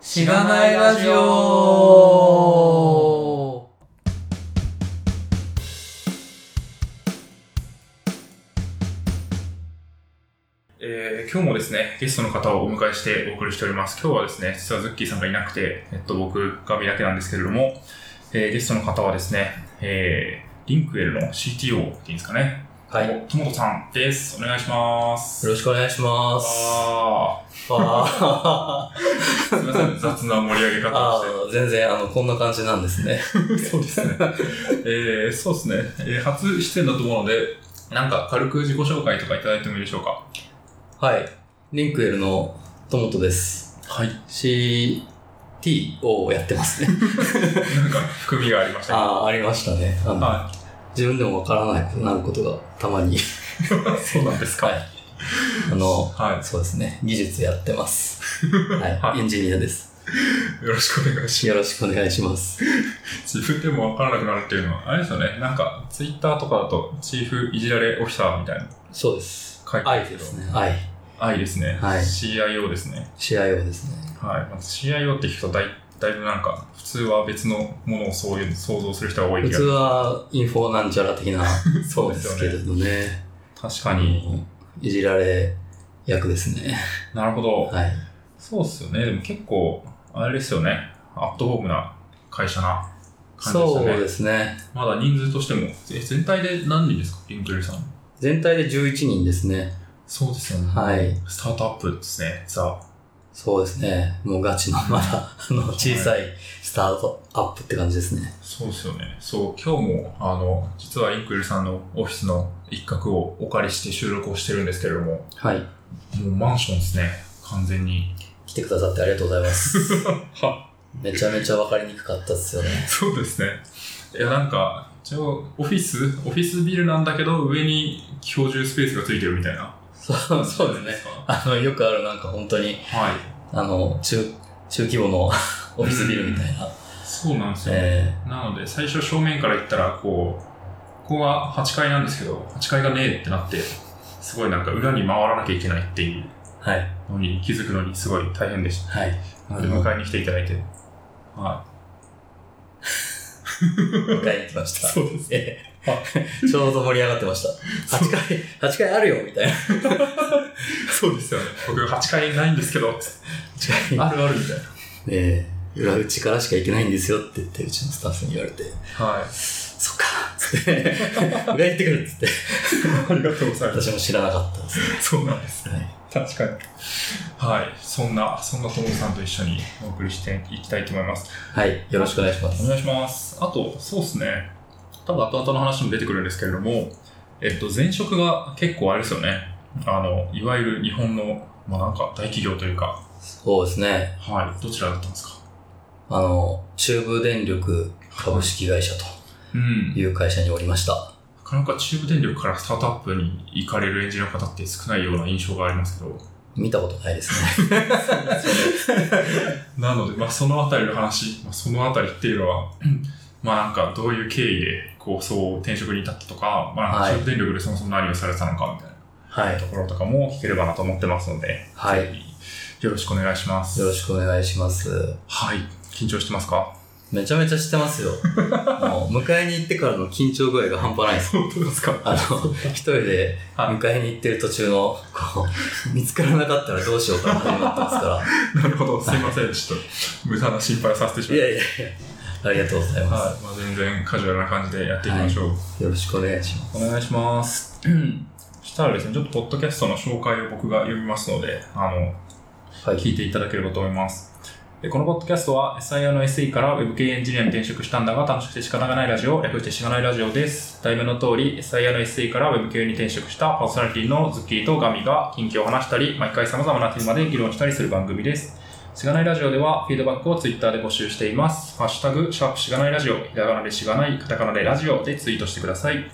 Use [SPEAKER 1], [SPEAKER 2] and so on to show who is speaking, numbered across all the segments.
[SPEAKER 1] しがないラジオ
[SPEAKER 2] えー今日もですね、ゲストの方をお迎えしてお送りしております。今日はですね、実はズッキーさんがいなくて、えっと、僕、ガビだけなんですけれども、えーゲストの方はですね、えー、リンクエルの CTO っていうんですかね。
[SPEAKER 1] はい。よ
[SPEAKER 2] い。ともとさんです。お願いします。
[SPEAKER 1] ろしくお願いします。
[SPEAKER 2] あ
[SPEAKER 1] あー
[SPEAKER 2] ーすみません、雑な盛り上げ方を
[SPEAKER 1] あ
[SPEAKER 2] して。
[SPEAKER 1] ー、全然、あの、こんな感じなんですね。
[SPEAKER 2] そうですね。えー、そうですね、えー初出演だと思うので、なんか軽く自己紹介とかいただいてもいいでしょうか。
[SPEAKER 1] はい。リンクエルのトモトです。
[SPEAKER 2] はい。
[SPEAKER 1] CTO をやってますね。
[SPEAKER 2] なんか含みがありましたけ
[SPEAKER 1] ああ、ありましたね。あ
[SPEAKER 2] ど。
[SPEAKER 1] の
[SPEAKER 2] は
[SPEAKER 1] 自分でもわからないなることがたまに。
[SPEAKER 2] い。 そうなんですか。
[SPEAKER 1] はい。あの、
[SPEAKER 2] は
[SPEAKER 1] そうですね。技術やってます。 は。
[SPEAKER 2] はい
[SPEAKER 1] エンジニアです。
[SPEAKER 2] い。よろしくお願いします
[SPEAKER 1] よ。ろしくお願いします。
[SPEAKER 2] 自分でも分からなくなるっていうのは、あれですよね、なんか、ツイッターとかだと、チーフいじられオフィサーみたいなの
[SPEAKER 1] そうです。
[SPEAKER 2] 書いてある
[SPEAKER 1] 愛
[SPEAKER 2] け
[SPEAKER 1] で
[SPEAKER 2] ど、
[SPEAKER 1] すね。愛。
[SPEAKER 2] 愛ですね。
[SPEAKER 1] はい
[SPEAKER 2] CIO ですね。
[SPEAKER 1] CIO ですね。
[SPEAKER 2] はい。まあ CIO って聞くとだい、だいぶなんか、普通は別のものをそういう、想像する人が多い
[SPEAKER 1] 普
[SPEAKER 2] 気が
[SPEAKER 1] 通はインフォなんちゃら 的なそうですけれどね。
[SPEAKER 2] 確かに。
[SPEAKER 1] いじられ役ですね。
[SPEAKER 2] なるほど。
[SPEAKER 1] はい。
[SPEAKER 2] そうっすよね。でも結構、あれですよね。アットホームな会社な感じでし
[SPEAKER 1] そ
[SPEAKER 2] た
[SPEAKER 1] う
[SPEAKER 2] ね
[SPEAKER 1] で。すね。
[SPEAKER 2] まだ人数としても、え全体で何人ですかリンクルさん。
[SPEAKER 1] 全体で11人ですね。
[SPEAKER 2] そうですよね。
[SPEAKER 1] はい。
[SPEAKER 2] スタートアップですね。ザ。
[SPEAKER 1] そうですね。もうガチのまだ、 あの、小さいスタートアップって感じですね。
[SPEAKER 2] そうですよね。そう、今日も、あの、実はインクルさんのオフィスの一角をお借りして収録をしてるんですけれども、も
[SPEAKER 1] はい。
[SPEAKER 2] うマンションですね。完 全に。
[SPEAKER 1] 来てくださってありがとうございます。
[SPEAKER 2] は、
[SPEAKER 1] めちゃめちゃわかりにくかったですよね。
[SPEAKER 2] そうですね。いや、なんか、一応、オフィス、オフィスビルなんだけど、上に居住スペースがついてるみたいな。
[SPEAKER 1] そう、そうですね。
[SPEAKER 2] か。
[SPEAKER 1] あの、よくあるなんか本当に、
[SPEAKER 2] はい。
[SPEAKER 1] あの、中、中規模の オフィスビルみたいな。
[SPEAKER 2] そうなんですよ、ね。
[SPEAKER 1] え
[SPEAKER 2] なので、最初正面から行ったら、こう、ここは8階なんですけど、8階がねえってなって、すごいなんか裏に回らなきゃいけないっていう
[SPEAKER 1] ーはい。
[SPEAKER 2] のに気づくのにすごい大変でした。
[SPEAKER 1] はい。
[SPEAKER 2] なので、迎えに来ていただいて。は
[SPEAKER 1] 迎えに来ま
[SPEAKER 2] い。
[SPEAKER 1] した。
[SPEAKER 2] うです。
[SPEAKER 1] ええちょうど盛り上がってました。8回、八回あるよ、みたいな。
[SPEAKER 2] そうですよね。僕8階ないんですけど、あ
[SPEAKER 1] 8回。
[SPEAKER 2] るあるみたい
[SPEAKER 1] ええ裏打ちからしか行けないんですよって言って、うちのスタッフに言われて、
[SPEAKER 2] な。はい。
[SPEAKER 1] そっか、つって、 裏行ってくるっつって。
[SPEAKER 2] ありがとうございます。
[SPEAKER 1] 私も知らなかったですね。
[SPEAKER 2] そうなんです。
[SPEAKER 1] はい。
[SPEAKER 2] 確かに。はい。そんな、そんな友さんと一緒にお送りしていきたいと思います。
[SPEAKER 1] はい、よろしくお願いしま
[SPEAKER 2] お
[SPEAKER 1] す。
[SPEAKER 2] 願いします。あと、そうですね。多分後々の話も出てくるんですけれども、えっと、前職が結構あれですよね。あの、いわゆる日本の、まあなんか大企業というか、
[SPEAKER 1] そうですね。
[SPEAKER 2] はい。どちらだったんですか
[SPEAKER 1] あの、中部電力株式会社
[SPEAKER 2] うん。
[SPEAKER 1] という会社におりました。
[SPEAKER 2] なかなか中部電力からスタートアップに行かれるエンジニアの方って少ないような印象がありますけど、
[SPEAKER 1] 見たことないですね。
[SPEAKER 2] なので、まあそのあたりの話、まあ、そのあたりっていうのは、 まあなんかどういう経緯で、こう、そう転職に至ったとか、まあなんか中部電力でそもそも何をされてたのかみたいな。
[SPEAKER 1] はい
[SPEAKER 2] と。ころとかも聞ければなと思ってますので、
[SPEAKER 1] はい
[SPEAKER 2] ぜひよろしくお願いします。
[SPEAKER 1] よろしくお願いします。
[SPEAKER 2] はい。緊張してますか
[SPEAKER 1] めちゃめちゃしてます よ。もう迎えに行ってからの緊張具合が半端ないです。
[SPEAKER 2] 本当ですか
[SPEAKER 1] あの、一人で迎えに行ってる途中の、こう、見つからなかったらどうしようかなってなってますか
[SPEAKER 2] なるほど。すいません。ちょっと無駄な心配をさせて
[SPEAKER 1] ら。
[SPEAKER 2] しま
[SPEAKER 1] い
[SPEAKER 2] い
[SPEAKER 1] やいやいや、ありがとうござい
[SPEAKER 2] ま
[SPEAKER 1] ま
[SPEAKER 2] し
[SPEAKER 1] す。
[SPEAKER 2] た。はい。まあ、全然カジュアルな感じでやっていきましょう。
[SPEAKER 1] よろしくお願いします。
[SPEAKER 2] お願いします。 そしたらですね、ちょっとポッドキャストの紹介を僕が読みますので、あの、
[SPEAKER 1] はい。
[SPEAKER 2] 聞いていただければと思います。でこのポッドキャストは SIO の SE から Web 系エンジニアに転職したんだが楽しくて仕方がないラジオ、略してしがないラジオです。題名の通り SIO の SE から Web 系に転職したパーソナリティのズッキーとガミが近況を話したり、毎回様々なテーマで議論したりする番組です。しがないラジオではフィードバックをツイッターで募集しています。ハッシュタグ、シャープしがないラジオ、ひらがなでしがない、カタカナでラジオでツイートしてください。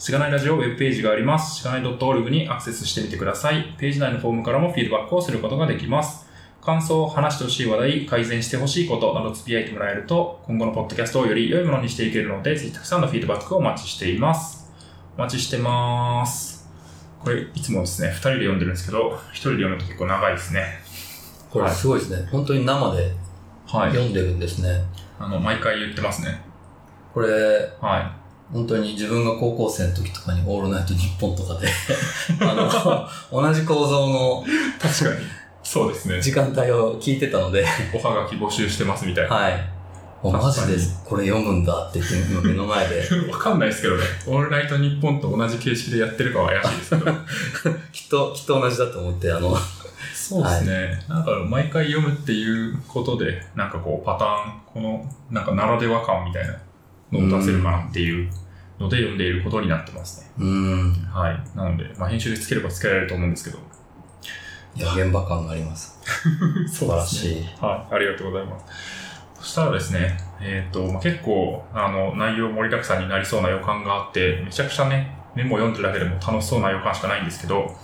[SPEAKER 2] しがないラジオウェブページがあります。しがない .org にアクセスしてみてください。ページ内のフォームからもフィードバックをすることができます。感想、話してほしい話題、改善してほしいことなどつぶやいてもらえると、今後のポッドキャストをより良いものにしていけるので、ぜひたくさんのフィードバックをお待ちしています。お待ちしてます。これ、いつもですね、2人で読んでるんですけど、1人で読むと結構長いですね。
[SPEAKER 1] これすごいですね。本当に生で
[SPEAKER 2] はい。
[SPEAKER 1] 読んでるんですね。
[SPEAKER 2] あの、毎回言ってますね。
[SPEAKER 1] これ、
[SPEAKER 2] は
[SPEAKER 1] 本当に自分が高校生の時とかにオールナイトニッポンとかで、 あの、同じ構造の
[SPEAKER 2] い。確かに。 そうですね。
[SPEAKER 1] 時間帯を聞いてたので、
[SPEAKER 2] おはがき募集してますみたいな。
[SPEAKER 1] はい。おマジ
[SPEAKER 2] 確か
[SPEAKER 1] で
[SPEAKER 2] に
[SPEAKER 1] これ読むんだって言って、今目の前で、
[SPEAKER 2] わかんないですけどね。オールナイトニッポンと同じ形式でやってるかは怪しいですけど。
[SPEAKER 1] きっと、きっと同じだと思って、あの、
[SPEAKER 2] そうですね、なんか毎回読むっていうことでなんかこうパターンこのなんかならでは感みたいなのを出せるかなっていうので読んでいることになってますね、
[SPEAKER 1] うん、
[SPEAKER 2] はいなので、まあ、編集でつければつけられると思うんですけど
[SPEAKER 1] いや、現場感があり ます。素晴ら
[SPEAKER 2] い、
[SPEAKER 1] しい。
[SPEAKER 2] はい、ありがとうございますそしたらですね、えっとまあ、結構あの内容盛りだくさんになりそうな予感があってめちゃくちゃねメモを読んでるだけでも楽しそうな予感しかないんですけど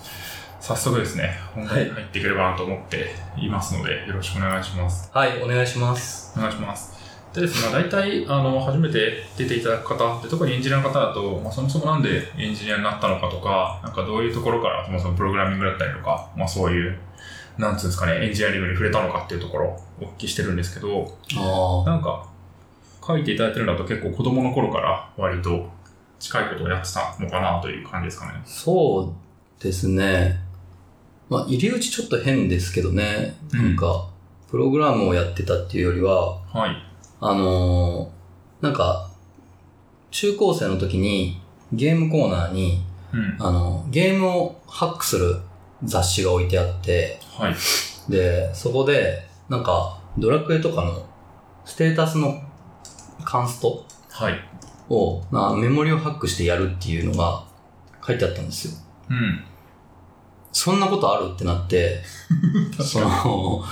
[SPEAKER 2] 早速ですね本題に入っていければなと思っていますので、よろしくお願いします
[SPEAKER 1] はい、お願いします。
[SPEAKER 2] お願いします。でですね、まあ、大体あの初めて出ていただく方って特にエンジニアの方だと、まあ、そもそもなんでエンジニアになったのかとかなんかどういうところからそもそもプログラミングだったりとか、まあ、そういうなんつうんですかねエンジニアリングに触れたのかっていうところをお聞きしてるんですけど
[SPEAKER 1] あ
[SPEAKER 2] なんか書いていただいてるのだと結構子供の頃から割と近いことをやってたのかなという感じですかね
[SPEAKER 1] あ、。そうですね。まあ、入り口ちょっと変ですけどね。なんか、プログラムをやってたっていうよりは、
[SPEAKER 2] はい。
[SPEAKER 1] あのーなんか、中高生の時にゲームコーナーに、
[SPEAKER 2] うん。
[SPEAKER 1] あの、ゲームをハックする雑誌が置いてあって、
[SPEAKER 2] はい。
[SPEAKER 1] で、そこで、なんか、ドラクエとかのステータスのカンスト
[SPEAKER 2] はい。
[SPEAKER 1] を、まあ、メモリをハックしてやるっていうのが書いてあったんですよ。
[SPEAKER 2] うん。
[SPEAKER 1] そんなことあるってな って、その、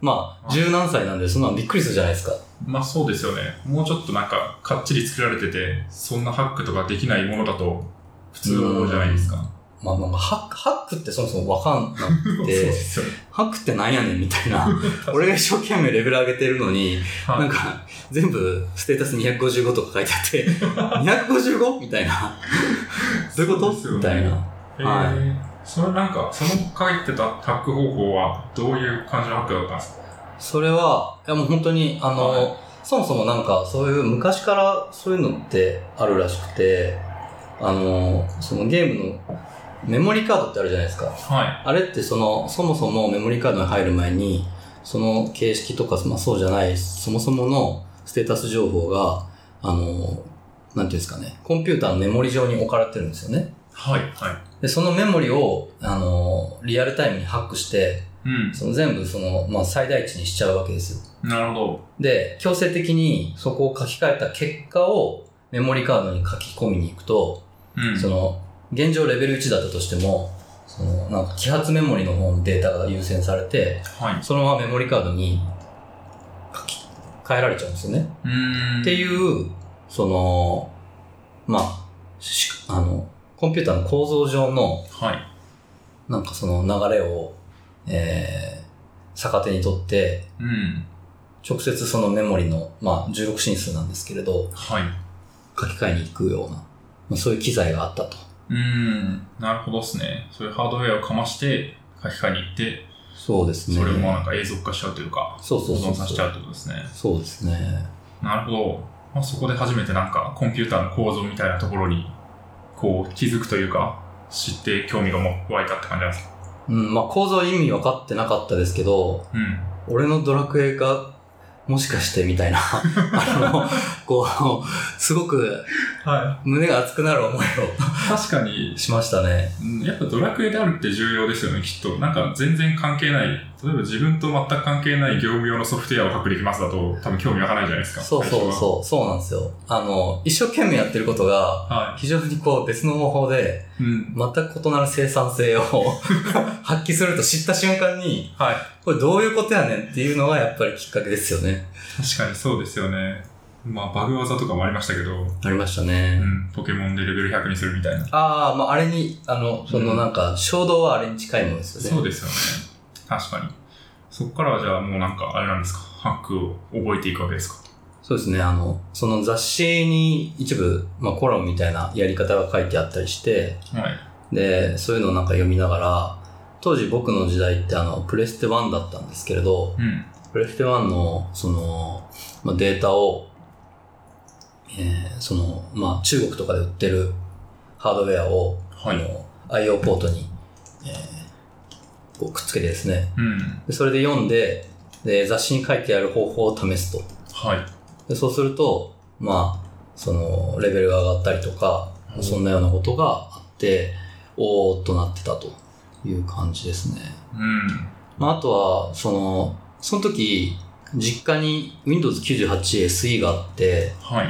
[SPEAKER 1] まあ、十何歳なんで、そんなのびっくりするじゃないですか。
[SPEAKER 2] まあそうですよね。もうちょっとなんか、かっちり作られてて、そんなハックとかできないものだと、普通のものじゃないですか。
[SPEAKER 1] まあまあまあ、ハック、ハックってそもそもわかんな
[SPEAKER 2] そう
[SPEAKER 1] く
[SPEAKER 2] で
[SPEAKER 1] て、
[SPEAKER 2] すよね。
[SPEAKER 1] ハックってなんやねんみたい な。俺が一生懸命レベル上げてるのに、
[SPEAKER 2] は
[SPEAKER 1] ないんか、全部ステータス255とか書いてあって、255? みたいな。どういうこと、
[SPEAKER 2] そうですよね
[SPEAKER 1] みたいな。
[SPEAKER 2] えーそれなんか、その書いてたハック方法は、どういう感じのハックだったんですか
[SPEAKER 1] それは、いやもう本当に、あの、
[SPEAKER 2] は
[SPEAKER 1] そもそもなんか、そういう、昔からそういうのってあるらしくて、あの、そのゲームのメモリーカードってあるじゃないですか。
[SPEAKER 2] は
[SPEAKER 1] あれってその、そもそもメモリーカードに入る前に、その形式とか、まあそうじゃない、そもそものステータス情報が、あの、なんていうんですかね、コンピューターのメモリ上に置かれてるんですよね。
[SPEAKER 2] い。はい。は
[SPEAKER 1] で、そのメモリを、あの、リアルタイムにハックして、
[SPEAKER 2] い。う
[SPEAKER 1] その全部その、まあ最大値にしちゃうわけですよ。
[SPEAKER 2] ん。なるほど。
[SPEAKER 1] で、強制的にそこを書き換えた結果をメモリカードに書き込みに行くと、
[SPEAKER 2] うん。
[SPEAKER 1] その、現状レベル1だったとしても、その、なんか揮発メモリの方のデータが優先されて、
[SPEAKER 2] はい。
[SPEAKER 1] そのままメモリカードに書き換えられちゃうんですよね。
[SPEAKER 2] うーん。
[SPEAKER 1] って
[SPEAKER 2] う。
[SPEAKER 1] いう、その、まあ、しあの、コンピューターの構造上の、
[SPEAKER 2] はい。
[SPEAKER 1] なんかその流れを、えー、逆手にとって、
[SPEAKER 2] うん。
[SPEAKER 1] 直接そのメモリの、まあ、16進数なんですけれど、
[SPEAKER 2] はい。
[SPEAKER 1] 書き換えに行くような、まあ、そういう機材があったと。
[SPEAKER 2] うーん。なるほどですね。そういうハードウェアをかまして、書き換えに行って、
[SPEAKER 1] そうですね。
[SPEAKER 2] それをまあなんか永続化しちゃうというか、
[SPEAKER 1] そうそう
[SPEAKER 2] 保
[SPEAKER 1] そ
[SPEAKER 2] 存
[SPEAKER 1] う
[SPEAKER 2] させち
[SPEAKER 1] そ
[SPEAKER 2] ゃう
[SPEAKER 1] う。
[SPEAKER 2] ってことですね。
[SPEAKER 1] そうですね。
[SPEAKER 2] なるほど。まあ、そこで初めてなんかコンピューターの構造みたいなところにこう気づくというか知って興味がも湧いたって感じなんですか
[SPEAKER 1] うん、まあ、構造意味分かってなかったですけど、
[SPEAKER 2] うん。
[SPEAKER 1] 俺のドラクエが、もしかしてみたいな、 あの、こう、すごく
[SPEAKER 2] は
[SPEAKER 1] 胸が熱くなる思い
[SPEAKER 2] い。確かに
[SPEAKER 1] を、しましたね。
[SPEAKER 2] うんやっぱドラクエであるって重要ですよね、きっと。なんか全然関係ない。例えば自分と全く関係ない業務用のソフトウェアを確認できますだと多分興味湧かないじゃないですか。
[SPEAKER 1] そうそう
[SPEAKER 2] う。
[SPEAKER 1] そう、そうなんですよ。あの、一生懸命やってることが、
[SPEAKER 2] は
[SPEAKER 1] 非常にこう別の方法で、
[SPEAKER 2] い。うん。
[SPEAKER 1] 全く異なる生産性を 発揮すると知った瞬間に、
[SPEAKER 2] はい。
[SPEAKER 1] これどういうことやねんっていうのがやっぱりきっかけですよね。
[SPEAKER 2] 確かにそうですよね。まあバグ技とかもありましたけど、
[SPEAKER 1] ありましたね。
[SPEAKER 2] うん、ポケモンでレベル100にするみたいな。
[SPEAKER 1] ああ、まああれに、あの、そのなんか、衝動はあれに近いものですよね。
[SPEAKER 2] そうですよね。確かに。そこからはじゃあもうなんかあれなんですか、ハックを覚えていくわけですか。
[SPEAKER 1] そうですね。あの、その雑誌に一部、まあコラムみたいなやり方が書いてあったりして、
[SPEAKER 2] はい。
[SPEAKER 1] で、そういうのをなんか読みながら、当時僕の時代ってあの、プレステ1だったんですけれど、
[SPEAKER 2] うん。
[SPEAKER 1] プレフテ1の、その、まあ、データを、えーその、まあ、中国とかで売ってるハードウェアを、
[SPEAKER 2] はい
[SPEAKER 1] あの IO ポートに、えーこうくっつけてですね、
[SPEAKER 2] うん。
[SPEAKER 1] でそれで読んでで、雑誌に書いてある方法を試すと。
[SPEAKER 2] はい。
[SPEAKER 1] でそうすると、まあ、その、レベルが上がったりとか、
[SPEAKER 2] うん
[SPEAKER 1] そんなようなことがあって、おーっとなってたという感じですね。
[SPEAKER 2] うん。
[SPEAKER 1] まあ、あとは、その、その時、実家に Windows 98 SE があって、
[SPEAKER 2] はい。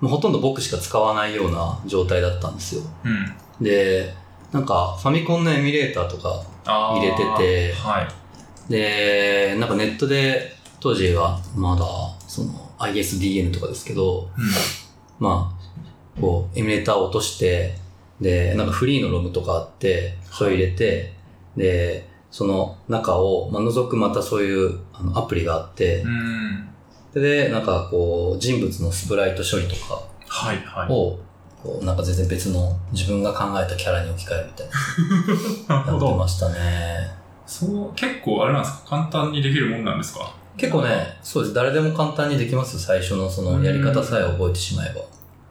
[SPEAKER 1] もうほとんど僕しか使わないような状態だったんですよ。
[SPEAKER 2] うん。
[SPEAKER 1] で、なんか、ファミコンのエミュレーターとか、
[SPEAKER 2] あー
[SPEAKER 1] 入れてて
[SPEAKER 2] はい。
[SPEAKER 1] で、なんかネットで、当時はまだ、その、ISDN とかですけど、
[SPEAKER 2] う
[SPEAKER 1] まあ、こう、エミュレーターを落として、で、なんかフリーのロムとかあって、それ入れて、で、その中を、まあ、覗くまたそういうあのアプリがあって
[SPEAKER 2] ん。う、ん。
[SPEAKER 1] で、なんかこう、人物のスプライト処理とか
[SPEAKER 2] はい、はい。
[SPEAKER 1] を、こう、なんか全然別の自分が考えたキャラに置き換えるみたいな、
[SPEAKER 2] な
[SPEAKER 1] や
[SPEAKER 2] るほ
[SPEAKER 1] って
[SPEAKER 2] ど。
[SPEAKER 1] ましたね。
[SPEAKER 2] そう、結構あれなんですか簡単にできるもんなんですか
[SPEAKER 1] 結構。ね、そうです。誰でも簡単にできますよ。最初のそのやり方さえ覚えてしまえば。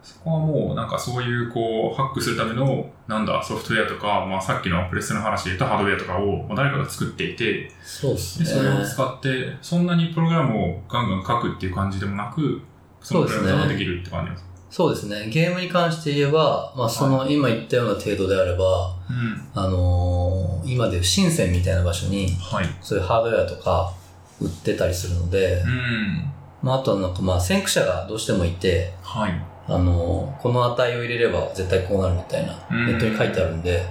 [SPEAKER 2] そこはもう、なんかそういう、こう、ハックするための、なんだ、ソフトウェアとか、まあさっきのプレスの話で言ったハードウェアとかを、まあ、誰かが作っていて、
[SPEAKER 1] そうです
[SPEAKER 2] で
[SPEAKER 1] ね。
[SPEAKER 2] それを使って、そんなにプログラムをガンガン書くっていう感じでもなく、そのプログラムができるって感じです。
[SPEAKER 1] そうですね。ゲームに関して言えば、まあ、その、今言ったような程度であれば、
[SPEAKER 2] うん。
[SPEAKER 1] あのー今でいう深センみたいな場所に、
[SPEAKER 2] はい。
[SPEAKER 1] そういうハードウェアとか売ってたりするので
[SPEAKER 2] う、ん。
[SPEAKER 1] まあ、あとはなんかまあ、先駆者がどうしてもいて、
[SPEAKER 2] はい。
[SPEAKER 1] あのーこの値を入れれば絶対こうなるみたいな、
[SPEAKER 2] うん
[SPEAKER 1] ネットに書いてあるんで、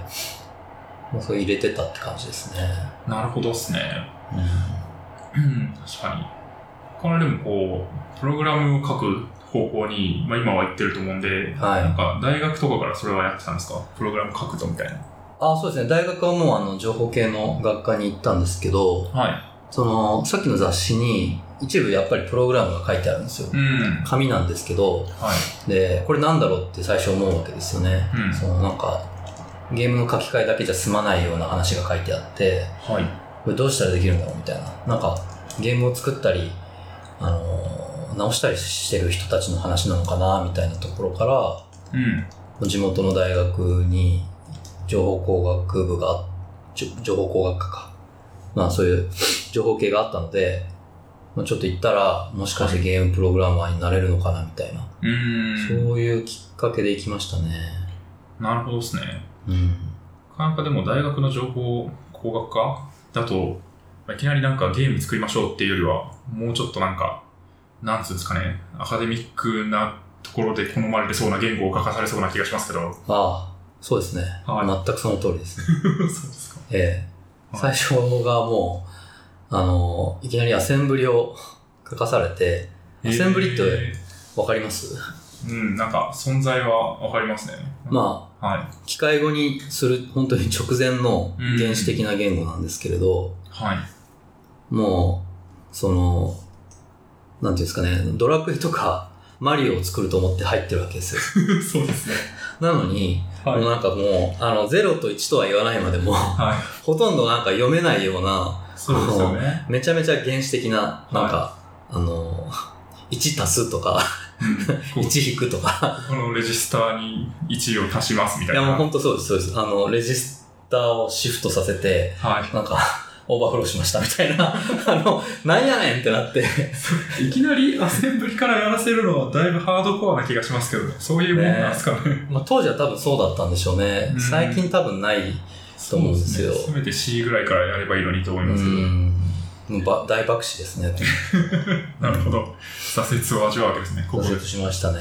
[SPEAKER 1] まあ、それ入れてたって感じですね。
[SPEAKER 2] なるほどっすね。
[SPEAKER 1] うん
[SPEAKER 2] うん確かに。これでもこう、プログラムを書く方向に、まあ、今は行ってると思うんで、
[SPEAKER 1] はい
[SPEAKER 2] なんか大学とかからそれはやってたんですかプログラム書くとみたいな。
[SPEAKER 1] あそうですね。大学はもうあの、情報系の学科に行ったんですけど、
[SPEAKER 2] はい。
[SPEAKER 1] その、さっきの雑誌に、一部やっぱりプログラムが書いてあるんですよ。
[SPEAKER 2] うん。
[SPEAKER 1] 紙なんですけど、
[SPEAKER 2] はい。
[SPEAKER 1] で、これなんだろうって最初思うわけですよね。
[SPEAKER 2] うん
[SPEAKER 1] そのなんか、ゲームの書き換えだけじゃ済まないような話が書いてあって、
[SPEAKER 2] はい。
[SPEAKER 1] これどうしたらできるんだろうみたいな。なんか、ゲームを作ったり、あのー直したりしてる人たちの話なのかな、みたいなところから、
[SPEAKER 2] うん。
[SPEAKER 1] 地元の大学に情報工学部が、じょ情報工学科か。まあそういう情報系があったので、まあちょっと行ったら、もしかしてゲームプログラマーになれるのかな、みたいな。
[SPEAKER 2] うん。
[SPEAKER 1] そういうきっかけで行きましたね。
[SPEAKER 2] なるほどですね。
[SPEAKER 1] うん。
[SPEAKER 2] なかなかでも大学の情報工学科だと、まあいきなりなんかゲーム作りましょうっていうよりは、もうちょっとなんか、なんつうんですかね、アカデミックなところで好まれそうな言語を書かされそうな気がしますけど。は
[SPEAKER 1] あ
[SPEAKER 2] い。
[SPEAKER 1] あ、そうですね。
[SPEAKER 2] そう
[SPEAKER 1] 全くその通り ですね。
[SPEAKER 2] ですか。
[SPEAKER 1] ええ。
[SPEAKER 2] は
[SPEAKER 1] 最
[SPEAKER 2] い
[SPEAKER 1] 初がもう、あの、いきなりアセンブリを書かされて、 アセンブリって
[SPEAKER 2] え
[SPEAKER 1] わかります
[SPEAKER 2] ーうん、なんか存在はわかりますね。
[SPEAKER 1] ま
[SPEAKER 2] あ。はい。
[SPEAKER 1] あ、機械語にする、本当に直前の原始的な言語なんですけれど、
[SPEAKER 2] はい。
[SPEAKER 1] もう、その、なんていうんですかね、ドラクエとかマリオを作ると思って入ってるわけですよ。
[SPEAKER 2] そうですね。
[SPEAKER 1] なのに、
[SPEAKER 2] はい
[SPEAKER 1] もう。なんかもう、あの、0と1とは言わないまでも、
[SPEAKER 2] はい。
[SPEAKER 1] ほとんどなんか読めないような、
[SPEAKER 2] そうですよ ね。
[SPEAKER 1] めちゃめちゃ原始的な、なんか、あの、1足すとか、
[SPEAKER 2] うんこ
[SPEAKER 1] 1引くとか。
[SPEAKER 2] このレジスターに1を足しますみた
[SPEAKER 1] い
[SPEAKER 2] いな。
[SPEAKER 1] やもうほんとそうです、そうです。あの、レジスターをシフトさせて、
[SPEAKER 2] はい。
[SPEAKER 1] なんか、オーバーフローしましたみたいな。 あの、なんやねんってなって。
[SPEAKER 2] いきなりアセンブリからやらせるのはだいぶハードコアな気がしますけどね。そういうもんなんですかね。
[SPEAKER 1] まあ当時は多分そうだったんでしょうね
[SPEAKER 2] う。ん
[SPEAKER 1] 最近多分ない。
[SPEAKER 2] そ
[SPEAKER 1] 思うんですよ
[SPEAKER 2] せめて C ぐらいからやればいいのにと思いうますけど。
[SPEAKER 1] ん。もうば大爆死ですね。
[SPEAKER 2] なるほど。挫折を味わうわけですね、ここで。
[SPEAKER 1] 挫
[SPEAKER 2] は
[SPEAKER 1] 折しましたね。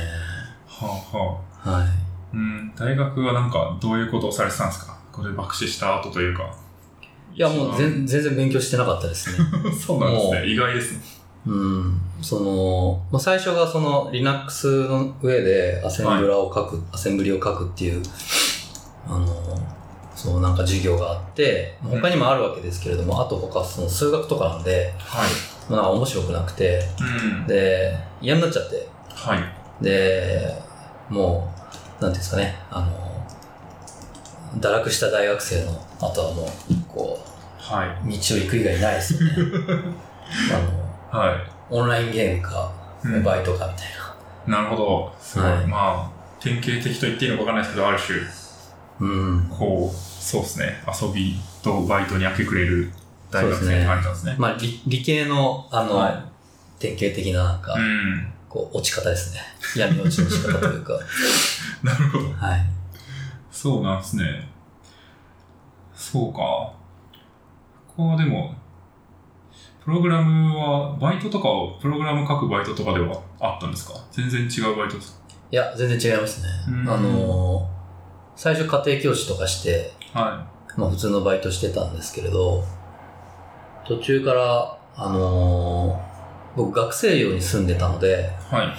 [SPEAKER 2] あはあ。
[SPEAKER 1] はい。
[SPEAKER 2] うん、大学はなんかどういうことをされてたんですかこれ爆死した後というか。
[SPEAKER 1] いや、もう全全然勉強してなかったですね。
[SPEAKER 2] そうなんです
[SPEAKER 1] も
[SPEAKER 2] ね。意外ですね。
[SPEAKER 1] うん。その、まあ、最初がその Linux の上でアセンブラを書く、アセンブリを書くっていう、あの、そうなんか授業があって、まあ他にもあるわけですけれども、あと他その数学とかなんで、
[SPEAKER 2] はい。
[SPEAKER 1] まあ、なんか面白くなくて、
[SPEAKER 2] うん。
[SPEAKER 1] で、嫌になっちゃって、
[SPEAKER 2] はい。
[SPEAKER 1] で、もう、なんていうんですかね、あの、堕落した大学生の、あとはもう、こう、
[SPEAKER 2] はい。
[SPEAKER 1] 道を行く以外ないですよね。あの
[SPEAKER 2] は
[SPEAKER 1] オンラインゲームか、
[SPEAKER 2] い。う
[SPEAKER 1] モ
[SPEAKER 2] ん
[SPEAKER 1] バイとかみたいな。
[SPEAKER 2] なるほど。すごい。
[SPEAKER 1] はい
[SPEAKER 2] まあ、典型的と言っていいのかわかんないですけど、ある種、
[SPEAKER 1] うん。
[SPEAKER 2] こう、そうですね。遊びとバイトに明け暮れる大学生って感じなんですね。
[SPEAKER 1] まあ、理理系の、あの、
[SPEAKER 2] はい
[SPEAKER 1] 典型的な、なんか、
[SPEAKER 2] うん。
[SPEAKER 1] こう、落ち方ですね。闇落ちの仕方というか。
[SPEAKER 2] なるほど。
[SPEAKER 1] はい。
[SPEAKER 2] そうなんですね。そうか。ここはでも、プログラムは、バイトとかを、プログラム書くバイトとかではあったんですか全然違うバイトです
[SPEAKER 1] いや、全然違いますね。
[SPEAKER 2] うん
[SPEAKER 1] あのー最初家庭教師とかして、
[SPEAKER 2] は
[SPEAKER 1] まあ普通のバイトしてたんですけれど、途中から、あのー僕学生寮に住んでたので、
[SPEAKER 2] い。はい。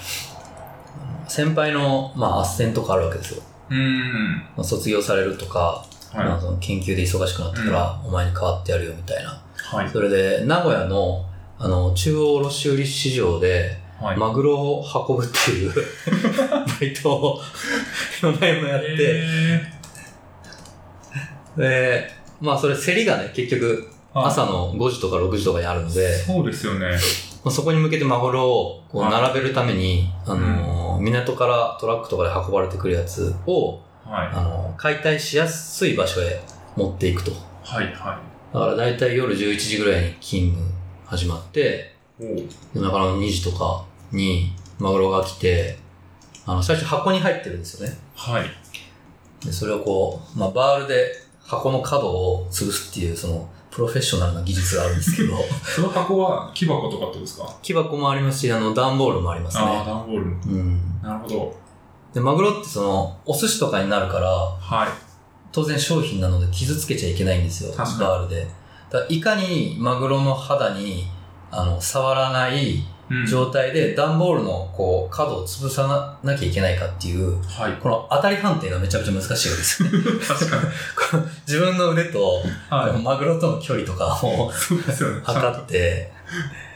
[SPEAKER 1] 先輩の、まあ、斡旋とかあるわけですよ。
[SPEAKER 2] うーん。
[SPEAKER 1] まあ、卒業されるとか、まあ
[SPEAKER 2] は
[SPEAKER 1] その研究で忙しくなったから、お前に代わってやるよみたいな。
[SPEAKER 2] い。はい。
[SPEAKER 1] それで、名古屋の、あの、中央卸売市場で、
[SPEAKER 2] はい。
[SPEAKER 1] マグロを運ぶっていうバイトを4年もやって、
[SPEAKER 2] え
[SPEAKER 1] で、まあそれ競りがね、結局
[SPEAKER 2] ーあ
[SPEAKER 1] 朝の5時とか6時とかにあるので、
[SPEAKER 2] そうですよね。
[SPEAKER 1] まあ、そこに向けてマグロをこう
[SPEAKER 2] はい
[SPEAKER 1] 並べるために、あのー港からトラックとかで運ばれてくるやつを、
[SPEAKER 2] はい。
[SPEAKER 1] あのー解体しやすい場所へ持っていくと。
[SPEAKER 2] はい、は
[SPEAKER 1] だから大体夜11時ぐらいに勤務始まって、
[SPEAKER 2] い。おう
[SPEAKER 1] 夜中の2時とかにマグロが来て、あの、最初箱に入ってるんですよね。
[SPEAKER 2] はい。
[SPEAKER 1] でそれをこう、まあ、バールで箱の角を潰すっていう、その、プロフェッショナルな技術があるんですけ ど、
[SPEAKER 2] その箱は木箱とかってことですか、
[SPEAKER 1] 木箱もありますし、あの、段ボールもあります
[SPEAKER 2] ああ、
[SPEAKER 1] ね。
[SPEAKER 2] 段ボール。
[SPEAKER 1] うん。
[SPEAKER 2] なるほど。
[SPEAKER 1] で、マグロってその、お寿司とかになるから、
[SPEAKER 2] はい。
[SPEAKER 1] 当然商品なので傷つけちゃいけないんですよ。
[SPEAKER 2] 確かに
[SPEAKER 1] バールで。だからいかにマグロの肌に、あの、触らない
[SPEAKER 2] うん。
[SPEAKER 1] 状態で、段ボールの、こう、角を潰さななきゃいけないかっていう、
[SPEAKER 2] はい。
[SPEAKER 1] この当たり判定がめちゃくちゃ難しいわけですよ ね。
[SPEAKER 2] 確かに。
[SPEAKER 1] この自分の腕と、
[SPEAKER 2] は
[SPEAKER 1] マグロとの距離とかを
[SPEAKER 2] い。そうですよね。
[SPEAKER 1] 測って、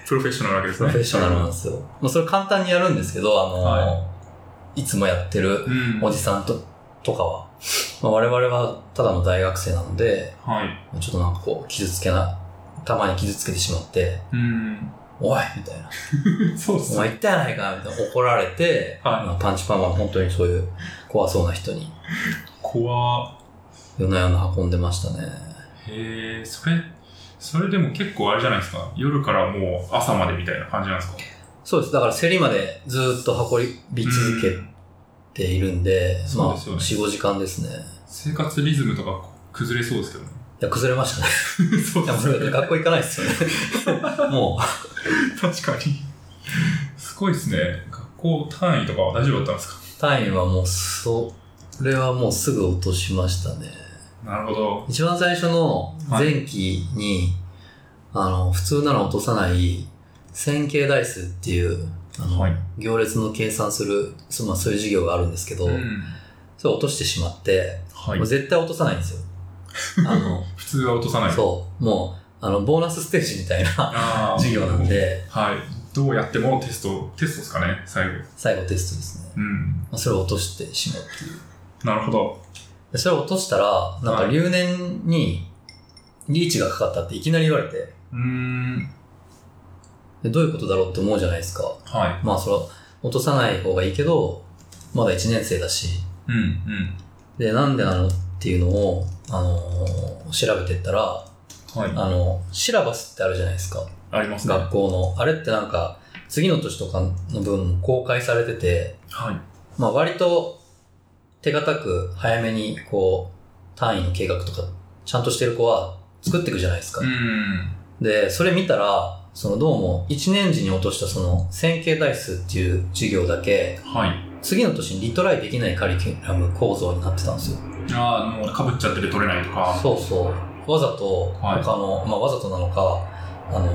[SPEAKER 2] プロフェッショナルなわけです
[SPEAKER 1] プ
[SPEAKER 2] ね。
[SPEAKER 1] ロフェッショナルなんですよ。もうそれ簡単にやるんですけど、あの、、
[SPEAKER 2] はい
[SPEAKER 1] つもやってる
[SPEAKER 2] うん。
[SPEAKER 1] おじさんととかは、まあ、我々はただの大学生なので、
[SPEAKER 2] はい。
[SPEAKER 1] ちょっとなんかこう、傷つけな、たまに傷つけてしまって、
[SPEAKER 2] うん。
[SPEAKER 1] おいみたいな。
[SPEAKER 2] そうっす
[SPEAKER 1] お前
[SPEAKER 2] ね。
[SPEAKER 1] 言ったやないかみたいな怒られて、
[SPEAKER 2] はい
[SPEAKER 1] まあパンチパーマン本当にそういう怖そうな人に、
[SPEAKER 2] 怖
[SPEAKER 1] 夜な夜な運んでましたね。
[SPEAKER 2] へえ、それ、それでも結構あれじゃないですか。夜からもう朝までみたいな感じなんですか
[SPEAKER 1] そうです。だから競りまでずーっと運び続け
[SPEAKER 2] うん
[SPEAKER 1] ているんで、
[SPEAKER 2] そう
[SPEAKER 1] ま
[SPEAKER 2] で
[SPEAKER 1] あ、
[SPEAKER 2] すよね
[SPEAKER 1] 4、5時間ですね。
[SPEAKER 2] 生活リズムとか崩れそうですけど ね。
[SPEAKER 1] いや、崩れましたね
[SPEAKER 2] そう
[SPEAKER 1] いやもうそれで学校行かないですよね。 も
[SPEAKER 2] 確かに。すごいですね。学校単位とかは大丈夫だったんですか
[SPEAKER 1] う、単位はもう、それはもうすぐ落としましたね。
[SPEAKER 2] なるほど。
[SPEAKER 1] 一番最初の前期に、あの、普通なら落とさない、線形代数っていう、あの、
[SPEAKER 2] はい
[SPEAKER 1] 行列の計算する、そまあ、そういう授業があるんですけど、
[SPEAKER 2] うん。
[SPEAKER 1] それ落としてしまって、
[SPEAKER 2] はい
[SPEAKER 1] もう。絶対落とさないん ですよ。あの、
[SPEAKER 2] 普通は落とさない。
[SPEAKER 1] そう、もう、あの、ボーナスステージみたいな
[SPEAKER 2] あー
[SPEAKER 1] 授業なん。で、
[SPEAKER 2] はい。どうやってもテスト、テストですかね、最後。
[SPEAKER 1] 最後テストですね。
[SPEAKER 2] うん。
[SPEAKER 1] まあそれを落としてしまうっていう。
[SPEAKER 2] なるほど。
[SPEAKER 1] でそれを落としたら、なんか
[SPEAKER 2] はい
[SPEAKER 1] 留年にリーチがかかったっていきなり言われて、
[SPEAKER 2] うーん。
[SPEAKER 1] でどういうことだろうって思うじゃないですか。
[SPEAKER 2] は
[SPEAKER 1] まあ、それは落とさない方がいいけど、まだ1年生だし、
[SPEAKER 2] い。うん、うん。
[SPEAKER 1] で、なんでなのっていうのを、あのー調べてったら、
[SPEAKER 2] はい。
[SPEAKER 1] あの、シラバスってあるじゃないですか。
[SPEAKER 2] ありますね。
[SPEAKER 1] 学校の。あれってなんか、次の年とかの分公開されてて、
[SPEAKER 2] はい。
[SPEAKER 1] まあ割と手堅く早めにこう単位の計画とかちゃんとしてる子は作っていくじゃないですか。
[SPEAKER 2] うん。
[SPEAKER 1] で、それ見たら、そのどうも1年時に落としたその線形代数っていう授業だけ
[SPEAKER 2] はい。
[SPEAKER 1] 次の年にリトライできないカリキュラム構造になってたんですよ。
[SPEAKER 2] ああ、もうかぶっちゃってて取れないとか。
[SPEAKER 1] そうそう。わざと
[SPEAKER 2] はい
[SPEAKER 1] 他の、まあわざとなのか、あの、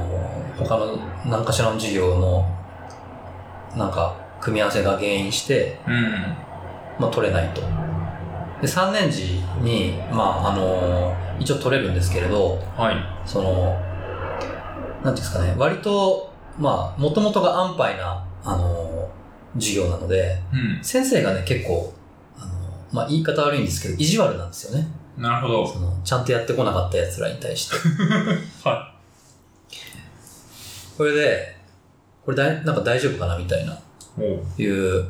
[SPEAKER 1] 他の何かしらの授業のなんか組み合わせが原因して
[SPEAKER 2] うん。
[SPEAKER 1] まあ、取れないと。で、3年時に、まあ、あのー一応取れるんですけれど、
[SPEAKER 2] はい。
[SPEAKER 1] その、なんていうんですかね、割と、まあ、もともとが安牌な、あのー授業なので、
[SPEAKER 2] うん。
[SPEAKER 1] 先生がね、結構、あのーまあ、言い方悪いんですけど、意地悪なんですよね。
[SPEAKER 2] なるほど。
[SPEAKER 1] その、ちゃんとやって こなかった奴らに対して。
[SPEAKER 2] は
[SPEAKER 1] これで、これだいなんか大丈夫かなみたいな、
[SPEAKER 2] おう
[SPEAKER 1] いう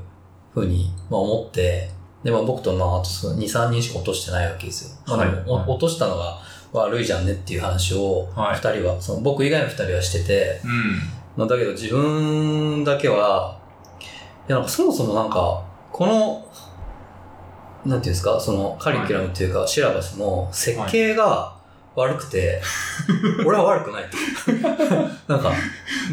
[SPEAKER 1] ふうに、まあ、思って、で、まあ僕とまああとその2、3人しか落としてないわけですよ。まあでも、
[SPEAKER 2] はい
[SPEAKER 1] お落としたのが悪いじゃんねっていう話を、
[SPEAKER 2] はい
[SPEAKER 1] 2人は、その僕以外の2人はしてて、
[SPEAKER 2] うん。
[SPEAKER 1] まあだけど自分だけは、いやなんかそもそもなんか、この、なんていうんですか、そのカリキュラムっていうか、シラバスの設計が悪くて、 俺は悪くないと。 なんか、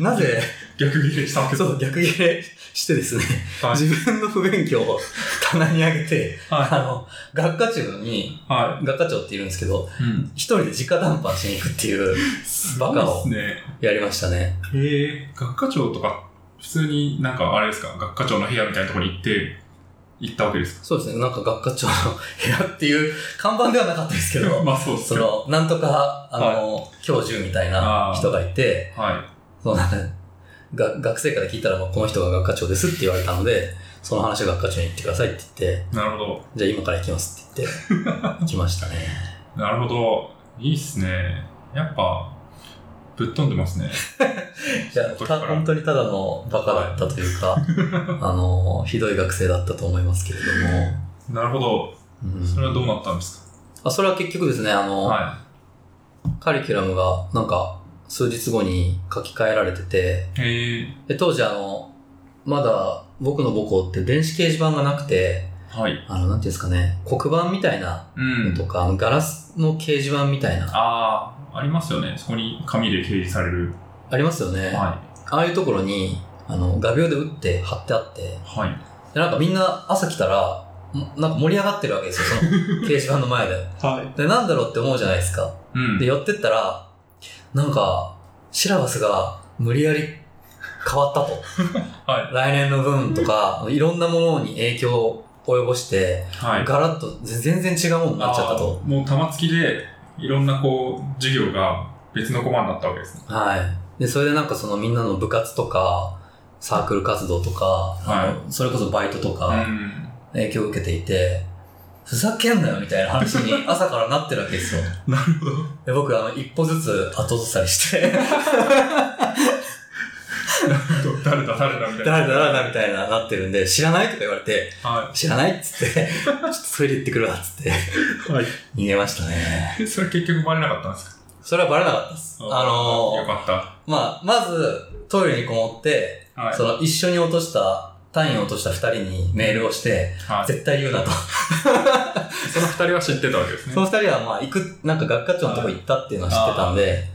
[SPEAKER 1] な ぜ、
[SPEAKER 2] 逆ギレしたわけ
[SPEAKER 1] そう、逆切れしてですね、
[SPEAKER 2] はい。
[SPEAKER 1] 自分の不勉強を棚に上げて、あ
[SPEAKER 2] は
[SPEAKER 1] の、学科長に、
[SPEAKER 2] い。は
[SPEAKER 1] 学科長っているんですけど、
[SPEAKER 2] い。うん。
[SPEAKER 1] 一人で直談判しに行くっていう、バカを
[SPEAKER 2] そうですね。
[SPEAKER 1] やりましたね。
[SPEAKER 2] えー、学科長とか、普通になんかあれですか、学科長の部屋みたいなところに行って、行ったわけです
[SPEAKER 1] そうですね、なんか学科長の部屋っていう看板ではなかったですけ
[SPEAKER 2] か。
[SPEAKER 1] ど
[SPEAKER 2] 、まあそうっす
[SPEAKER 1] そ
[SPEAKER 2] ね。は
[SPEAKER 1] の、なんとか、あの、教授みたいな人がいて、
[SPEAKER 2] い。
[SPEAKER 1] そのなんかが学生から聞いたら、まあこの人が学科長ですって言われたので、その話を学科長に言ってくださいって言って、
[SPEAKER 2] なるほど。
[SPEAKER 1] じゃあ今から行きますって言 って、行きましたね。
[SPEAKER 2] なるほど。いいっすね。やっぱ、ぶっ飛んでますね。
[SPEAKER 1] いや、
[SPEAKER 2] その時か
[SPEAKER 1] た
[SPEAKER 2] ら
[SPEAKER 1] 本当にただのバカだったという か、あの、ひどい学生だったと思いますけれど
[SPEAKER 2] なるほど。
[SPEAKER 1] も。うん
[SPEAKER 2] それはどうなったんです
[SPEAKER 1] あそれは結局ですね、あ
[SPEAKER 2] か
[SPEAKER 1] の、
[SPEAKER 2] は
[SPEAKER 1] カリキュラムがなんか数日後に書き換えられてて、
[SPEAKER 2] い。えー、
[SPEAKER 1] で当時あの、まだ僕の母校って電子掲示板がなくて、
[SPEAKER 2] はい。
[SPEAKER 1] あの、なんていうんですかね、黒板みたいな
[SPEAKER 2] う
[SPEAKER 1] の
[SPEAKER 2] ん。
[SPEAKER 1] とか、あのガラスの掲示板みたいな、
[SPEAKER 2] ああ、ありますよね。そこに紙で掲示される。
[SPEAKER 1] ありますよね。
[SPEAKER 2] は
[SPEAKER 1] ああいうところに、あの、画鋲で打って貼ってあって、
[SPEAKER 2] い。はい。
[SPEAKER 1] で、なんかみんな朝来たら、んなんか盛り上がってるわけですよ、その掲示板の前で。
[SPEAKER 2] はい。
[SPEAKER 1] で、なんだろうって思うじゃないですか。
[SPEAKER 2] うん。
[SPEAKER 1] で、寄ってったら、なんか、シラバスが無理やり変わったと。
[SPEAKER 2] は
[SPEAKER 1] 来年の分とか、いろんなものに影響を及ぼして、
[SPEAKER 2] い。はい。
[SPEAKER 1] ガラッと全然違うものになっちゃったと。
[SPEAKER 2] あーもう玉突きで、いろんなこう、授業が別のコマになったわけですね。
[SPEAKER 1] はい。で、それでなんかそのみんなの部活とか、サークル活動とか、
[SPEAKER 2] い
[SPEAKER 1] あのそれこそバイトとか、
[SPEAKER 2] うん。
[SPEAKER 1] 影響を受けていて、ふざけんなよみたいな話 に朝からなってるわけですよ。
[SPEAKER 2] なるほど。
[SPEAKER 1] で僕、あの、一歩ずつ後ずさり して、
[SPEAKER 2] 誰だ誰だみたいな。
[SPEAKER 1] 誰だ誰だみたいななってるんで、知らないとか言われて、
[SPEAKER 2] は
[SPEAKER 1] 知らないっつ って、ちょっとトイレ行ってくるわっつって、
[SPEAKER 2] い。は
[SPEAKER 1] 逃げましたね。
[SPEAKER 2] い。 それ結局バレなかったんですか
[SPEAKER 1] それはバレなかったです。あ
[SPEAKER 2] よ
[SPEAKER 1] のー
[SPEAKER 2] かった。
[SPEAKER 1] まあ、まず、トイレにこもって、
[SPEAKER 2] はい。
[SPEAKER 1] その、一緒に落とした、単位を落とした二人にメールをして、
[SPEAKER 2] はい。
[SPEAKER 1] 絶対言うなと。
[SPEAKER 2] その二人は知ってたわけですね。
[SPEAKER 1] その二人は、まあ、行く、なんか学科長のとこ行ったっていうのは知ってたんで、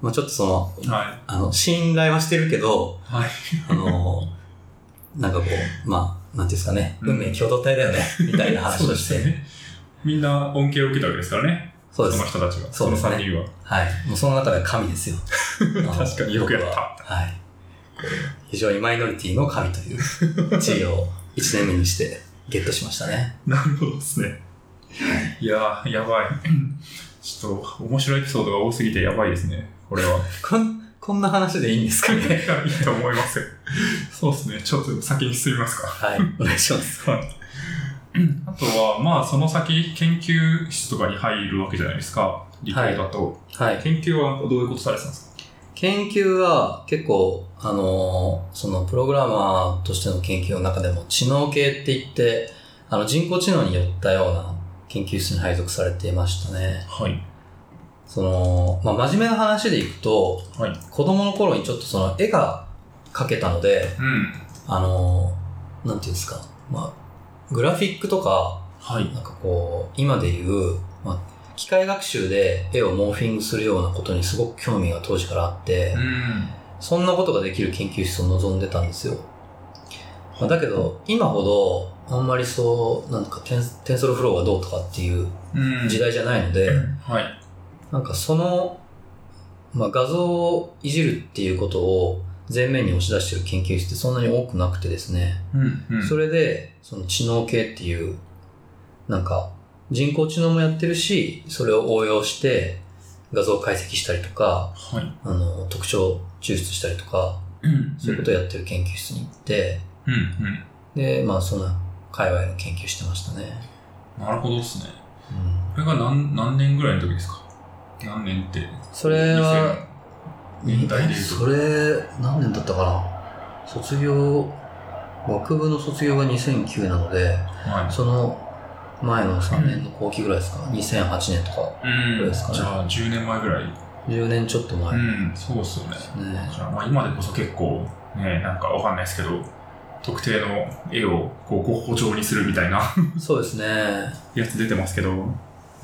[SPEAKER 1] まあ、ちょっとその、
[SPEAKER 2] はい。
[SPEAKER 1] あの、信頼はしてるけど、
[SPEAKER 2] はい。
[SPEAKER 1] あの、なんかこう、まあ、なんていうんですかね、
[SPEAKER 2] うん
[SPEAKER 1] 運命共同体だよね、みたいな話
[SPEAKER 2] そう
[SPEAKER 1] を
[SPEAKER 2] で
[SPEAKER 1] し
[SPEAKER 2] すよ
[SPEAKER 1] て。
[SPEAKER 2] ね。みんな恩恵を受けたわけですからね。
[SPEAKER 1] そうで
[SPEAKER 2] そ
[SPEAKER 1] す
[SPEAKER 2] の。人たちが。
[SPEAKER 1] そ
[SPEAKER 2] そうの
[SPEAKER 1] ですね
[SPEAKER 2] 三人は。
[SPEAKER 1] はい。もうその中では神です よ。
[SPEAKER 2] 確かによくやった
[SPEAKER 1] 僕ははい。非常にマイノリティの神と いう地位を1年目にしてゲットしましたね。
[SPEAKER 2] なるほどですね。いやー、やばい。 ちょっと、面白いエピソードが多すぎてやばいですね。これは。
[SPEAKER 1] こん、こんな話でいいんですか
[SPEAKER 2] い
[SPEAKER 1] ね。
[SPEAKER 2] やいいと思いますよ。そうですね。ちょっと先に進みますか。
[SPEAKER 1] はい。お願いします。
[SPEAKER 2] はい。あとは、まあ、その先、研究室とかに入るわけじゃないですか。理系だと。
[SPEAKER 1] はい。
[SPEAKER 2] 研究はどういうことされてたんですか
[SPEAKER 1] 研究は結構、あのーそのプログラマーとしての研究の中でも知能系って言って、あの人工知能に寄ったような研究室に配属されていましたね。
[SPEAKER 2] はい。
[SPEAKER 1] その、まあ、真面目な話でいくと、
[SPEAKER 2] はい。
[SPEAKER 1] 子供の頃にちょっとその絵が描けたので、
[SPEAKER 2] うん。
[SPEAKER 1] あのーなんていうんですか、まあ、グラフィックとか、
[SPEAKER 2] はい。
[SPEAKER 1] なんかこう、今で言う、まあ、機械学習で絵をモーフィングするようなことにすごく興味が当時からあって、
[SPEAKER 2] うん。
[SPEAKER 1] そんなことができる研究室を望んでたんですよ。まあ、だけど、今ほど、あんまりそう、なんかテンテンソルフローがどうとかっていう
[SPEAKER 2] うん。
[SPEAKER 1] 時代じゃないので、
[SPEAKER 2] はい。
[SPEAKER 1] なんかその、まあ、画像をいじるっていうことを前面に押し出してる研究室ってそんなに多くなくてですね、
[SPEAKER 2] うん。うん。
[SPEAKER 1] それでその知能系っていうなんか人工知能もやってるしそれを応用して画像解析したりとか
[SPEAKER 2] はい。
[SPEAKER 1] あの特徴を抽出したりとか
[SPEAKER 2] うん。
[SPEAKER 1] そういうことをやってる研究室に行って、
[SPEAKER 2] うん。うん。
[SPEAKER 1] でまあそんな界隈の研究してましたね、
[SPEAKER 2] なるほどですね。
[SPEAKER 1] うん
[SPEAKER 2] これが何、何年ぐらいの時ですか何年って。
[SPEAKER 1] それは
[SPEAKER 2] 年代で
[SPEAKER 1] え
[SPEAKER 2] いうと。
[SPEAKER 1] それ、何年だったかな卒業、学部の卒業が2009なので、
[SPEAKER 2] はい。
[SPEAKER 1] その前の3年の後期ぐらいですか、2008年とか、
[SPEAKER 2] う。
[SPEAKER 1] そうんですかね
[SPEAKER 2] じゃあ、10年前ぐらい。
[SPEAKER 1] 10年ちょっと前
[SPEAKER 2] う
[SPEAKER 1] で
[SPEAKER 2] ん、そうっすよね。
[SPEAKER 1] すね。
[SPEAKER 2] じゃあ、まあ今でこそ結構、ね、なんかわかんないですけど、特定の絵をこう、ご包丁にするみたいな
[SPEAKER 1] そうですね。
[SPEAKER 2] やつ出てますけど、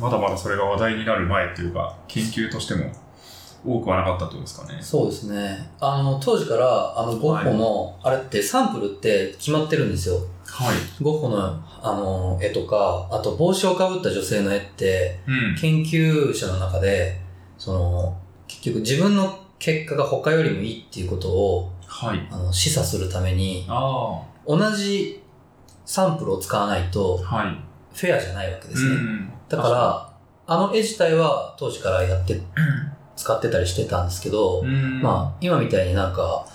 [SPEAKER 2] まだまだそれが話題になる前というか、研究としても多くはなかったってことですかね。
[SPEAKER 1] そうですね。あの、当時から、あの、ゴッホの、あれってサンプルって決まってるんですよ。
[SPEAKER 2] はい。
[SPEAKER 1] ゴッホの、あの、絵とか、あと帽子をかぶった女性の絵って、
[SPEAKER 2] うん。
[SPEAKER 1] 研究者の中で、その、結局自分の結果が他よりもいいっていうことを、
[SPEAKER 2] はい。
[SPEAKER 1] あの、示唆するために、
[SPEAKER 2] あ
[SPEAKER 1] 同じサンプルを使わない
[SPEAKER 2] あ。
[SPEAKER 1] と、
[SPEAKER 2] はい。
[SPEAKER 1] フェアじゃないわけで
[SPEAKER 2] う
[SPEAKER 1] すね。
[SPEAKER 2] ん。
[SPEAKER 1] だから、あの絵自体は当時からやって、
[SPEAKER 2] 確か
[SPEAKER 1] 使ってたりしてたんですけど、
[SPEAKER 2] に、うん。
[SPEAKER 1] まあ、今みたいになんか、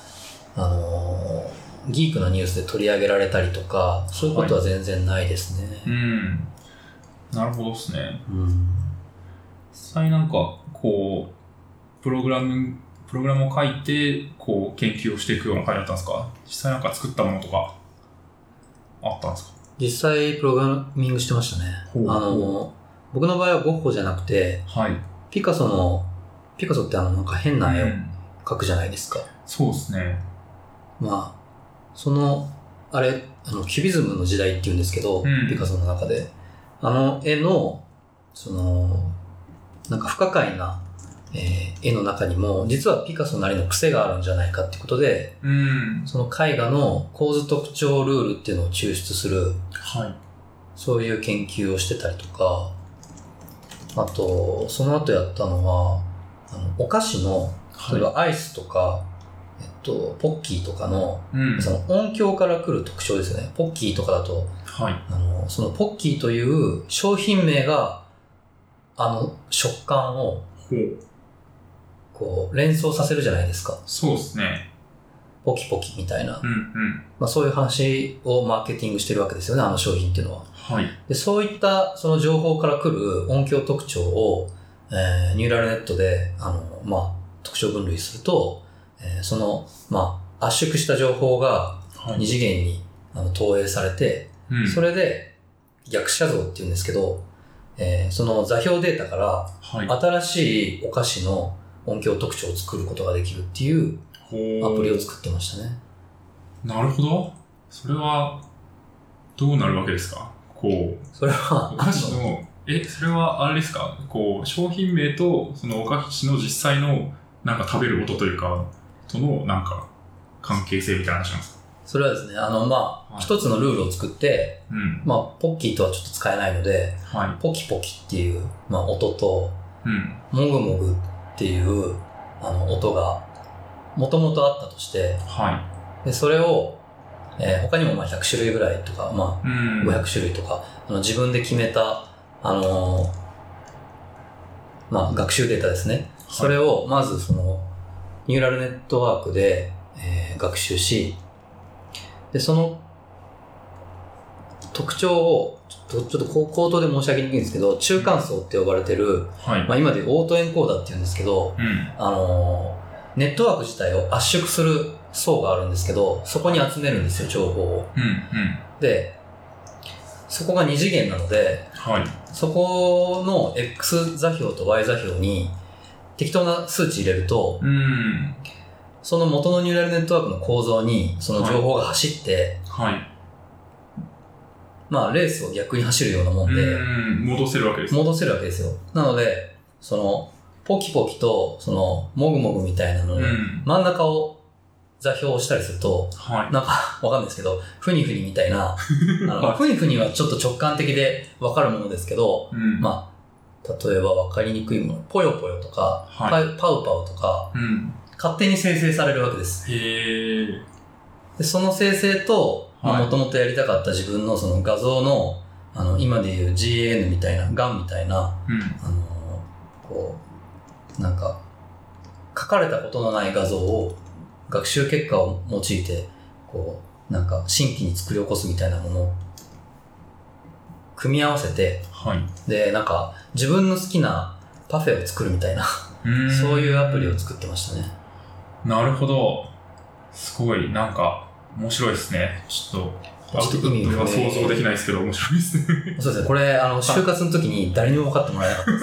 [SPEAKER 1] あのーギークなニュースで取り上げられたりとか、そういうことは全然ないですね。
[SPEAKER 2] うん。なるほどですね。
[SPEAKER 1] うん。
[SPEAKER 2] 実際なんか、こう、プログラム、プログラムを書いて、こう、研究をしていくような回だったんですか実際なんか作ったものとか、あったんですか
[SPEAKER 1] 実際、プログラミングしてましたね。あ
[SPEAKER 2] ほう
[SPEAKER 1] のー僕の場合はゴッホじゃなくて、
[SPEAKER 2] はい。
[SPEAKER 1] ピカソの、ピカソってあの、なんか変な絵を描くじゃないですか。
[SPEAKER 2] そうですね。
[SPEAKER 1] まあ、その、あれ、あの、キュビズムの時代って言うんですけど、
[SPEAKER 2] うん
[SPEAKER 1] ピカソの中で。あの絵の、その、なんか不可解な、えー絵の中にも、実はピカソなりの癖があるんじゃないかってことで、
[SPEAKER 2] うん。
[SPEAKER 1] その絵画の構図特徴ルールっていうのを抽出する、
[SPEAKER 2] はい。
[SPEAKER 1] そういう研究をしてたりとか、あと、その後やったのは、あのお菓子の、例え
[SPEAKER 2] は
[SPEAKER 1] ばアイスとか、えっと、ポッキーとかの、
[SPEAKER 2] い。うん。
[SPEAKER 1] その音響から来る特徴ですよね。ポッキーとかだと、
[SPEAKER 2] はい。
[SPEAKER 1] あの、そのポッキーという商品名が、あの、食感を、
[SPEAKER 2] ほう。
[SPEAKER 1] こう、連想させるじゃないですか。
[SPEAKER 2] そうですね。
[SPEAKER 1] ポキポキみたいな
[SPEAKER 2] う。んうん。
[SPEAKER 1] まあそういう話をマーケティングしてるわけですよね、あの商品っていうのは。
[SPEAKER 2] はい。
[SPEAKER 1] で、そういった、その情報から来る音響特徴を、えーニューラルネットで、あの、まあ、特徴分類すると、えーその、まあ、圧縮した情報が
[SPEAKER 2] は
[SPEAKER 1] 二
[SPEAKER 2] い。
[SPEAKER 1] 次元にあの投影されて、
[SPEAKER 2] うん。
[SPEAKER 1] それで逆写像っていうんですけど、えーその座標データか
[SPEAKER 2] はい。
[SPEAKER 1] ら新しいお菓子の音響特徴を作ることができるっていう
[SPEAKER 2] ほう。
[SPEAKER 1] アプリを作ってましたね。
[SPEAKER 2] なるほど。それは、どうなるわけですかこう、
[SPEAKER 1] それ は
[SPEAKER 2] お、菓子の、え、それはあれですかこう、商品名と、そのお菓子の実際の、なんか食べる音というか、との、なんか、関係性みたいな話なんですか
[SPEAKER 1] それはですね、あの、ま
[SPEAKER 2] は
[SPEAKER 1] あ、
[SPEAKER 2] い
[SPEAKER 1] 一つのルールを作って、
[SPEAKER 2] うん。
[SPEAKER 1] まあ、ポッキーとはちょっと使えないので、
[SPEAKER 2] は
[SPEAKER 1] ポキポキっていう、まあ、音と、
[SPEAKER 2] い。うん。
[SPEAKER 1] もぐもぐっていう、あの、音が、もともとあったとして、
[SPEAKER 2] は
[SPEAKER 1] で、それを、えー他にもまあ100種類ぐらいとか、まあ、
[SPEAKER 2] い。うん。
[SPEAKER 1] 500種類とか、あの自分で決めた、あのーまあ、学習データですね。それを、まずその、ニューラルネットワークで、えー学習し、で、その、特徴を、ちょっと、ちょっとこう口頭で申し上げにくいんですけど、中間層って呼ばれてる、
[SPEAKER 2] はい。
[SPEAKER 1] まあ今でいうオートエンコーダーって言うんですけど、
[SPEAKER 2] うん。
[SPEAKER 1] あのーネットワーク自体を圧縮する層があるんですけど、そこに集めるんですよ、情報を。
[SPEAKER 2] うん。うん。
[SPEAKER 1] で、そこが二次元なので、
[SPEAKER 2] はい。
[SPEAKER 1] そこの X 座標と Y 座標に適当な数値入れると、
[SPEAKER 2] うん。
[SPEAKER 1] その元のニューラルネットワークの構造にその情報が走って、
[SPEAKER 2] はい。
[SPEAKER 1] まあレースを逆に走るようなもん
[SPEAKER 2] う
[SPEAKER 1] で、
[SPEAKER 2] ん。戻せるわけです。
[SPEAKER 1] 戻せるわけですよ。なので、その、ポキポキと、その、もぐもぐみたいなの
[SPEAKER 2] う
[SPEAKER 1] の
[SPEAKER 2] ん。
[SPEAKER 1] 真ん中を座標をしたりすると、
[SPEAKER 2] はい。
[SPEAKER 1] なんか、わかんないですけど、ふにふにみたいな、あの ふにふにはちょっと直感的でわかるものですけど、
[SPEAKER 2] うん。
[SPEAKER 1] まあ、例えば分かりにくいもの、ぽよぽよとか、パ
[SPEAKER 2] はい。
[SPEAKER 1] ウパウパウとか、
[SPEAKER 2] うん。
[SPEAKER 1] 勝手に生成されるわけです。
[SPEAKER 2] へえ。
[SPEAKER 1] でその生成と、
[SPEAKER 2] はい
[SPEAKER 1] もともとやりたかった自分のその画像の、あの、今でいう GAN みたいな、ガンみたいな、
[SPEAKER 2] うん。
[SPEAKER 1] あのーこう、なんか、書かれたことのない画像を、学習結果を用いて、こう、なんか、新規に作り起こすみたいなものを、組み合わせて、
[SPEAKER 2] はい。
[SPEAKER 1] で、なんか、自分の好きなパフェを作るみたいな、
[SPEAKER 2] うん
[SPEAKER 1] そういうアプリを作ってましたね。
[SPEAKER 2] なるほど。すごい、なんか、面白いですね。ちょっと、アウトプットが想像できないですけど、面白いですね。
[SPEAKER 1] そうですね。これ、あの、就活の時に誰にも分かってもらえなかったで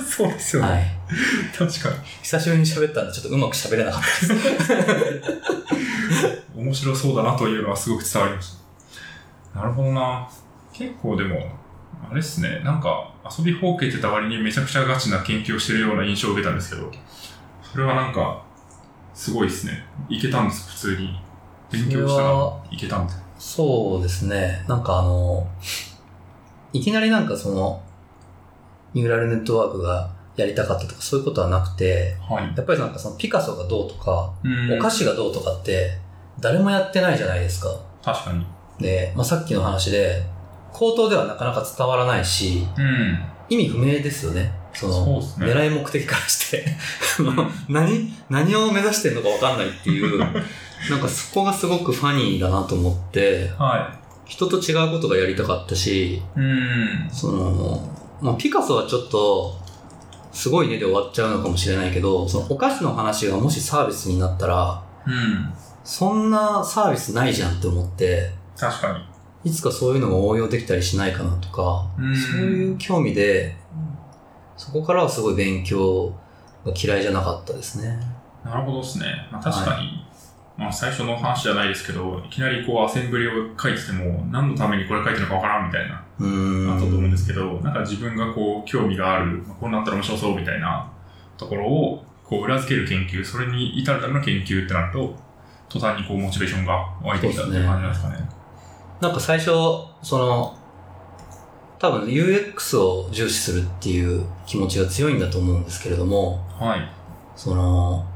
[SPEAKER 1] すね。
[SPEAKER 2] そうですよね。
[SPEAKER 1] はい。
[SPEAKER 2] 確か
[SPEAKER 1] 久しぶりに喋ったんで、ちょっとうまく喋れなかったです。
[SPEAKER 2] に。面白そうだなというのはすごく伝わりました。なるほどな。結構でも、あれですね、なんか、遊びほうけてた割にめちゃくちゃガチな研究をしてるような印象を受けたんですけど、それはなんか、すごいですね。いけたんです、普通に。勉強したらいけたんで。
[SPEAKER 1] そうですね。なんかあの、いきなりなんかその、ニューラルネットワークがやりたかったとかそういうことはなくて、
[SPEAKER 2] はい。
[SPEAKER 1] やっぱりなんかそのピカソがどうとか、
[SPEAKER 2] うん
[SPEAKER 1] お菓子がどうとかって、誰もやってないじゃないですか。
[SPEAKER 2] 確かに。
[SPEAKER 1] で、まあ、さっきの話で、口頭ではなかなか伝わらないし、
[SPEAKER 2] うん。
[SPEAKER 1] 意味不明ですよね。その、
[SPEAKER 2] そうですね
[SPEAKER 1] 狙い目的からして、 あの何、何を目指してんのかわかんないって いう、なんかそこがすごくファニーだなと思って、
[SPEAKER 2] は
[SPEAKER 1] 人と違うことがやりたかったし、
[SPEAKER 2] い。うん。
[SPEAKER 1] その、まあ、ピカソはちょっと、すごいねで終わっちゃうのかもしれないけど、そのお菓子の話がもしサービスになったら、
[SPEAKER 2] うん。
[SPEAKER 1] そんなサービスないじゃんって思って、
[SPEAKER 2] 確かに。
[SPEAKER 1] いつかそういうのが応用できたりしないかなとか、
[SPEAKER 2] うん
[SPEAKER 1] そういう興味で、そこからはすごい勉強が嫌いじゃなかったですね。
[SPEAKER 2] なるほどですね。まあ、確かに、まあ、最初の話じゃないですけど、いきなりこうアセンブリを書いてても、何のためにこれ書いてるのかわからんみたいな、
[SPEAKER 1] うーん。
[SPEAKER 2] あったと思うんですけど、なんか自分がこう興味がある、まあ、こうなったら面白そうみたいなところを、こう裏付ける研究、それに至るための研究ってなると、途端にこうモチベーションが湧いてきたっていう感じなんですかね。
[SPEAKER 1] なんか最初、その、多分 UX を重視するっていう気持ちが強いんだと思うんですけれども、
[SPEAKER 2] はい。
[SPEAKER 1] その、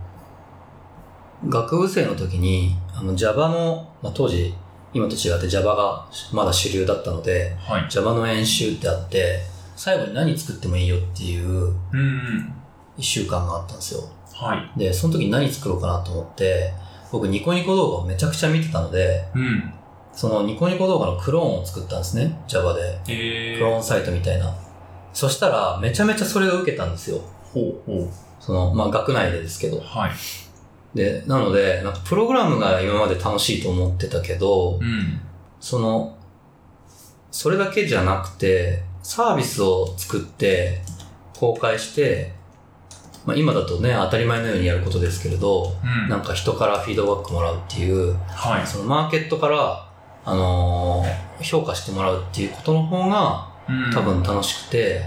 [SPEAKER 1] 学部生の時に、あの Java の、まあ、当時、今と違って Java がまだ主流だったので、
[SPEAKER 2] はい。
[SPEAKER 1] Java の演習ってあって、最後に何作ってもいいよっていう
[SPEAKER 2] うんうん。
[SPEAKER 1] 1週間があったんですよ。
[SPEAKER 2] はい。
[SPEAKER 1] で、その時に何作ろうかなと思って、僕ニコニコ動画をめちゃくちゃ見てたので、
[SPEAKER 2] うん。
[SPEAKER 1] そのニコニコ動画のクローンを作ったんですね、Java で。
[SPEAKER 2] え
[SPEAKER 1] クロ
[SPEAKER 2] ー。
[SPEAKER 1] ーンサイトみたいな。そしたら、めちゃめちゃそれを受けたんですよ。
[SPEAKER 2] ほうほ
[SPEAKER 1] その、まあ、学内でですけど
[SPEAKER 2] う。。はい。
[SPEAKER 1] で、なので、なんかプログラムが今まで楽しいと思ってたけど
[SPEAKER 2] う、ん。
[SPEAKER 1] その、それだけじゃなくて、サービスを作って、公開して、まあ、今だとね、当たり前のようにやることですけれど、
[SPEAKER 2] うん。
[SPEAKER 1] なんか人からフィードバックもらうっていう、
[SPEAKER 2] はい。
[SPEAKER 1] そのマーケットから、あのー評価してもらうっていうことの方が
[SPEAKER 2] うん
[SPEAKER 1] 多分楽しくて、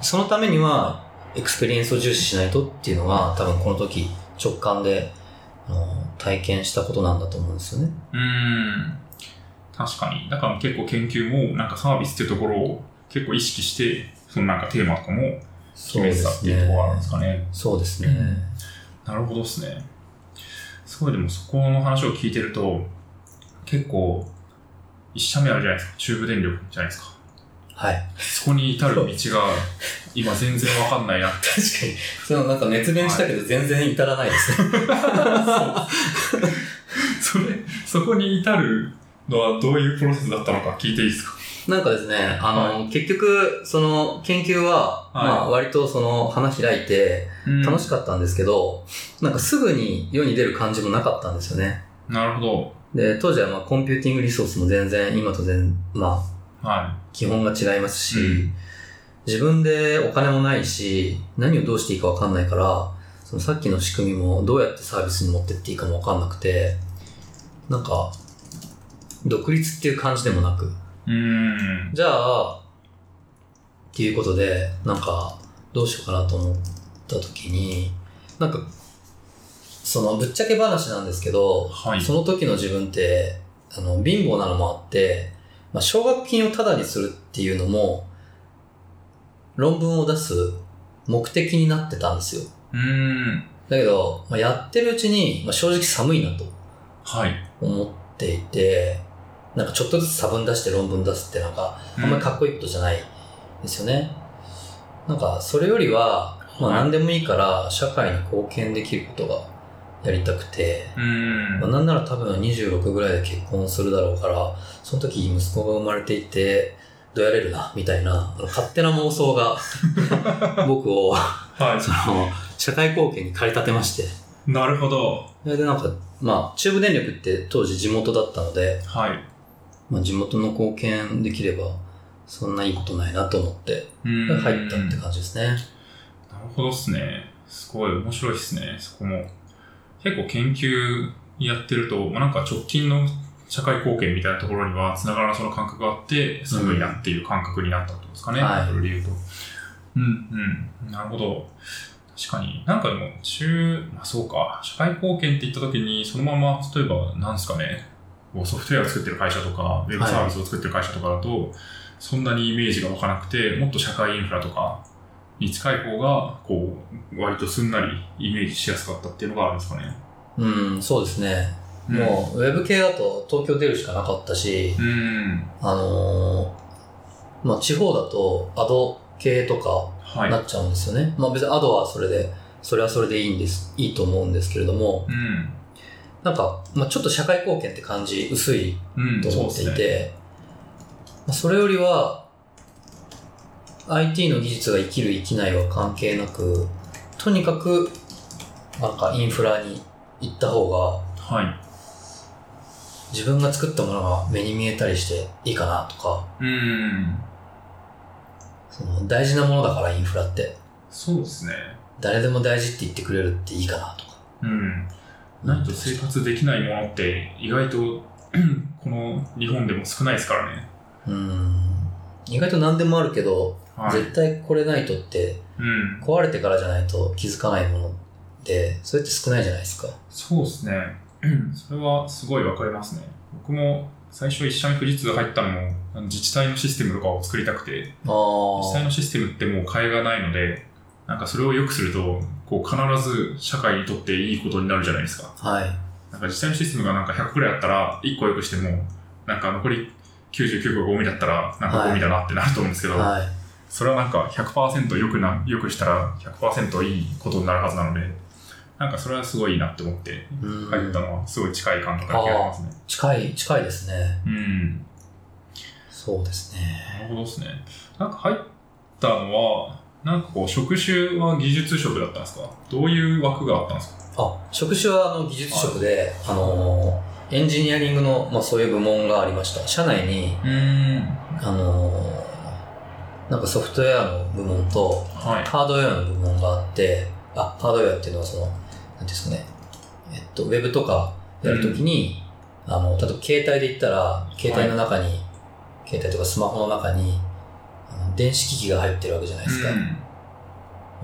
[SPEAKER 1] そのためにはエクスペリエンスを重視しないとっていうのが多分この時直感で、あのー体験したことなんだと思うんですよね。
[SPEAKER 2] うーん。確かに。だから結構研究も、なんかサービスっていうところを結構意識して、そのなんかテーマとかも決
[SPEAKER 1] そう
[SPEAKER 2] め
[SPEAKER 1] で
[SPEAKER 2] てたっ
[SPEAKER 1] す
[SPEAKER 2] ていうところがあるん
[SPEAKER 1] ね
[SPEAKER 2] で。すかね。
[SPEAKER 1] そうです
[SPEAKER 2] う
[SPEAKER 1] ね。
[SPEAKER 2] んなるほどですね。すごいでもそこの話を聞いてると、結構、一社目あるじゃないですか。中部電力じゃないですか。
[SPEAKER 1] はい。
[SPEAKER 2] そこに至る道が、今全然わかんないなって。
[SPEAKER 1] 確かに。そのなんか熱弁したけど全然至らない ですね。
[SPEAKER 2] それ、そこに至るのはどういうプロセスだったのか聞いていいですか
[SPEAKER 1] なんかですね、あのー、結局、その研究は、
[SPEAKER 2] はい
[SPEAKER 1] まあ割とその花開いて、楽しかったんですけど、なんかすぐに世に出る感じもなかったんですよね。
[SPEAKER 2] なるほど。
[SPEAKER 1] で、当時はまあコンピューティングリソースも全然今と全、まあ
[SPEAKER 2] は
[SPEAKER 1] 基本が違いますし、
[SPEAKER 2] うん
[SPEAKER 1] 自分でお金もないし、何をどうしていいかわかんないから、そのさっきの仕組みもどうやってサービスに持ってっていいかもわかんなくて、なんか、独立っていう感じでもなく、
[SPEAKER 2] い。うーん。
[SPEAKER 1] じゃあ、っていうことで、なんか、どうしようかなと思った時に、なんか、その、ぶっちゃけ話なんですけど、
[SPEAKER 2] はい。
[SPEAKER 1] その時の自分って、あの、貧乏なのもあって、まあ、奨学金をタダにするっていうのも、論文を出す目的になってたんですよ。
[SPEAKER 2] うーん。
[SPEAKER 1] だけど、まあ、やってるうちに、まあ、正直寒いなと
[SPEAKER 2] はい。
[SPEAKER 1] 思っていて、なんかちょっとずつ差分出して論文出すってなんか、あんまりかっこいいことじゃないですよね。なんか、それよりは、まあ
[SPEAKER 2] はい
[SPEAKER 1] 何でもいいから、社会に貢献できることがやりたくて、
[SPEAKER 2] うん。うん
[SPEAKER 1] まあ、なんなら多分26ぐらいで結婚するだろうから、その時息子が生まれていて、どうやれるな、みたいな、あの勝手な妄想 が、僕を、
[SPEAKER 2] は
[SPEAKER 1] その、社会貢献に駆り立てまして、
[SPEAKER 2] い。なるほど。
[SPEAKER 1] それでなんか、まあ、中部電力って当時地元だったので、
[SPEAKER 2] はい。
[SPEAKER 1] まあ、地元の貢献できれば、そんないいことないなと思って、
[SPEAKER 2] うん
[SPEAKER 1] 入ったって感じですね。
[SPEAKER 2] なるほどっすね。すごい面白いっすね、そこも。結構研究やってると、まあ、なんか直近の社会貢献みたいなところにはつながらなその感覚があって、すごいなっていう感覚になったってことですかね、
[SPEAKER 1] はい
[SPEAKER 2] それで言うと。うん、うん、なるほど。確かに。なんかでも、中、まあそうか、社会貢献って言った時に、そのまま、例えば、なんですかね、こうソフトウェアを作ってる会社とか、ウェブサービスを作ってる会社とかだと、そんなにイメージが湧かなくて、もっと社会インフラとかに近い方が、こう、割とすんなりイメージしやすかったっていうのがあるんですかね。
[SPEAKER 1] うん、そうですね。もう、ウェブ系だと東京出るしかなかったし、
[SPEAKER 2] うん。うん。
[SPEAKER 1] あのーまあ、地方だとアド系とか
[SPEAKER 2] はい。
[SPEAKER 1] なっちゃうんですよね。まあ、別にアドはそれで、それはそれでいいんです、いいと思うんですけれども、
[SPEAKER 2] うん。
[SPEAKER 1] なんか、まあ、ちょっと社会貢献って感じ薄い
[SPEAKER 2] うん、
[SPEAKER 1] と
[SPEAKER 2] そう
[SPEAKER 1] 思っ
[SPEAKER 2] で
[SPEAKER 1] てい
[SPEAKER 2] すね。
[SPEAKER 1] て、まあそれよりは IT の技術が生きる生きないは関係なくとにかくなんかインフラに行った方が
[SPEAKER 2] はい。
[SPEAKER 1] 自分が作ったものが目に見えたりしていいかなとか
[SPEAKER 2] うん。
[SPEAKER 1] その大事なものだからインフラって
[SPEAKER 2] そうですね。
[SPEAKER 1] 誰でも大事って言ってくれるっていいかなとか
[SPEAKER 2] うん。ないと生活できないものって、意外と、 この日本でも少ないですからね。
[SPEAKER 1] うん意外と何でもあるけど、
[SPEAKER 2] はい。
[SPEAKER 1] 絶対これないとって
[SPEAKER 2] うん。
[SPEAKER 1] 壊れてからじゃないと気づかないものでそれって少ないじゃないですか
[SPEAKER 2] そうですね。 うんそれはすごいわかりますね。僕も最初一社目富士通入ったのも、あの自治体のシステムとかを作りたくて、
[SPEAKER 1] あ
[SPEAKER 2] 実
[SPEAKER 1] ー
[SPEAKER 2] 際のシステムってもう替えがないので、なんかそれを良くすると、こう必ず社会にとっていいことになるじゃないですか。
[SPEAKER 1] はい
[SPEAKER 2] なんか実際のシステムがなんか100くらいあったら、1個良くしても、なんか残り99個ゴミだったら、なんかゴミだなってなると思うんですけど、
[SPEAKER 1] はい。
[SPEAKER 2] それはなんか100%良くな、良くしたら100%いいことになるはずなので、なんかそれはすごいなって思って
[SPEAKER 1] うん
[SPEAKER 2] 入ったのは、すごい近い感覚が気がしますね。
[SPEAKER 1] 近い、近いですね。
[SPEAKER 2] うん。
[SPEAKER 1] そうですね。
[SPEAKER 2] なるほどですね。なんか入ったのは、なんかこう、職種は技術職だったんですかどういう枠があったんですか
[SPEAKER 1] あ、職種はあの技術職で、あのー、エンジニアリングの、まあ、そういう部門がありました。社内に、
[SPEAKER 2] うーん。
[SPEAKER 1] あのー、なんかソフトウェアの部門と、
[SPEAKER 2] はい。
[SPEAKER 1] ハードウェアの部門があって、あ、ハードウェアっていうのはその、なんていうんですかね、えっと、ウェブとかやるときに、あの、例えば携帯で言ったら、携帯の中に、携帯とかスマホの中に、あの電子機器が入ってるわけじゃないですか。
[SPEAKER 2] うん。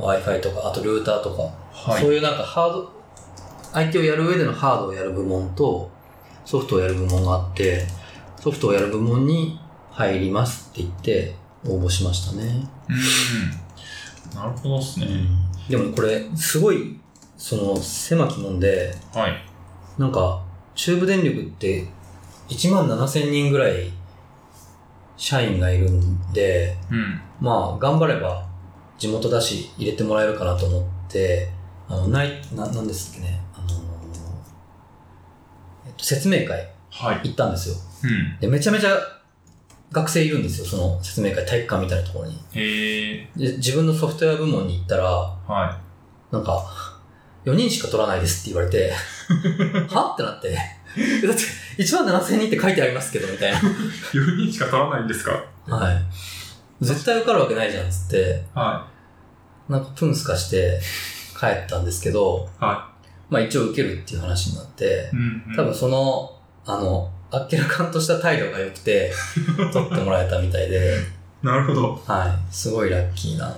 [SPEAKER 1] Wi-Fi とか、あとルーターとか、
[SPEAKER 2] はい。
[SPEAKER 1] そういうなんかハード、IT をやる上でのハードをやる部門と、ソフトをやる部門があって、ソフトをやる部門に入りますって言って応募しましたね。
[SPEAKER 2] うーん。なるほどですね。
[SPEAKER 1] でもこれ、すごい、その、狭きもんで、
[SPEAKER 2] はい。
[SPEAKER 1] なんか、中部電力って1万7千人ぐらい社員がいるんで、
[SPEAKER 2] うん。
[SPEAKER 1] まあ、頑張れば地元だし入れてもらえるかなと思って、あの、ない、な、なんですっけね、あのーえっと、説明会
[SPEAKER 2] はい。
[SPEAKER 1] 行ったんですよ。
[SPEAKER 2] うん。
[SPEAKER 1] で、めちゃめちゃ学生いるんですよ、その説明会、体育館みたいなところに。
[SPEAKER 2] へえ。
[SPEAKER 1] で、自分のソフトウェア部門に行ったら、
[SPEAKER 2] は
[SPEAKER 1] なんか、4人しか取らないですって言われ て、はってなって、えだって、1万7000人って書いてありますけど、みたい
[SPEAKER 2] い。4人し か取らないんですか
[SPEAKER 1] な。はい。絶対受かるわけないじゃん、つって。
[SPEAKER 2] は
[SPEAKER 1] なんかプンスカして帰ったんですけど、
[SPEAKER 2] は
[SPEAKER 1] まあ一応受けるっていう話になって
[SPEAKER 2] い。う、ん、うん。
[SPEAKER 1] 多分その、あの、あっけらかんとした態度が良く て、取ってもらえたみたいで、
[SPEAKER 2] なるほど。
[SPEAKER 1] はい、すごいラッキーな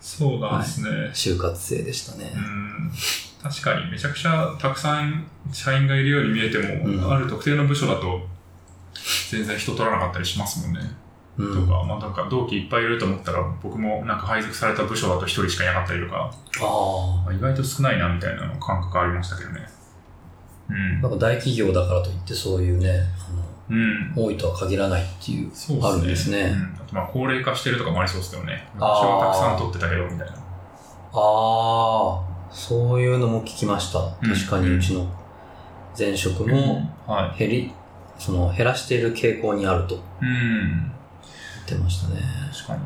[SPEAKER 2] そうなんですね。
[SPEAKER 1] 就活生でしたね
[SPEAKER 2] う。ん確かにめちゃくちゃたくさん社員がいるように見えても、
[SPEAKER 1] うん
[SPEAKER 2] ある特定の部署だと全然人取らなかったりしますもんね、
[SPEAKER 1] うん。
[SPEAKER 2] と
[SPEAKER 1] あ
[SPEAKER 2] か,、まあ、なんか同期いっぱいいると思ったら僕もなんか配属された部署だと1人しかいなかったりとか
[SPEAKER 1] あ
[SPEAKER 2] あ意外と少ないなみたいな感覚ありましたけどね
[SPEAKER 1] ー。なんか大企業だからといってそういうね、
[SPEAKER 2] うん、うん
[SPEAKER 1] あ、の多いとは限らないっていう。
[SPEAKER 2] そう
[SPEAKER 1] あるんですね
[SPEAKER 2] うん、あとまあ高齢化してるとかもありそうですけどね私
[SPEAKER 1] あー
[SPEAKER 2] はたくさん取ってたけどみたいな
[SPEAKER 1] ああ、そういうのも聞きました。
[SPEAKER 2] うん
[SPEAKER 1] 確かにうちの前職も
[SPEAKER 2] は
[SPEAKER 1] 減り、その減らしている傾向にあると。
[SPEAKER 2] いうん
[SPEAKER 1] 言ってましたね。
[SPEAKER 2] 確かに。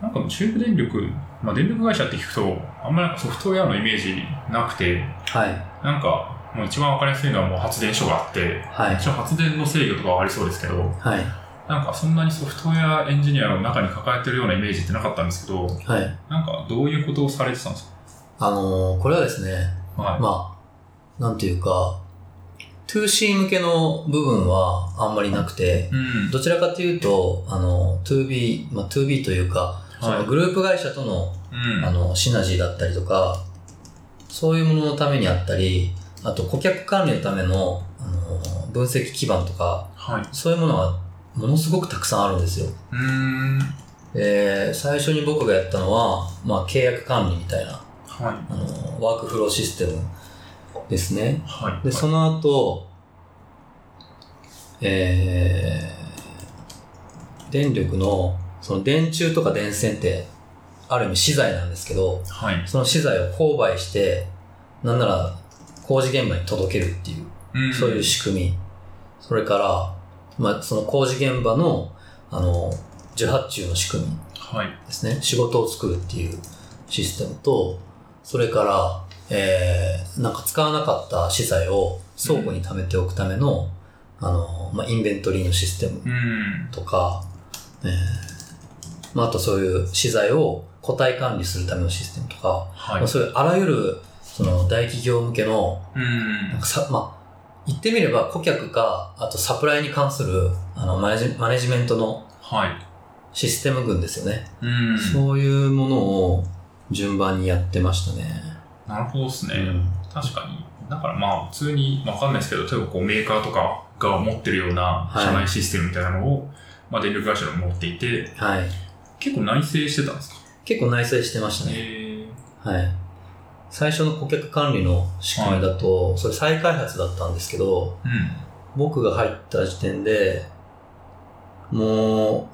[SPEAKER 2] なんか中部電力、まあ、電力会社って聞くと、あんまりなんかソフトウェアのイメージなくて、
[SPEAKER 1] はい。
[SPEAKER 2] なんか、もう一番わかりやすいのはもう発電所があって、
[SPEAKER 1] はい。
[SPEAKER 2] 一応発電の制御とかはありそうですけど、
[SPEAKER 1] はい。
[SPEAKER 2] なんかそんなにソフトウェアエンジニアの中に抱えてるようなイメージってなかったんですけど、
[SPEAKER 1] はい。
[SPEAKER 2] なんかどういうことをされてたんです
[SPEAKER 1] あのーこれはですね、
[SPEAKER 2] かはい。
[SPEAKER 1] まあ、なんていうか、2C 向けの部分はあんまりなくて、
[SPEAKER 2] うん。
[SPEAKER 1] どちらかというと、あの、2B、まあ、2B というか、そ
[SPEAKER 2] はい
[SPEAKER 1] のグループ会社との
[SPEAKER 2] うん。
[SPEAKER 1] あの、シナジーだったりとか、そういうもののためにあったり、あと顧客管理のための、あの、分析基盤とか、
[SPEAKER 2] はい。
[SPEAKER 1] そういうものがものすごくたくさんあるんですよ。
[SPEAKER 2] うーん。
[SPEAKER 1] で、最初に僕がやったのは、まあ、契約管理みたいな、
[SPEAKER 2] はい。
[SPEAKER 1] あの、ワークフローシステムですね。
[SPEAKER 2] はい。
[SPEAKER 1] で、その後、えー、電力の、その電柱とか電線って、ある意味資材なんですけど、
[SPEAKER 2] はい。
[SPEAKER 1] その資材を購買して、なんなら工事現場に届けるっていう、
[SPEAKER 2] うん
[SPEAKER 1] そういう仕組み。それから、まあ、その工事現場の、あの、受発注の仕組み
[SPEAKER 2] はい。
[SPEAKER 1] ですね。仕事を作るっていうシステムと、それから、えー、なんか使わなかった資材を倉庫に貯めておくための、あの、まあ、インベントリーのシステム
[SPEAKER 2] うん。
[SPEAKER 1] とか、えー、まあ、あとそういう資材を個体管理するためのシステムとか、
[SPEAKER 2] はい
[SPEAKER 1] まあ、。そういうあらゆるその大企業向けの
[SPEAKER 2] うん
[SPEAKER 1] なん。かさ、まあ、言ってみれば顧客かあとサプライに関するあのマネジマネジメントの
[SPEAKER 2] はい。
[SPEAKER 1] システム群ですよね、
[SPEAKER 2] うん。
[SPEAKER 1] そういうものを順番にやってましたね、
[SPEAKER 2] なるほどですね。
[SPEAKER 1] うん
[SPEAKER 2] 確かに。だからまあ、普通に、まあわかんないですけど、例えばこうメーカーとかが持ってるような
[SPEAKER 1] はい
[SPEAKER 2] 社内システムみたいなのを、まあ電力会社が持っていて、
[SPEAKER 1] はい
[SPEAKER 2] 結構内製してたんですか
[SPEAKER 1] 結構内製してましたね、
[SPEAKER 2] へ
[SPEAKER 1] はい最初の顧客管理の仕組みだと、それ再開発だったんですけど、
[SPEAKER 2] え。うん。
[SPEAKER 1] 僕が入った時点で、も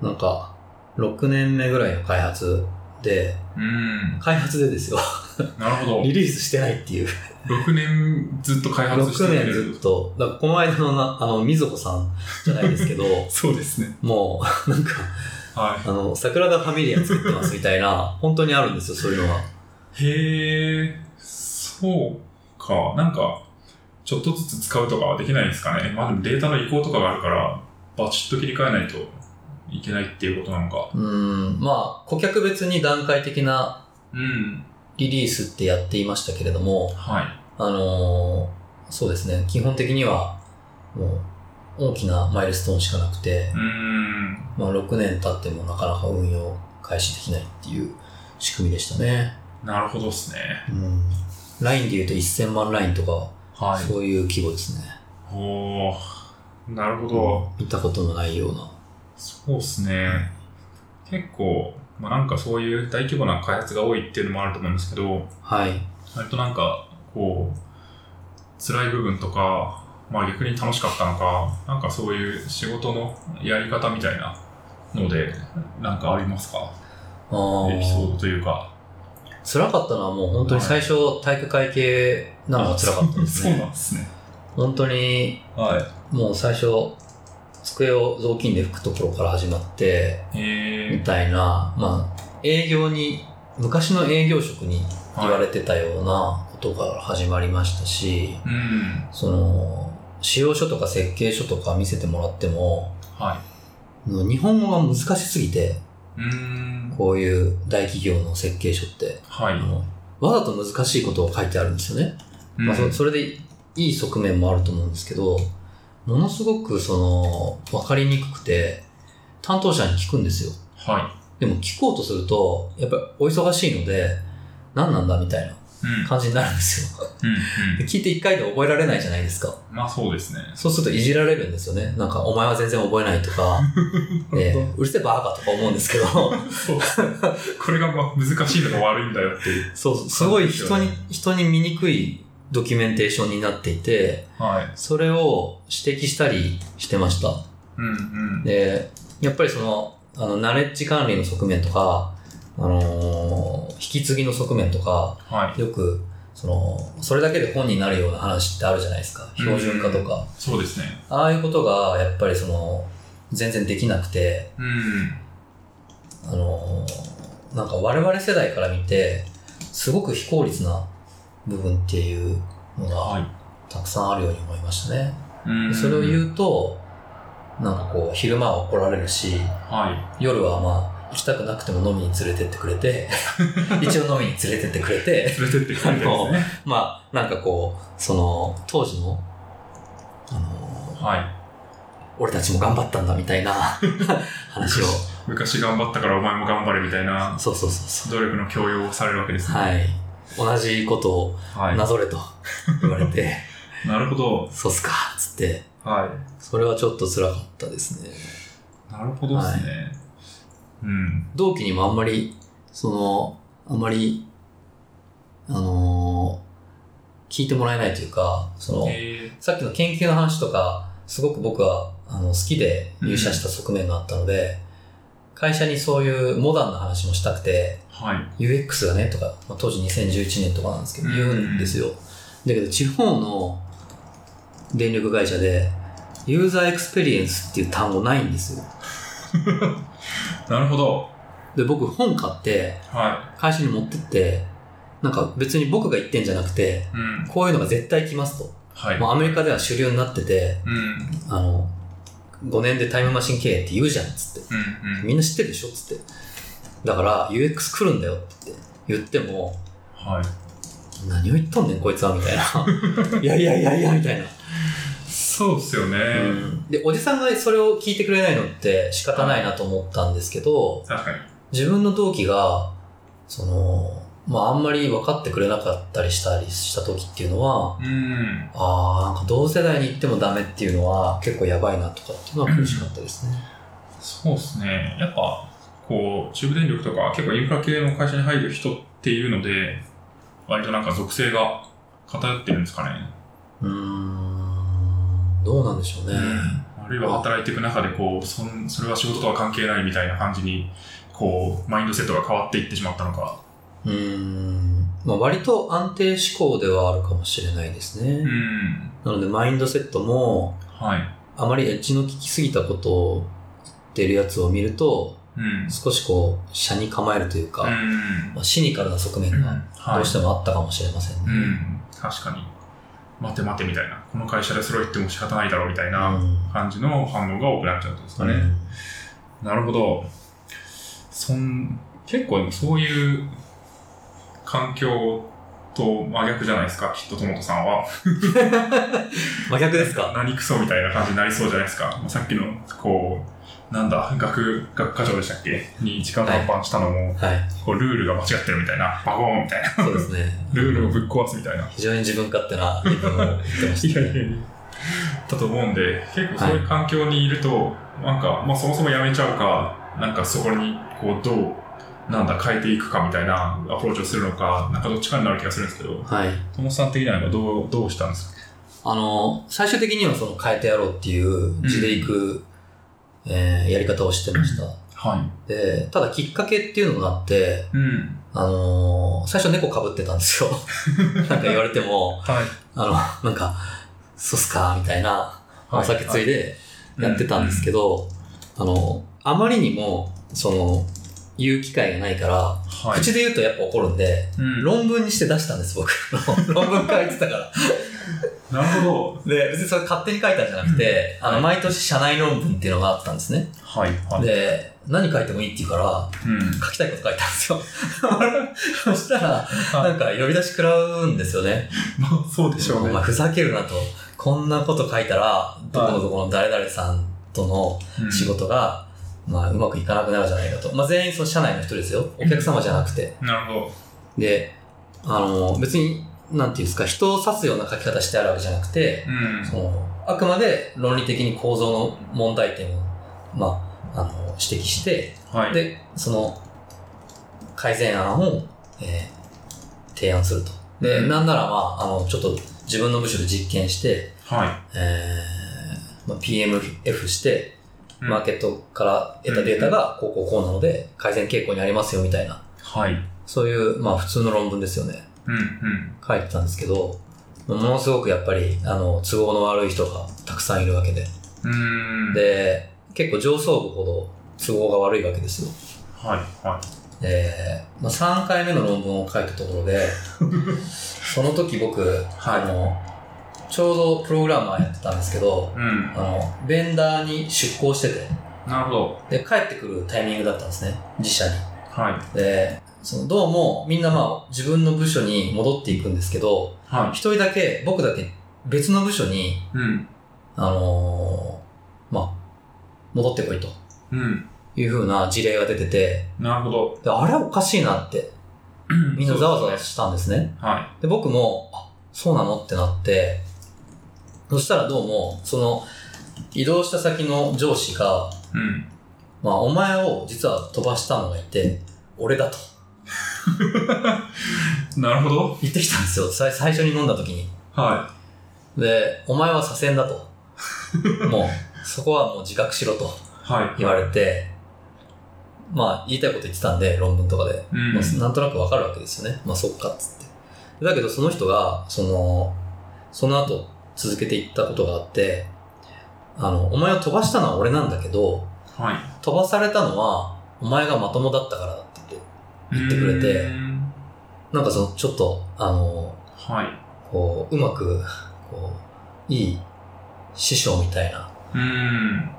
[SPEAKER 1] う、なんか、6年目ぐらいの開発で、
[SPEAKER 2] うん。
[SPEAKER 1] 開発で ですよ。
[SPEAKER 2] なるほ
[SPEAKER 1] リリースしてないっていう。
[SPEAKER 2] ど。6年ずっと開発して
[SPEAKER 1] 6
[SPEAKER 2] る
[SPEAKER 1] 年ずっと。だからこの間のな、あの、みずほさんじゃないですけど、
[SPEAKER 2] そうですね。
[SPEAKER 1] もう、なんか、
[SPEAKER 2] は
[SPEAKER 1] あの、桜田ファミリア作ってますみたいな、 本当にあるんですよ、そういうのは。
[SPEAKER 2] い。へえ。そうか。なんか、ちょっとずつ使うとかはできないんですかね。まあでもデータの移行とかがあるから、バチッと切り替えないといけないっていうことなのか。
[SPEAKER 1] うーん、まあ、顧客別に段階的な
[SPEAKER 2] うん。
[SPEAKER 1] リリースってやっていましたけれども、
[SPEAKER 2] はい。
[SPEAKER 1] あのーそうですね、基本的には、もう、大きなマイルストーンしかなくて
[SPEAKER 2] う、ーん。
[SPEAKER 1] まあ、6年経ってもなかなか運用開始できないっていう仕組みでしたね。
[SPEAKER 2] なるほどですね。
[SPEAKER 1] うん。ラインで言うと1000万ラインとか、
[SPEAKER 2] は。
[SPEAKER 1] そういう規模ですね。
[SPEAKER 2] おーなるほど。
[SPEAKER 1] 見たことのないような。
[SPEAKER 2] そうですね。結構、まあ、なんかそういう大規模な開発が多いっていうのもあると思うんですけど、
[SPEAKER 1] はい。
[SPEAKER 2] 割となんか、こう、辛い部分とか、まあ逆に楽しかったのか、なんかそういう仕事のやり方みたいなので、なんかありますか
[SPEAKER 1] あ
[SPEAKER 2] エピソー
[SPEAKER 1] ー
[SPEAKER 2] ドというか。
[SPEAKER 1] 辛かったのはもう本当に最初、体育会系なのが辛かったです
[SPEAKER 2] そう
[SPEAKER 1] ね。
[SPEAKER 2] なんですね。
[SPEAKER 1] 本当に、
[SPEAKER 2] は
[SPEAKER 1] もう最初、机を雑巾で拭くところから始まって、
[SPEAKER 2] い。へ
[SPEAKER 1] み
[SPEAKER 2] え
[SPEAKER 1] たいな、まあ、営業に、昔の営業職に言われてたようなことが始まりましたし、
[SPEAKER 2] うん。
[SPEAKER 1] その、使用書とか設計書とか見せてもらっても、
[SPEAKER 2] は
[SPEAKER 1] 日本語が難しすぎて、
[SPEAKER 2] い。うーん。
[SPEAKER 1] こういう大企業の設計書って、
[SPEAKER 2] はい
[SPEAKER 1] あ。のわざと難しいことを書いてあるんですよね。まあ、
[SPEAKER 2] う
[SPEAKER 1] そ
[SPEAKER 2] ん
[SPEAKER 1] それでいい側面もあると思うんですけど、ものすごくその、わかりにくくて、担当者に聞くんですよ。
[SPEAKER 2] は。
[SPEAKER 1] でも聞こうとすると、やっぱりお忙しいので、何なんだみたいない
[SPEAKER 2] うん。
[SPEAKER 1] 感じになるんですよ。
[SPEAKER 2] うん
[SPEAKER 1] で聞いて一回で覚えられないじゃないですか。
[SPEAKER 2] うん。まあそうですね。
[SPEAKER 1] そうするといじられるんですよね。なんか、お前は全然覚えないと か、ね、うるせえバーカとか思うんですけど、
[SPEAKER 2] そうこれがまあ難しいのが悪いんだよっていう。
[SPEAKER 1] そう、すごい人に、人に見にくいドキュメンテーションになっていて、
[SPEAKER 2] はい。
[SPEAKER 1] それを指摘したりしてました。
[SPEAKER 2] うんうん。
[SPEAKER 1] で、やっぱりその、あの、ナレッジ管理の側面とか、あのー引き継ぎの側面とか、
[SPEAKER 2] はい。
[SPEAKER 1] よくそのそれだけで本になるような話ってあるじゃないですか標準化とか、
[SPEAKER 2] そうですね。
[SPEAKER 1] ああいうことがやっぱりその全然できなくて
[SPEAKER 2] うん。
[SPEAKER 1] あのーなんか我々世代から見て、すごく非効率な部分っていうのが
[SPEAKER 2] は
[SPEAKER 1] たくさんあるように思いましたね。
[SPEAKER 2] い。うん
[SPEAKER 1] でそれを
[SPEAKER 2] う。
[SPEAKER 1] 言うと、なんかこう、昼間は怒られるし、
[SPEAKER 2] は
[SPEAKER 1] 夜はまあ、行きたくなくても飲みに連れてってくれ て、一応飲みに連れてってくれて、
[SPEAKER 2] い。連れてってくれてですね。
[SPEAKER 1] まあ、なんかこう、その、当時の、あのー
[SPEAKER 2] はい。
[SPEAKER 1] 俺たちも頑張ったんだみたいな 話を、
[SPEAKER 2] 昔頑張ったからお前も頑張れみたいな
[SPEAKER 1] そうそうそうそ
[SPEAKER 2] 努力の強要をされるわけです
[SPEAKER 1] う。
[SPEAKER 2] ね。
[SPEAKER 1] はい。同じことを
[SPEAKER 2] はい。
[SPEAKER 1] なぞれと言われて、
[SPEAKER 2] なるほど。
[SPEAKER 1] そうっすか、つって、
[SPEAKER 2] はい。
[SPEAKER 1] それはちょっと辛かったですね。
[SPEAKER 2] なるほどですね。うん。
[SPEAKER 1] 同期にもあんまり、その、あんまり、あのー聞いてもらえないというか、その、
[SPEAKER 2] え
[SPEAKER 1] さっきの研究の話とか、すごく僕はあの好きで入社した側面があったので、会社にそういうモダンな話もしたくて、
[SPEAKER 2] ー、はい。
[SPEAKER 1] UX がねとか、まあ、当時2011年とかなんですけど、
[SPEAKER 2] うん
[SPEAKER 1] 言うんですよ。だけど地方の電力会社で、ユーザーエクスペリエンスっていう単語ないんですよ。
[SPEAKER 2] なるほど。
[SPEAKER 1] で、僕本買って、
[SPEAKER 2] は
[SPEAKER 1] 会社に持ってって、なんか別に僕が言ってんじゃなくて、
[SPEAKER 2] い。うん。
[SPEAKER 1] こういうのが絶対来ますと。
[SPEAKER 2] はい。
[SPEAKER 1] もうアメリカでは主流になってて、
[SPEAKER 2] うん。うん。
[SPEAKER 1] あの、5年でタイムマシン経営って言うじゃん、つって。
[SPEAKER 2] うん。
[SPEAKER 1] みんな知ってるでしょ、つって。だから、UX 来るんだよって言っても、
[SPEAKER 2] はい。
[SPEAKER 1] 何を言っとんねん、こいつは、みたいな。いやいやいやいや、みたいな。
[SPEAKER 2] そうっすよね。
[SPEAKER 1] で、おじさんがそれを聞いてくれないのって仕方ないなと思ったんですけど、
[SPEAKER 2] 確かに。
[SPEAKER 1] 自分の同期が、その、まあ、あんまり分かってくれなかったりしたりした時っていうのは、
[SPEAKER 2] うん。
[SPEAKER 1] ああ、なんか同世代に行ってもダメっていうのは結構やばいなとかっていうのは苦しかったですね。
[SPEAKER 2] そうっすね。やっぱ、こう、中部電力とか、結構インフラ系の会社に入る人っていうので、割となんか属性が偏ってるんですかね。
[SPEAKER 1] うーん、どうなんでしょうね。
[SPEAKER 2] あるいは働いていく中で、こう、そんそれは仕事とは関係ないみたいな感じに、こう、マインドセットが変わっていってしまったのか。
[SPEAKER 1] うーん、まあ、割と安定志向ではあるかもしれないですね。
[SPEAKER 2] うん。
[SPEAKER 1] なので、マインドセットも、
[SPEAKER 2] はい。
[SPEAKER 1] あまりエッジの効きすぎたことを言ってるやつを見ると、
[SPEAKER 2] うん。
[SPEAKER 1] 少しこう、車に構えるというか、
[SPEAKER 2] うん。
[SPEAKER 1] まあ、シニカルな側
[SPEAKER 2] う
[SPEAKER 1] 面
[SPEAKER 2] ん
[SPEAKER 1] が
[SPEAKER 2] はい
[SPEAKER 1] どうしてもあったかもしれませんね。
[SPEAKER 2] うん、確かに。待て待てみたいな。この会社でそれを言っても仕方ないだろうみたいな感じの反応が多くなっちゃうんですか
[SPEAKER 1] う
[SPEAKER 2] ね。
[SPEAKER 1] ん
[SPEAKER 2] なるほど。そん、結構でもそういう環境と真逆じゃないですか、きっと友とさんは。
[SPEAKER 1] 真逆ですか
[SPEAKER 2] 何クソみたいな感じになりそうじゃないですか。まあさっきの、こう、なんだ、学、学科長でしたっけに時間短パンしたのも、
[SPEAKER 1] はい、
[SPEAKER 2] こう、ルールが間違ってるみたいな、バコーンみたいな、。
[SPEAKER 1] そうです ね
[SPEAKER 2] ルールをぶっ壊すみたいな。
[SPEAKER 1] 非常に自分勝手 な意見を言ってま
[SPEAKER 2] い
[SPEAKER 1] した
[SPEAKER 2] やい
[SPEAKER 1] ね、
[SPEAKER 2] やいや。だと思うんで、結構そういう環境にいると、なんか、まあそもそもやめちゃうか、なんかそこに、こう、どう、なんだ、変えていくかみたいなアプローチをするのか、なんかどっちかになる気がするんですけど、
[SPEAKER 1] はい。
[SPEAKER 2] 友さん的にはどう、どうしたんですか
[SPEAKER 1] あの、最終的にはその変えてやろうっていう字でいく、えーやり方をしてました。
[SPEAKER 2] は
[SPEAKER 1] で、ただきっかけっていうのがあって、
[SPEAKER 2] い。うん。
[SPEAKER 1] あのー最初猫被ってたん ですよ。なんか言われても、
[SPEAKER 2] はい。
[SPEAKER 1] あの、なんか、そうっすか、みたいな、お酒ついで
[SPEAKER 2] はい
[SPEAKER 1] やってたんですけど、あの、あまりにも、その、言う機会がないから、
[SPEAKER 2] はい。
[SPEAKER 1] 口で言うとやっぱ怒るんで、
[SPEAKER 2] うん
[SPEAKER 1] 論文にして出したんです、僕。 論文書いてたから。
[SPEAKER 2] なるほど。
[SPEAKER 1] で、別にそれ勝手に書いたんじゃなくて、
[SPEAKER 2] うん
[SPEAKER 1] あの、
[SPEAKER 2] は
[SPEAKER 1] 毎年社内論文っていうのがあったんですね。
[SPEAKER 2] はい。はい。
[SPEAKER 1] で、何書いてもいいって言うから、
[SPEAKER 2] うん。
[SPEAKER 1] 書きたいこと書いたんです よ。そしたら、なんか呼び出し食らうんですよね。
[SPEAKER 2] まあ、 そうでしょう
[SPEAKER 1] お
[SPEAKER 2] ね。
[SPEAKER 1] 前ふざけるなと。こんなこと書いたら、どこのどこの誰々さんとの
[SPEAKER 2] うん
[SPEAKER 1] 仕。事が、まあ、うまくいかなくなるじゃないかと。まあ、全員その社内の人ですよ。お客様じゃなくて。
[SPEAKER 2] なるほ
[SPEAKER 1] で、あの、別に、なんていうんですか、人を指すような書き方してあるわけじゃなくて、
[SPEAKER 2] ど。うん。
[SPEAKER 1] そのあくまで論理的に構造の問題点を、まあ、あの指摘して
[SPEAKER 2] はい。
[SPEAKER 1] でその改善案を、えー提案するとで、
[SPEAKER 2] うん
[SPEAKER 1] なんなら、まあ、あのちょっと自分の部署で実験して、
[SPEAKER 2] は
[SPEAKER 1] えーまあ、PMF して
[SPEAKER 2] うん。
[SPEAKER 1] マーケットから得たデータがこうこうこうなので改善傾向にありますよみたいない
[SPEAKER 2] はい。
[SPEAKER 1] そういう、まあ、普通の論文ですよね
[SPEAKER 2] うん。うん。
[SPEAKER 1] 書いてたんですけどものすごくやっぱりあの都合の悪い人がたくさんいるわけで
[SPEAKER 2] うーん。
[SPEAKER 1] で、結構上層部ほど都合が悪いわけですよ。
[SPEAKER 2] はい、は
[SPEAKER 1] で、まあ、3回目の論文を書いたところで、その時僕、
[SPEAKER 2] はい
[SPEAKER 1] あの、ちょうどプログラマーやってたんですけど、
[SPEAKER 2] い。うん。
[SPEAKER 1] あの、ベンダーに出向してて、
[SPEAKER 2] なるほど。
[SPEAKER 1] で、帰ってくるタイミングだったんですね、自社に。
[SPEAKER 2] はい。
[SPEAKER 1] で、その、どうもみんなまあ自分の部署に戻っていくんですけど、
[SPEAKER 2] は
[SPEAKER 1] 一人だけ、僕だけ別の部署に、
[SPEAKER 2] い。うん。
[SPEAKER 1] あのーまあ、戻ってこいと
[SPEAKER 2] うん。
[SPEAKER 1] いうふうな事例が出てて、
[SPEAKER 2] なる ほど。
[SPEAKER 1] であれおかしいなって、みんなざわざわしたんですね。
[SPEAKER 2] は
[SPEAKER 1] で、僕も、あ、そうなのってなって、そしたらどうも、その、移動した先の上司が、
[SPEAKER 2] い。うん。
[SPEAKER 1] まあ、お前を実は飛ばしたのがいて、俺だと
[SPEAKER 2] なるほど。
[SPEAKER 1] 言ってきたんですよ。最最初に飲んだ時に。
[SPEAKER 2] は
[SPEAKER 1] で、お前は左遷だと。もう、そこはもう自覚しろと
[SPEAKER 2] い。は
[SPEAKER 1] 言われて、まあ、言いたいこと言ってたんで、論文とかで。
[SPEAKER 2] い。うん
[SPEAKER 1] ま。あなんとなくわかるわけですよね。まあ、そっかっつって。だけど、その人が、その、その後続けていったことがあって、あの、お前を飛ばしたのは俺なんだけど、
[SPEAKER 2] はい。
[SPEAKER 1] 飛ばされたのはお前がまともだったからだって言って、言ってくれて
[SPEAKER 2] うん
[SPEAKER 1] なんかその、ちょっと、あの、
[SPEAKER 2] はい。
[SPEAKER 1] こう、うまく、こう、いい師匠みたいな、
[SPEAKER 2] うん。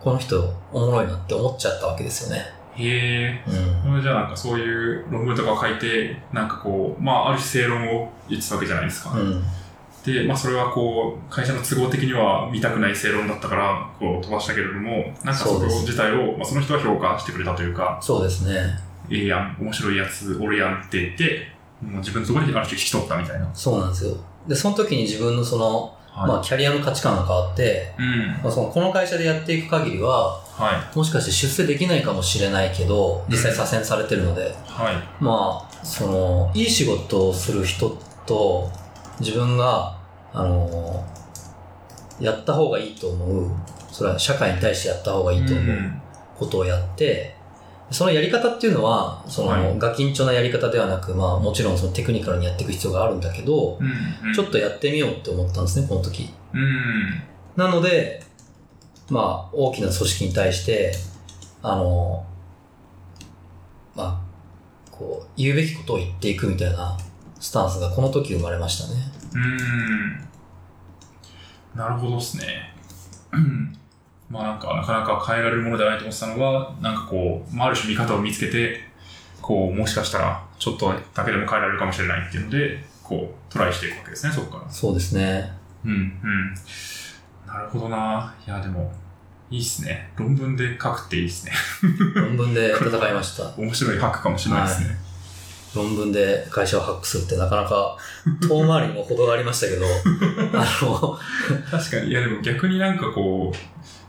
[SPEAKER 1] この人おもろいなって思っちゃったわけですよね。
[SPEAKER 2] へえ。
[SPEAKER 1] うん。
[SPEAKER 2] それじゃあなんかそういう論文とかを書いて、なんかこう、まあある種正論を言ってたわけじゃないですか。
[SPEAKER 1] うん。
[SPEAKER 2] で、まあそれはこう、会社の都合的には見たくない正論だったから、こう飛ばしたけれども、なんかそ
[SPEAKER 1] そう
[SPEAKER 2] こ
[SPEAKER 1] です
[SPEAKER 2] 自体を、まあその人は評価してくれたというか、
[SPEAKER 1] そうですね。
[SPEAKER 2] ええやん、面白いやつ、俺やんって言って、もう自分のところにある種引き取ったみたいな。
[SPEAKER 1] そうなんですよ。で、その時に自分のその、
[SPEAKER 2] はい。
[SPEAKER 1] まあ、キャリアの価値観が変わって、
[SPEAKER 2] うん。
[SPEAKER 1] まあ、そのこの会社でやっていく限りは
[SPEAKER 2] はい。
[SPEAKER 1] もしかして出世できないかもしれないけど実際左遷されてるので、
[SPEAKER 2] はい。
[SPEAKER 1] まあそのいい仕事をする人と自分があのやった方がいいと思うそれは社会に対してやった方がいいと思ううことをやって、そのやり方っていうのはそ
[SPEAKER 2] はい
[SPEAKER 1] のガキンチョなやり方ではなく、まあ、もちろんそのテクニカルにやっていく必要があるんだけど、
[SPEAKER 2] うん。うん。
[SPEAKER 1] ちょっとやってみようって思ったんですねこの時。
[SPEAKER 2] うん。
[SPEAKER 1] なので、まあ、大きな組織に対して、あの、まあ、こう、言うべきことを言っていくみたいなスタンスがこの時生まれましたね。
[SPEAKER 2] うーん。なるほどですね。うんまあなんか、なかなか変えられるものではないと思ってたのは、なんかこう、まあ、ある種見方を見つけて、こう、もしかしたら、ちょっとだけでも変えられるかもしれないっていうので、こう、トライしていくわけですね、そこから。
[SPEAKER 1] そうですね。
[SPEAKER 2] うん、うん。なるほどな。いや、でも、いいっすね。論文で書くっていいっすね。
[SPEAKER 1] 論文で戦いました。
[SPEAKER 2] 面白いハックかもしれないですね。
[SPEAKER 1] 論文で会社をハックするってなかなか遠回りにも程がありましたけど、あの、
[SPEAKER 2] 確かに、いやでも逆になんかこう、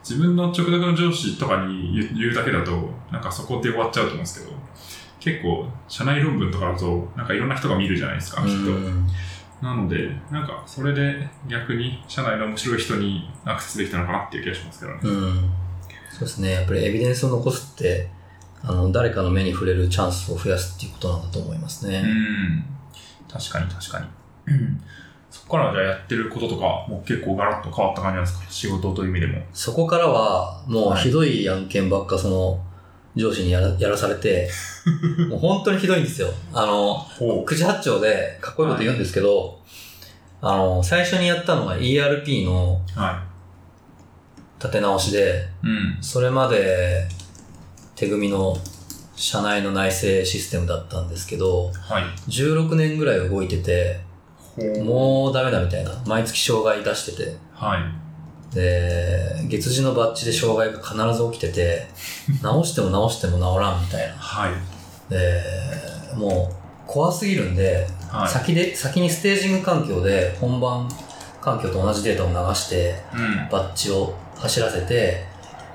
[SPEAKER 2] 自分の直属の上司とかに言う言うだけだと、なんかそこで終わっちゃうと思うんですけど、結構、社内論文とかだと、なんかいろんな人が見るじゃないですか、
[SPEAKER 1] う
[SPEAKER 2] きっ
[SPEAKER 1] ん、
[SPEAKER 2] と。なので、なんかそれで逆に社内の面白い人にアクセスできたのかなっていう気がしますけどね。
[SPEAKER 1] うん。そうですね。やっぱりエビデンスを残すって、あの、誰かの目に触れるチャンスを増やすっていうことなんだと思いますね。
[SPEAKER 2] うん。確かに確かに。うんそこからはじゃあやってることとか、もう結構ガラッと変わった感じなんですか仕事という意味でも。
[SPEAKER 1] そこからは、もう
[SPEAKER 2] はい
[SPEAKER 1] ひどい案件ばっか、その、上司にやらやらされ て、もう本当にひどいんですよ。あの、
[SPEAKER 2] ほ
[SPEAKER 1] 九時八丁でかっこいいこと言うんですけど、あの、最初にやったのが ERP の
[SPEAKER 2] う。は
[SPEAKER 1] 立て直しで、
[SPEAKER 2] い。うん。
[SPEAKER 1] それまで手組みの社内の内製システムだったんですけど、
[SPEAKER 2] はい。
[SPEAKER 1] 16年ぐらい動いてて、
[SPEAKER 2] ほう。
[SPEAKER 1] もうダメだみたいな。毎月障害出してて。
[SPEAKER 2] はい。
[SPEAKER 1] で、月次のバッジで障害が必ず起きて て、直しても直しても直らんみたいな。
[SPEAKER 2] はい。
[SPEAKER 1] で、もう怖すぎるんで、
[SPEAKER 2] はい。
[SPEAKER 1] 先で、先にステージング環境で本番環境と同じデータを流して、
[SPEAKER 2] うん。
[SPEAKER 1] バッジを走らせて、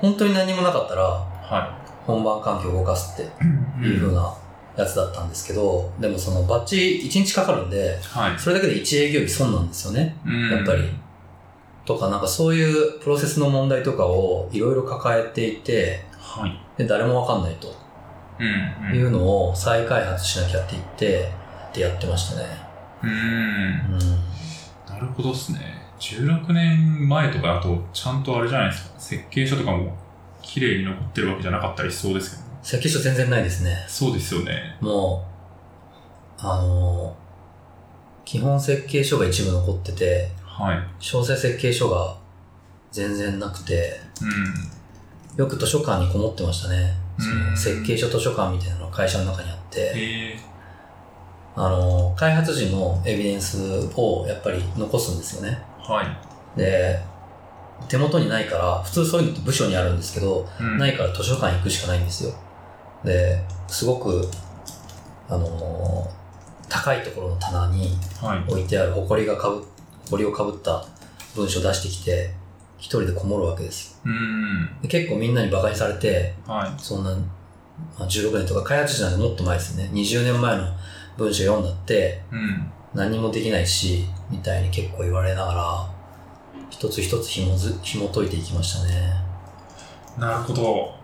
[SPEAKER 1] 本当に何もなかったら
[SPEAKER 2] は
[SPEAKER 1] 本番環境を動かすって
[SPEAKER 2] い。
[SPEAKER 1] いう風
[SPEAKER 2] ん。
[SPEAKER 1] なやつだったんですけど、でもそのバッジ1日かかるんで、
[SPEAKER 2] はい。
[SPEAKER 1] それだけで1営業日損なんですよね。
[SPEAKER 2] うん
[SPEAKER 1] やっぱり。とか、なんかそういうプロセスの問題とかをいろいろ抱えていて、
[SPEAKER 2] はい。
[SPEAKER 1] で、誰もわかんないと
[SPEAKER 2] うん。
[SPEAKER 1] いううのを再開発しなきゃって言って、ってやってましたね。
[SPEAKER 2] ん。
[SPEAKER 1] う
[SPEAKER 2] なるほどっすね。16年前とかだと、ちゃんとあれじゃないですか。設計書とかも、綺麗に残ってるわけじゃなかったりしそうですけどね。
[SPEAKER 1] ん。借金書全然ないですね。
[SPEAKER 2] そうですよね。
[SPEAKER 1] もう、あのー基本設計書が一部残ってて、
[SPEAKER 2] はい。うん。
[SPEAKER 1] 詳細設計書が全然なくて、よく図書館にこもってましたね。そ
[SPEAKER 2] うん
[SPEAKER 1] の設計書図書館みたいなのが会社の中にあって、
[SPEAKER 2] へえ。
[SPEAKER 1] あのー開発時のエビデンスをやっぱり残すんですよね。
[SPEAKER 2] はい。
[SPEAKER 1] で、手元にないから、普通そういうのって部署にあるんですけど、
[SPEAKER 2] うん
[SPEAKER 1] ないから図書館行くしかないんですよ。で、すごく、あのー高いところの棚に
[SPEAKER 2] はい。
[SPEAKER 1] 置いてある埃がかぶ、埃をかぶった文章出してきて、一人でこもるわけです。
[SPEAKER 2] うん。
[SPEAKER 1] で結構みんなに馬鹿にされて、
[SPEAKER 2] はい。
[SPEAKER 1] そんな、まあ、16年とか開発時なんてもっと前ですね。20年前の文章読んだって
[SPEAKER 2] うん。
[SPEAKER 1] 何もできないし、みたいに結構言われながら、一つ一つ紐ず、紐解いていきましたね。
[SPEAKER 2] なるほど。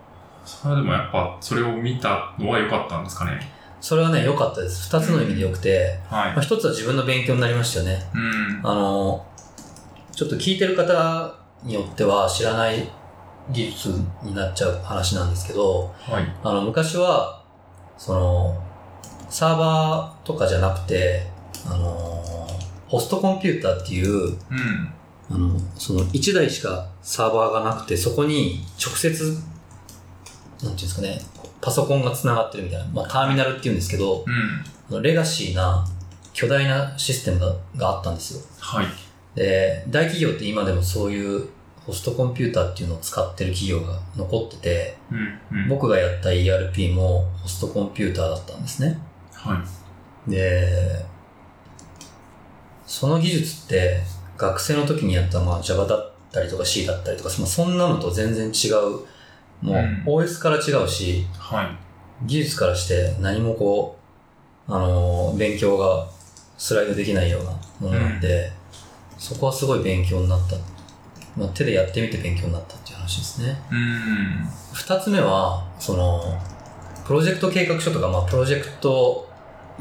[SPEAKER 2] それでもやっぱ、それを見たのは良かったんですかね。
[SPEAKER 1] それはね、良かったです。二つの意味で良くて、
[SPEAKER 2] はい
[SPEAKER 1] まあ、。一つは自分の勉強になりましたよね。
[SPEAKER 2] うん。
[SPEAKER 1] あの、ちょっと聞いてる方によっては知らない技術になっちゃう話なんですけど、
[SPEAKER 2] はい。
[SPEAKER 1] あの、昔は、その、サーバーとかじゃなくて、あの、ホストコンピューターっていう、
[SPEAKER 2] うん。
[SPEAKER 1] あの、その1台しかサーバーがなくて、そこに直接、なんていうんですかね、パソコンが繋がってるみたいな、まあターミナルっていうんですけど、
[SPEAKER 2] うん。
[SPEAKER 1] レガシーな巨大なシステムががあったんですよ。
[SPEAKER 2] はい。
[SPEAKER 1] で、大企業って今でもそういうホストコンピューターっていうのを使ってる企業が残ってて、
[SPEAKER 2] うん。うん。
[SPEAKER 1] 僕がやった ERP もホストコンピューターだったんですね。
[SPEAKER 2] はい。
[SPEAKER 1] で、その技術って学生の時にやったまあ Java だったりとか C だったりとか、まあそんなのと全然違う、もう
[SPEAKER 2] うん
[SPEAKER 1] OS から違うし、
[SPEAKER 2] はい。
[SPEAKER 1] 技術からして何もこう、あのー勉強がスライドできないようなものなんで、そこはすごい勉強になった。まあ、手でやってみて勉強になったっていう話ですね。
[SPEAKER 2] うん。
[SPEAKER 1] 二つ目は、その、プロジェクト計画書とか、まあ、プロジェクト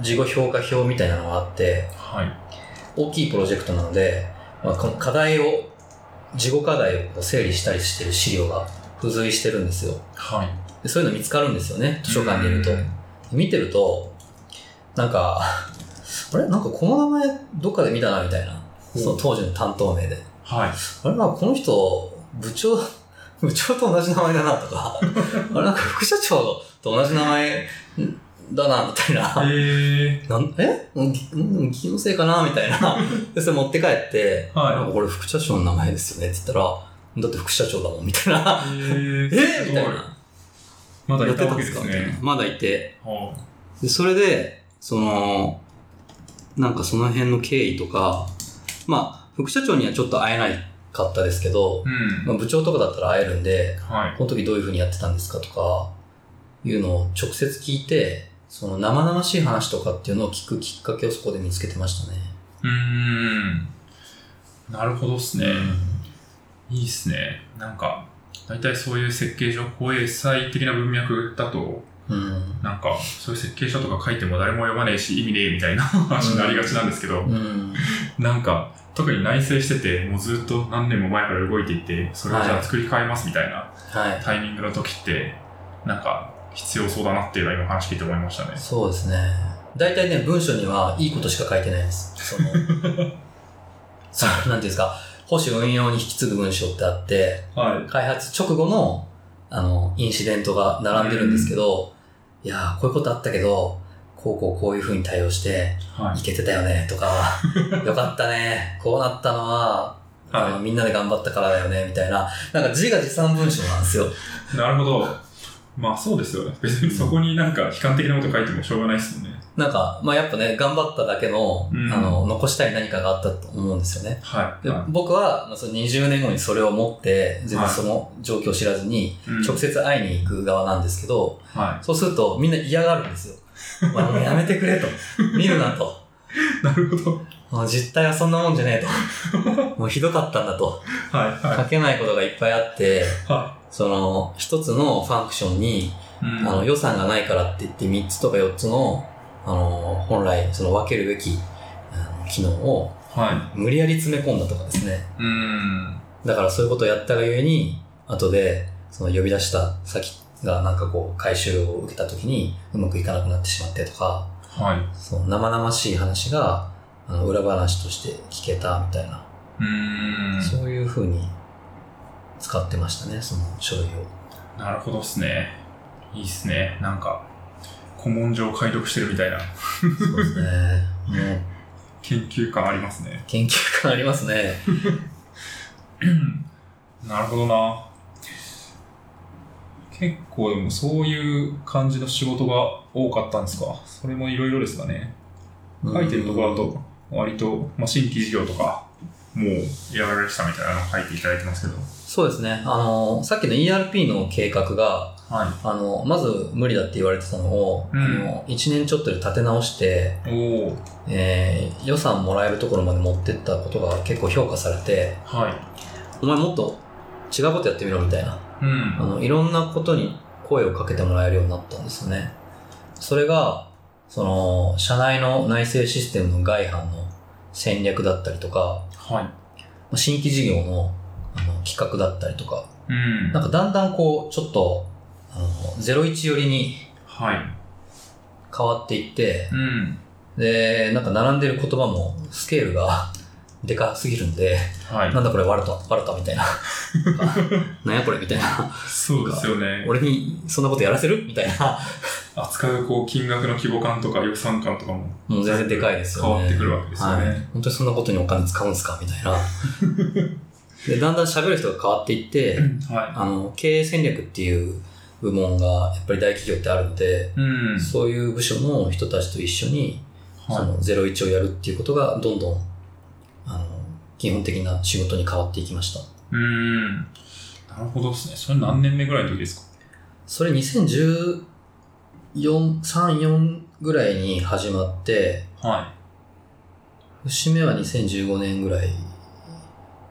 [SPEAKER 1] 事後評価表みたいなのがあって、
[SPEAKER 2] はい。
[SPEAKER 1] 大きいプロジェクトなので、まあ、この課題を、事後課題をこう整理したりしてる資料が付随してるんですよ。
[SPEAKER 2] はい。
[SPEAKER 1] でそういうの見つかるんですよね、図書館にいると
[SPEAKER 2] う。ん
[SPEAKER 1] 見てると、なんか、あれなんかこの名前どっかで見たなみたいな。
[SPEAKER 2] うん
[SPEAKER 1] その当時の担当名で。
[SPEAKER 2] はい。
[SPEAKER 1] あれなんかこの人、部長、 部長と同じ名前だなとか、あれなんか副社長と同じ名前だなみたいな。
[SPEAKER 2] え
[SPEAKER 1] なんえうん気のせいかなみたいな。で、それ持って帰って、
[SPEAKER 2] はい
[SPEAKER 1] なんかこれ副社長の名前ですよねって言ったら、だって副社長だもんみたいな。
[SPEAKER 2] ー、え
[SPEAKER 1] えみたいな。
[SPEAKER 2] まだ
[SPEAKER 1] や
[SPEAKER 2] い
[SPEAKER 1] ったてたん
[SPEAKER 2] わけ
[SPEAKER 1] で
[SPEAKER 2] です
[SPEAKER 1] か
[SPEAKER 2] す
[SPEAKER 1] みたいな
[SPEAKER 2] ね。
[SPEAKER 1] まだいて。
[SPEAKER 2] は
[SPEAKER 1] で、それで、その、なんかその辺の経緯とか、まあ、副社長にはちょっと会えないかったですけど
[SPEAKER 2] あ、うん。
[SPEAKER 1] まあ、部長とかだったら会えるんで、
[SPEAKER 2] はい。
[SPEAKER 1] この時どういう風にやってたんですかとか、いうのを直接聞いて、その生々しい話とかっていうのを聞くきっかけをそこで見つけてましたね。
[SPEAKER 2] うーん。なるほどっすね。いいっすね。なんか、大体そういう設計書、こういう SI 的な文脈だと、
[SPEAKER 1] うん。
[SPEAKER 2] なんか、そういう設計書とか書いても誰も読まねえし、意味ねえみたいな 話になりがちなんですけど、
[SPEAKER 1] うん。
[SPEAKER 2] なんか、特に内製してて、もうずっと何年も前から動いていて、それをじゃ
[SPEAKER 1] は
[SPEAKER 2] あ
[SPEAKER 1] い
[SPEAKER 2] 作り変えますみたいな
[SPEAKER 1] はい。
[SPEAKER 2] タイミングの時って、なんか、必要そうだなっていうのは今話聞いて思いましたね。
[SPEAKER 1] そうですね。大体ね、文章にはいいことしか書いてないです。その、そのなんていうんですか、保守運用に引き継ぐ文章ってあって、
[SPEAKER 2] はい。
[SPEAKER 1] 開発直後の、あの、インシデントが並んでるんですけど、いやー、こういうことあったけど、こうこうこういう風に対応して、
[SPEAKER 2] はい
[SPEAKER 1] い。けてたよね、とか、よかったね、こうなったのは、あの、
[SPEAKER 2] は
[SPEAKER 1] みんなで頑張ったからだよね、みたいな、なんか字が持参文章なんですよ。
[SPEAKER 2] い。なるほど。まあそうですよね。別にそこになんか悲観的なこと書いてもしょうがないですもんね。
[SPEAKER 1] なんか、まあやっぱね、頑張っただけの、
[SPEAKER 2] うん
[SPEAKER 1] あの、残したい何かがあったと思うんですよね。
[SPEAKER 2] はい。
[SPEAKER 1] で
[SPEAKER 2] は
[SPEAKER 1] 僕は、まあ、その20年後にそれを持って、全然その状況を知らずに、
[SPEAKER 2] い。うん
[SPEAKER 1] 直接会いに行く側なんですけど、
[SPEAKER 2] は
[SPEAKER 1] そうするとみんな嫌がるん ですよ。お前もうやめてくれと。見るなと。
[SPEAKER 2] い。なるほど。
[SPEAKER 1] もう実態はそんなもんじゃねえ と。もうひどかったんだと。
[SPEAKER 2] はい。は
[SPEAKER 1] 書けないことがいっぱいあって、
[SPEAKER 2] い。は
[SPEAKER 1] その、一つのファンクションに、
[SPEAKER 2] い。う
[SPEAKER 1] あ
[SPEAKER 2] ん。
[SPEAKER 1] の、予算がないからって言って3つとか4つの、あの、本来、その分けるべき、あの機能を
[SPEAKER 2] は
[SPEAKER 1] 無理やり詰め込んだとかですね。
[SPEAKER 2] い。うん。
[SPEAKER 1] だからそういうことをやったがゆえに、後で、その呼び出した先がなんかこう回収を受けた時にうまくいかなくなってしまってとか、
[SPEAKER 2] はい。
[SPEAKER 1] その生々しい話があの裏話として聞けたみたいな、
[SPEAKER 2] うーん。
[SPEAKER 1] そういう風に使ってましたね、その書類を。
[SPEAKER 2] なるほどっすね。いいっすね。なんか、古文書を解読してるみたいな
[SPEAKER 1] そうです ね。もう
[SPEAKER 2] 研究感ありますね。
[SPEAKER 1] 研究感ありますね。
[SPEAKER 2] なるほどな。結構でもそういう感じの仕事が多かったんですかそれもいろいろですかね。書いてるところだと、割と、まあ、新規事業とか、もうやられてたみたいなの書いていただいてますけど。
[SPEAKER 1] そうですね。あの、さっきの ERP の計画が、
[SPEAKER 2] は
[SPEAKER 1] あの、まず無理だって言われてたのを、
[SPEAKER 2] うん
[SPEAKER 1] あの1年ちょっとで立て直して、
[SPEAKER 2] い。おお。
[SPEAKER 1] えー予算もらえるところまで持ってったことが結構評価されて、
[SPEAKER 2] は
[SPEAKER 1] お前もっと違うことやってみろみたいな、
[SPEAKER 2] い。う
[SPEAKER 1] あ
[SPEAKER 2] ん。
[SPEAKER 1] の、いろんなことに声をかけてもらえるようになったんですよね。それが、その、社内の内製システムの外販の戦略だったりとか、
[SPEAKER 2] はい。
[SPEAKER 1] 新規事業のあの企画だったりとか、
[SPEAKER 2] うん
[SPEAKER 1] なん。かだんだんこう、ちょっと、あの、01寄りに
[SPEAKER 2] はい。
[SPEAKER 1] 変わっていって、
[SPEAKER 2] うん。
[SPEAKER 1] で、なんか並んでる言葉もスケールが でかすぎるんで、
[SPEAKER 2] はい。
[SPEAKER 1] なんだこれ、ワルタ、ワルタみたいな。 なんやこれみたいな。
[SPEAKER 2] そうですよね。
[SPEAKER 1] 俺にそんなことやらせるみたいな。
[SPEAKER 2] 扱うこう金額の規模感とか予算感とかも
[SPEAKER 1] もう全然でかいですよね。
[SPEAKER 2] 変わってくるわけですよね。
[SPEAKER 1] はい。本当にそんなことにお金使うんすかみたい な。で、だんだん喋る人が変わっていって、
[SPEAKER 2] は
[SPEAKER 1] あの、経営戦略っていう部門がやっぱり大企業ってあるので、
[SPEAKER 2] い。うん。
[SPEAKER 1] そういう部署の人たちと一緒に、そ
[SPEAKER 2] はい。
[SPEAKER 1] の01をやるっていうことがどんどん、あの、基本的な仕事に変わっていきました。
[SPEAKER 2] うーん。なるほどですね。それ何年目ぐらいの時ですか
[SPEAKER 1] それ2014、3、4ぐらいに始まって、
[SPEAKER 2] は
[SPEAKER 1] 節目は2015年ぐらい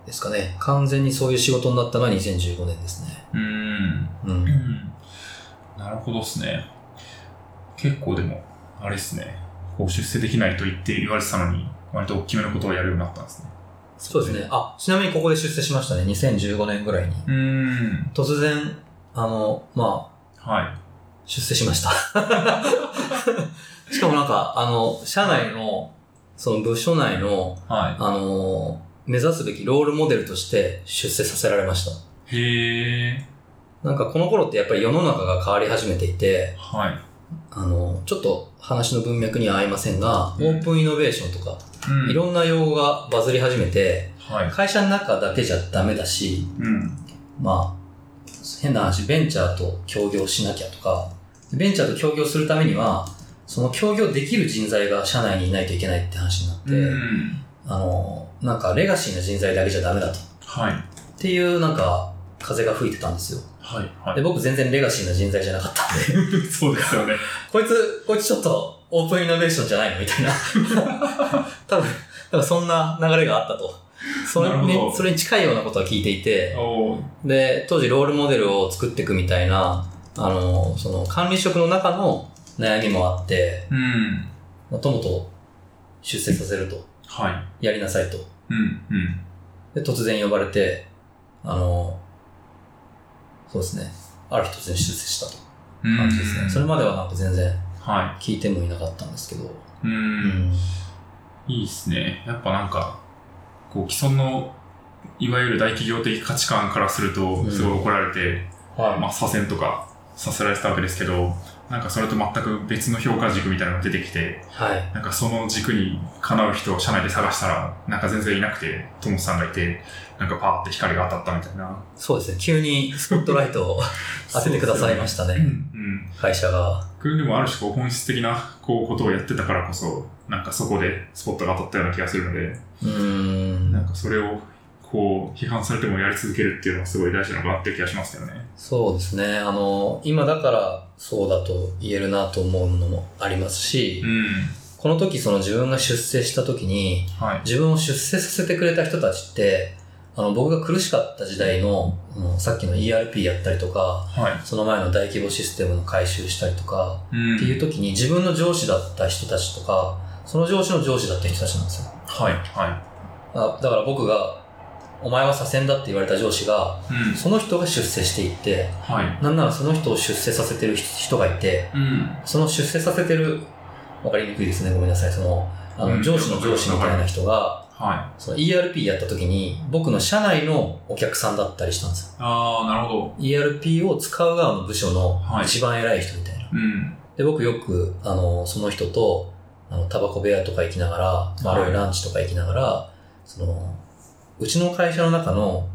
[SPEAKER 1] ですかね。完全にそういう仕事になったのは2015年ですね。
[SPEAKER 2] い。うーん。
[SPEAKER 1] う。
[SPEAKER 2] うんんなるほどですね。結構でも、あれですね。こう出世できないと言って言われてたのに、割と大きめのことをやるようになったんですね。
[SPEAKER 1] そうですね。あ、ちなみにここで出世しましたね。2015年ぐらいに。
[SPEAKER 2] うーん。
[SPEAKER 1] 突然、あの、まあ、
[SPEAKER 2] はい。
[SPEAKER 1] 出世しました。 しかもなんか、あの、社内の、その部署内の、
[SPEAKER 2] は
[SPEAKER 1] あの、目指すべきロールモデルとして出世させられました。
[SPEAKER 2] い。へえ。
[SPEAKER 1] なんかこの頃ってやっぱり世の中が変わり始めていて、
[SPEAKER 2] はい。
[SPEAKER 1] あの、ちょっと話の文脈には合いませんが、オ
[SPEAKER 2] うん
[SPEAKER 1] ープンイノベーションとか、
[SPEAKER 2] うん。
[SPEAKER 1] いろんな用語がバズり始めて、
[SPEAKER 2] はい。
[SPEAKER 1] 会社の中だけじゃダメだし、
[SPEAKER 2] うん。
[SPEAKER 1] まあ、変な話、ベンチャーと協業しなきゃとか、ベンチャーと協業するためには、その協業できる人材が社内にいないといけないって話になって、
[SPEAKER 2] うん。
[SPEAKER 1] あの、なんかレガシーな人材だけじゃダメだと。っ
[SPEAKER 2] はい。
[SPEAKER 1] ていうなんか、風が吹いてたんですよ。
[SPEAKER 2] はい。は
[SPEAKER 1] で、僕全然レガシーな人材じゃなかったんで、
[SPEAKER 2] い。そうですよね。
[SPEAKER 1] こいつ、こいつちょっとオープンイノベーションじゃないのみたいな。 多分、多分そんな流れがあったと。そ
[SPEAKER 2] な
[SPEAKER 1] れ
[SPEAKER 2] るほど
[SPEAKER 1] にそれに近いようなことは聞いていて、
[SPEAKER 2] おー
[SPEAKER 1] で、当時ロールモデルを作っていくみたいな、あの、その管理職の中の悩みもあって、
[SPEAKER 2] うん。
[SPEAKER 1] もともと出世させると、
[SPEAKER 2] はい。
[SPEAKER 1] やりなさいと。
[SPEAKER 2] うん。うん。
[SPEAKER 1] で、突然呼ばれて、あの、そうですね。ある日突然出世したという感じですね。それまではなんか全然
[SPEAKER 2] は
[SPEAKER 1] 聞いてもいなかったんですけど。
[SPEAKER 2] い。う。。
[SPEAKER 1] うん
[SPEAKER 2] いいですね。やっぱなんか、こう、既存の、いわゆる大企業的価値観からする
[SPEAKER 1] う
[SPEAKER 2] と、
[SPEAKER 1] ん
[SPEAKER 2] すごい怒られて、
[SPEAKER 1] はい。
[SPEAKER 2] まあ、左遷とかさせられてたわけですけど、なんかそれと全く別の評価軸みたいなのが出てきて、
[SPEAKER 1] はい。
[SPEAKER 2] なんかその軸にかなう人を社内で探したら、なんか全然いなくて、トモスさんがいて、なんかパーって光が当たったみたいな。
[SPEAKER 1] そうですね。急にスポットライトを当ててくださいました
[SPEAKER 2] そうで
[SPEAKER 1] ね。
[SPEAKER 2] すよね。うん。
[SPEAKER 1] 会社が。
[SPEAKER 2] 僕でもある種こう本質的なこうことをやってたからこそ、なんかそこでスポットが当たったような気がするので、
[SPEAKER 1] うーん
[SPEAKER 2] なん。かそれをこう批判されてもやり続けるっていうのはすごい大事なのかなっていう気がしますけどね。
[SPEAKER 1] そうですね。あの、今だからそうだと言えるなと思うのもありますし、
[SPEAKER 2] うん。
[SPEAKER 1] この時その自分が出世した時に、
[SPEAKER 2] はい。
[SPEAKER 1] 自分を出世させてくれた人たちって、あの、僕が苦しかった時代の、あのさっきの ERP やったりとか、
[SPEAKER 2] はい。
[SPEAKER 1] その前の大規模システムの改修したりとか、
[SPEAKER 2] うん
[SPEAKER 1] っていう時に自分の上司だった人たちとか、その上司の上司だった人たちなんですよ。
[SPEAKER 2] はい。は
[SPEAKER 1] あだから僕がお前は左遷だって言われた上司が、
[SPEAKER 2] うん。
[SPEAKER 1] その人が出世していって、
[SPEAKER 2] はい。
[SPEAKER 1] なんならその人を出世させてる人がいて、
[SPEAKER 2] うん。
[SPEAKER 1] その出世させてる、わかりにくいですね、ごめんなさい、その、あ
[SPEAKER 2] う
[SPEAKER 1] の、
[SPEAKER 2] ん
[SPEAKER 1] 上司の上司みたいな人が、
[SPEAKER 2] はい。
[SPEAKER 1] その ERP やった時に、僕の社内のお客さんだったりしたんですよ。
[SPEAKER 2] ああ、なるほど。
[SPEAKER 1] ERP を使う側の部署の
[SPEAKER 2] はい
[SPEAKER 1] 一番偉い人みたいな。
[SPEAKER 2] うん。
[SPEAKER 1] で、僕よく、あの、その人と、あの、タバコ部屋とか行きながら、まあ、あるいはランチとか行きながら、その、うちの会社の中の、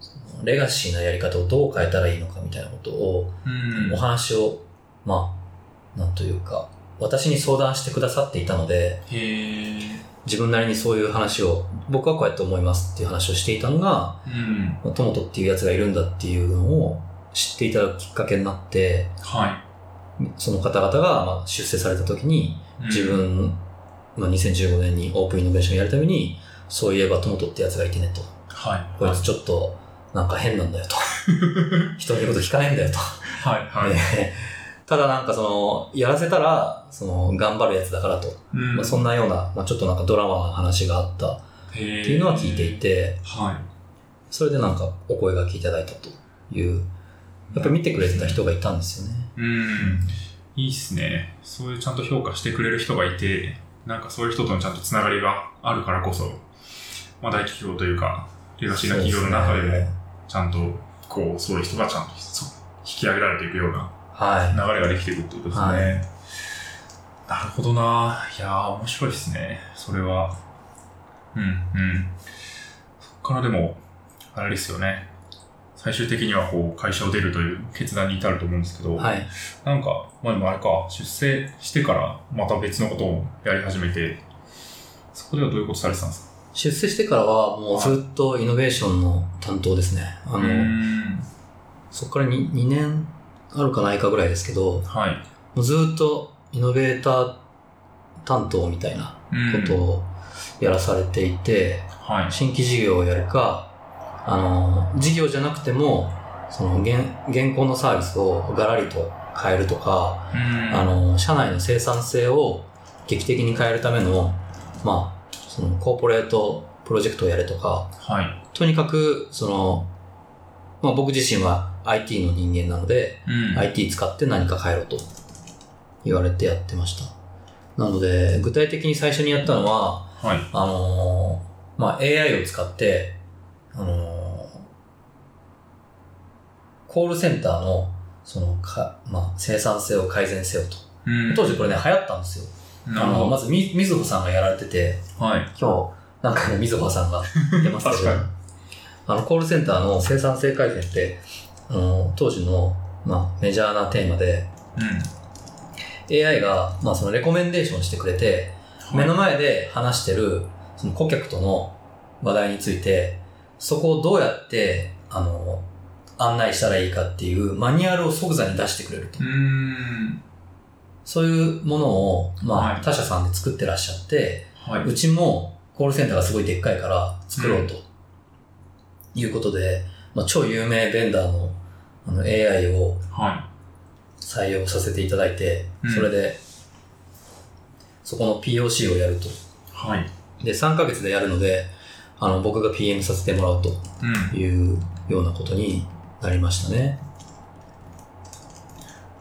[SPEAKER 1] そのレガシーなやり方をどう変えたらいいのかみたいなことを、
[SPEAKER 2] うん。
[SPEAKER 1] お話を、まあ、なんというか、私に相談してくださっていたので、
[SPEAKER 2] へえ。
[SPEAKER 1] 自分なりにそういう話を、僕はこうやって思いますっていう話をしていたのが、
[SPEAKER 2] うん。
[SPEAKER 1] まあトモトっていうやつがいるんだっていうのを知っていただくきっかけになって、
[SPEAKER 2] は
[SPEAKER 1] その方々がまあ出世された時に、
[SPEAKER 2] い。
[SPEAKER 1] 自分、まあ、2015年にオープンイノベーションやるために、そういえばトモトってやつがいてねと。
[SPEAKER 2] はい。
[SPEAKER 1] こいつちょっと、なんか変なんだよ と。人の言うこと聞かないんだよと。
[SPEAKER 2] はい。はい。
[SPEAKER 1] でただなんかその、やらせたら、その、頑張るやつだからと。
[SPEAKER 2] うん
[SPEAKER 1] まあ、そんなような、まあ、ちょっとなんかドラマの話があったっ
[SPEAKER 2] へー
[SPEAKER 1] ていうのは聞いていて、
[SPEAKER 2] はい。
[SPEAKER 1] それでなんかお声がけいただいたという、やっぱり見てくれてた人がいたんですよね。
[SPEAKER 2] うん。いいっすね。そういうちゃんと評価してくれる人がいて、なんかそういう人とのちゃんとつながりがあるからこそ、まあ大企業というか、レガシーな企業の中で
[SPEAKER 1] そうすね
[SPEAKER 2] も、ちゃんと、こう、そういう人がちゃんとそ引き上げられていくような
[SPEAKER 1] は
[SPEAKER 2] 流れができていくってことですね。
[SPEAKER 1] はい
[SPEAKER 2] なるほどな。いやー、面白いですね。それは。うん、うん。そこからでも、あれですよね。最終的にはこう会社を出るという決断に至ると思うんですけど、
[SPEAKER 1] い。はい。
[SPEAKER 2] なんか、まあでもあれか、出世してからまた別のことをやり始めて、そこではどういうことされてたんですか
[SPEAKER 1] 出世してからはもうずっとイノベーションの担当ですね。あ
[SPEAKER 2] う
[SPEAKER 1] の、
[SPEAKER 2] ーん
[SPEAKER 1] そこから 2, 2年あるかないかぐらいですけど、
[SPEAKER 2] はい。
[SPEAKER 1] もうずっとイノベーター担当みたいな
[SPEAKER 2] うん
[SPEAKER 1] ことをやらされていて、
[SPEAKER 2] はい。
[SPEAKER 1] 新規事業をやるか、あの、事業じゃなくても、その現、現行のサービスをガラリと変えるとか、
[SPEAKER 2] うん
[SPEAKER 1] あ、の、社内の生産性を劇的に変えるための、まあ、その、コーポレートプロジェクトをやれとか、
[SPEAKER 2] はい。
[SPEAKER 1] とにかく、その、まあ僕自身は IT の人間なので、
[SPEAKER 2] うん。
[SPEAKER 1] IT 使って何か変えろと言われてやってました。なので、具体的に最初にやったのは、
[SPEAKER 2] はい。
[SPEAKER 1] あのーまあ、AI を使って、あのーコールセンターの、その、か、まあ、生産性を改善せよと。
[SPEAKER 2] うん。
[SPEAKER 1] 当時これね、流行ったんですよ。
[SPEAKER 2] な
[SPEAKER 1] あ
[SPEAKER 2] るほ
[SPEAKER 1] の、
[SPEAKER 2] ど。
[SPEAKER 1] まずみ、みずほさんがやられてて、
[SPEAKER 2] はい。
[SPEAKER 1] 今日、なんかね、みずほ さんが出ますけど
[SPEAKER 2] 確か、
[SPEAKER 1] あの、コールセンターの生産性改善って、あの、当時の、まあ、メジャーなテーマで、
[SPEAKER 2] う
[SPEAKER 1] AI が、まあ、その、レコメンデーションしてくれて、
[SPEAKER 2] ん。
[SPEAKER 1] 目の前で話してるその顧客との話題についてそこをどうやってあの案内したらいいかっていうマニュアルを即座に出してくれると、
[SPEAKER 2] うーん。
[SPEAKER 1] そういうものを、まあ
[SPEAKER 2] はい
[SPEAKER 1] 他社さんで作ってらっしゃって。
[SPEAKER 2] はいう
[SPEAKER 1] ちもコールセンターがすごいでっかいから作ろうと、いうことで、まあ、超有名ベンダーのあの AI を
[SPEAKER 2] は
[SPEAKER 1] 採用させていただいて、
[SPEAKER 2] うん
[SPEAKER 1] それでそこの POC をやると
[SPEAKER 2] い。はい。
[SPEAKER 1] で、3ヶ月でやるので、あの、僕が PM させてもらうと
[SPEAKER 2] うん。
[SPEAKER 1] いうようなことになりましたね。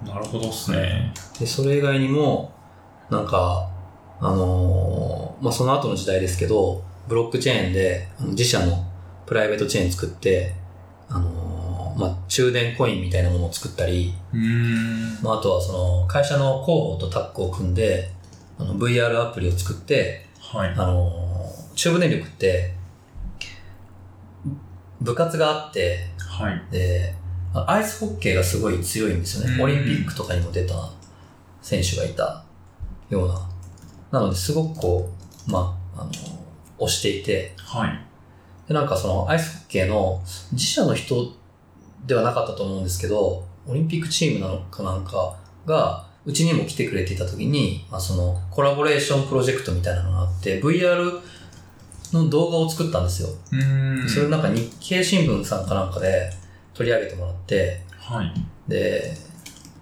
[SPEAKER 2] なるほどっすね。
[SPEAKER 1] で、それ以外にも、なんか、あのーまあ、その後の時代ですけど、ブロックチェーンで、あの自社のプライベートチェーン作って、あのーまあ、中電コインみたいなものを作ったり、
[SPEAKER 2] うーん。
[SPEAKER 1] まあ、あとはその、会社の広報とタッグを組んで、あの、VR アプリを作って、
[SPEAKER 2] はい。
[SPEAKER 1] あのー、中部電力って、部活があって、
[SPEAKER 2] はい。
[SPEAKER 1] で、あアイスホッケーがすごい強いんですよ
[SPEAKER 2] うん
[SPEAKER 1] ね。オリンピックとかにも出た選手がいたような。なので、すごくこう、まあ、あのー、推していて、
[SPEAKER 2] はい。
[SPEAKER 1] で、なんかそのアイスホッケーの自社の人ではなかったと思うんですけど、オリンピックチームなのかなんかが、うちにも来てくれていた時に、まあ、そのコラボレーションプロジェクトみたいなのがあって、VR の動画を作ったんですよ。
[SPEAKER 2] うーん。
[SPEAKER 1] それをなんか日経新聞さんかなんかで取り上げてもらって、
[SPEAKER 2] はい。
[SPEAKER 1] で、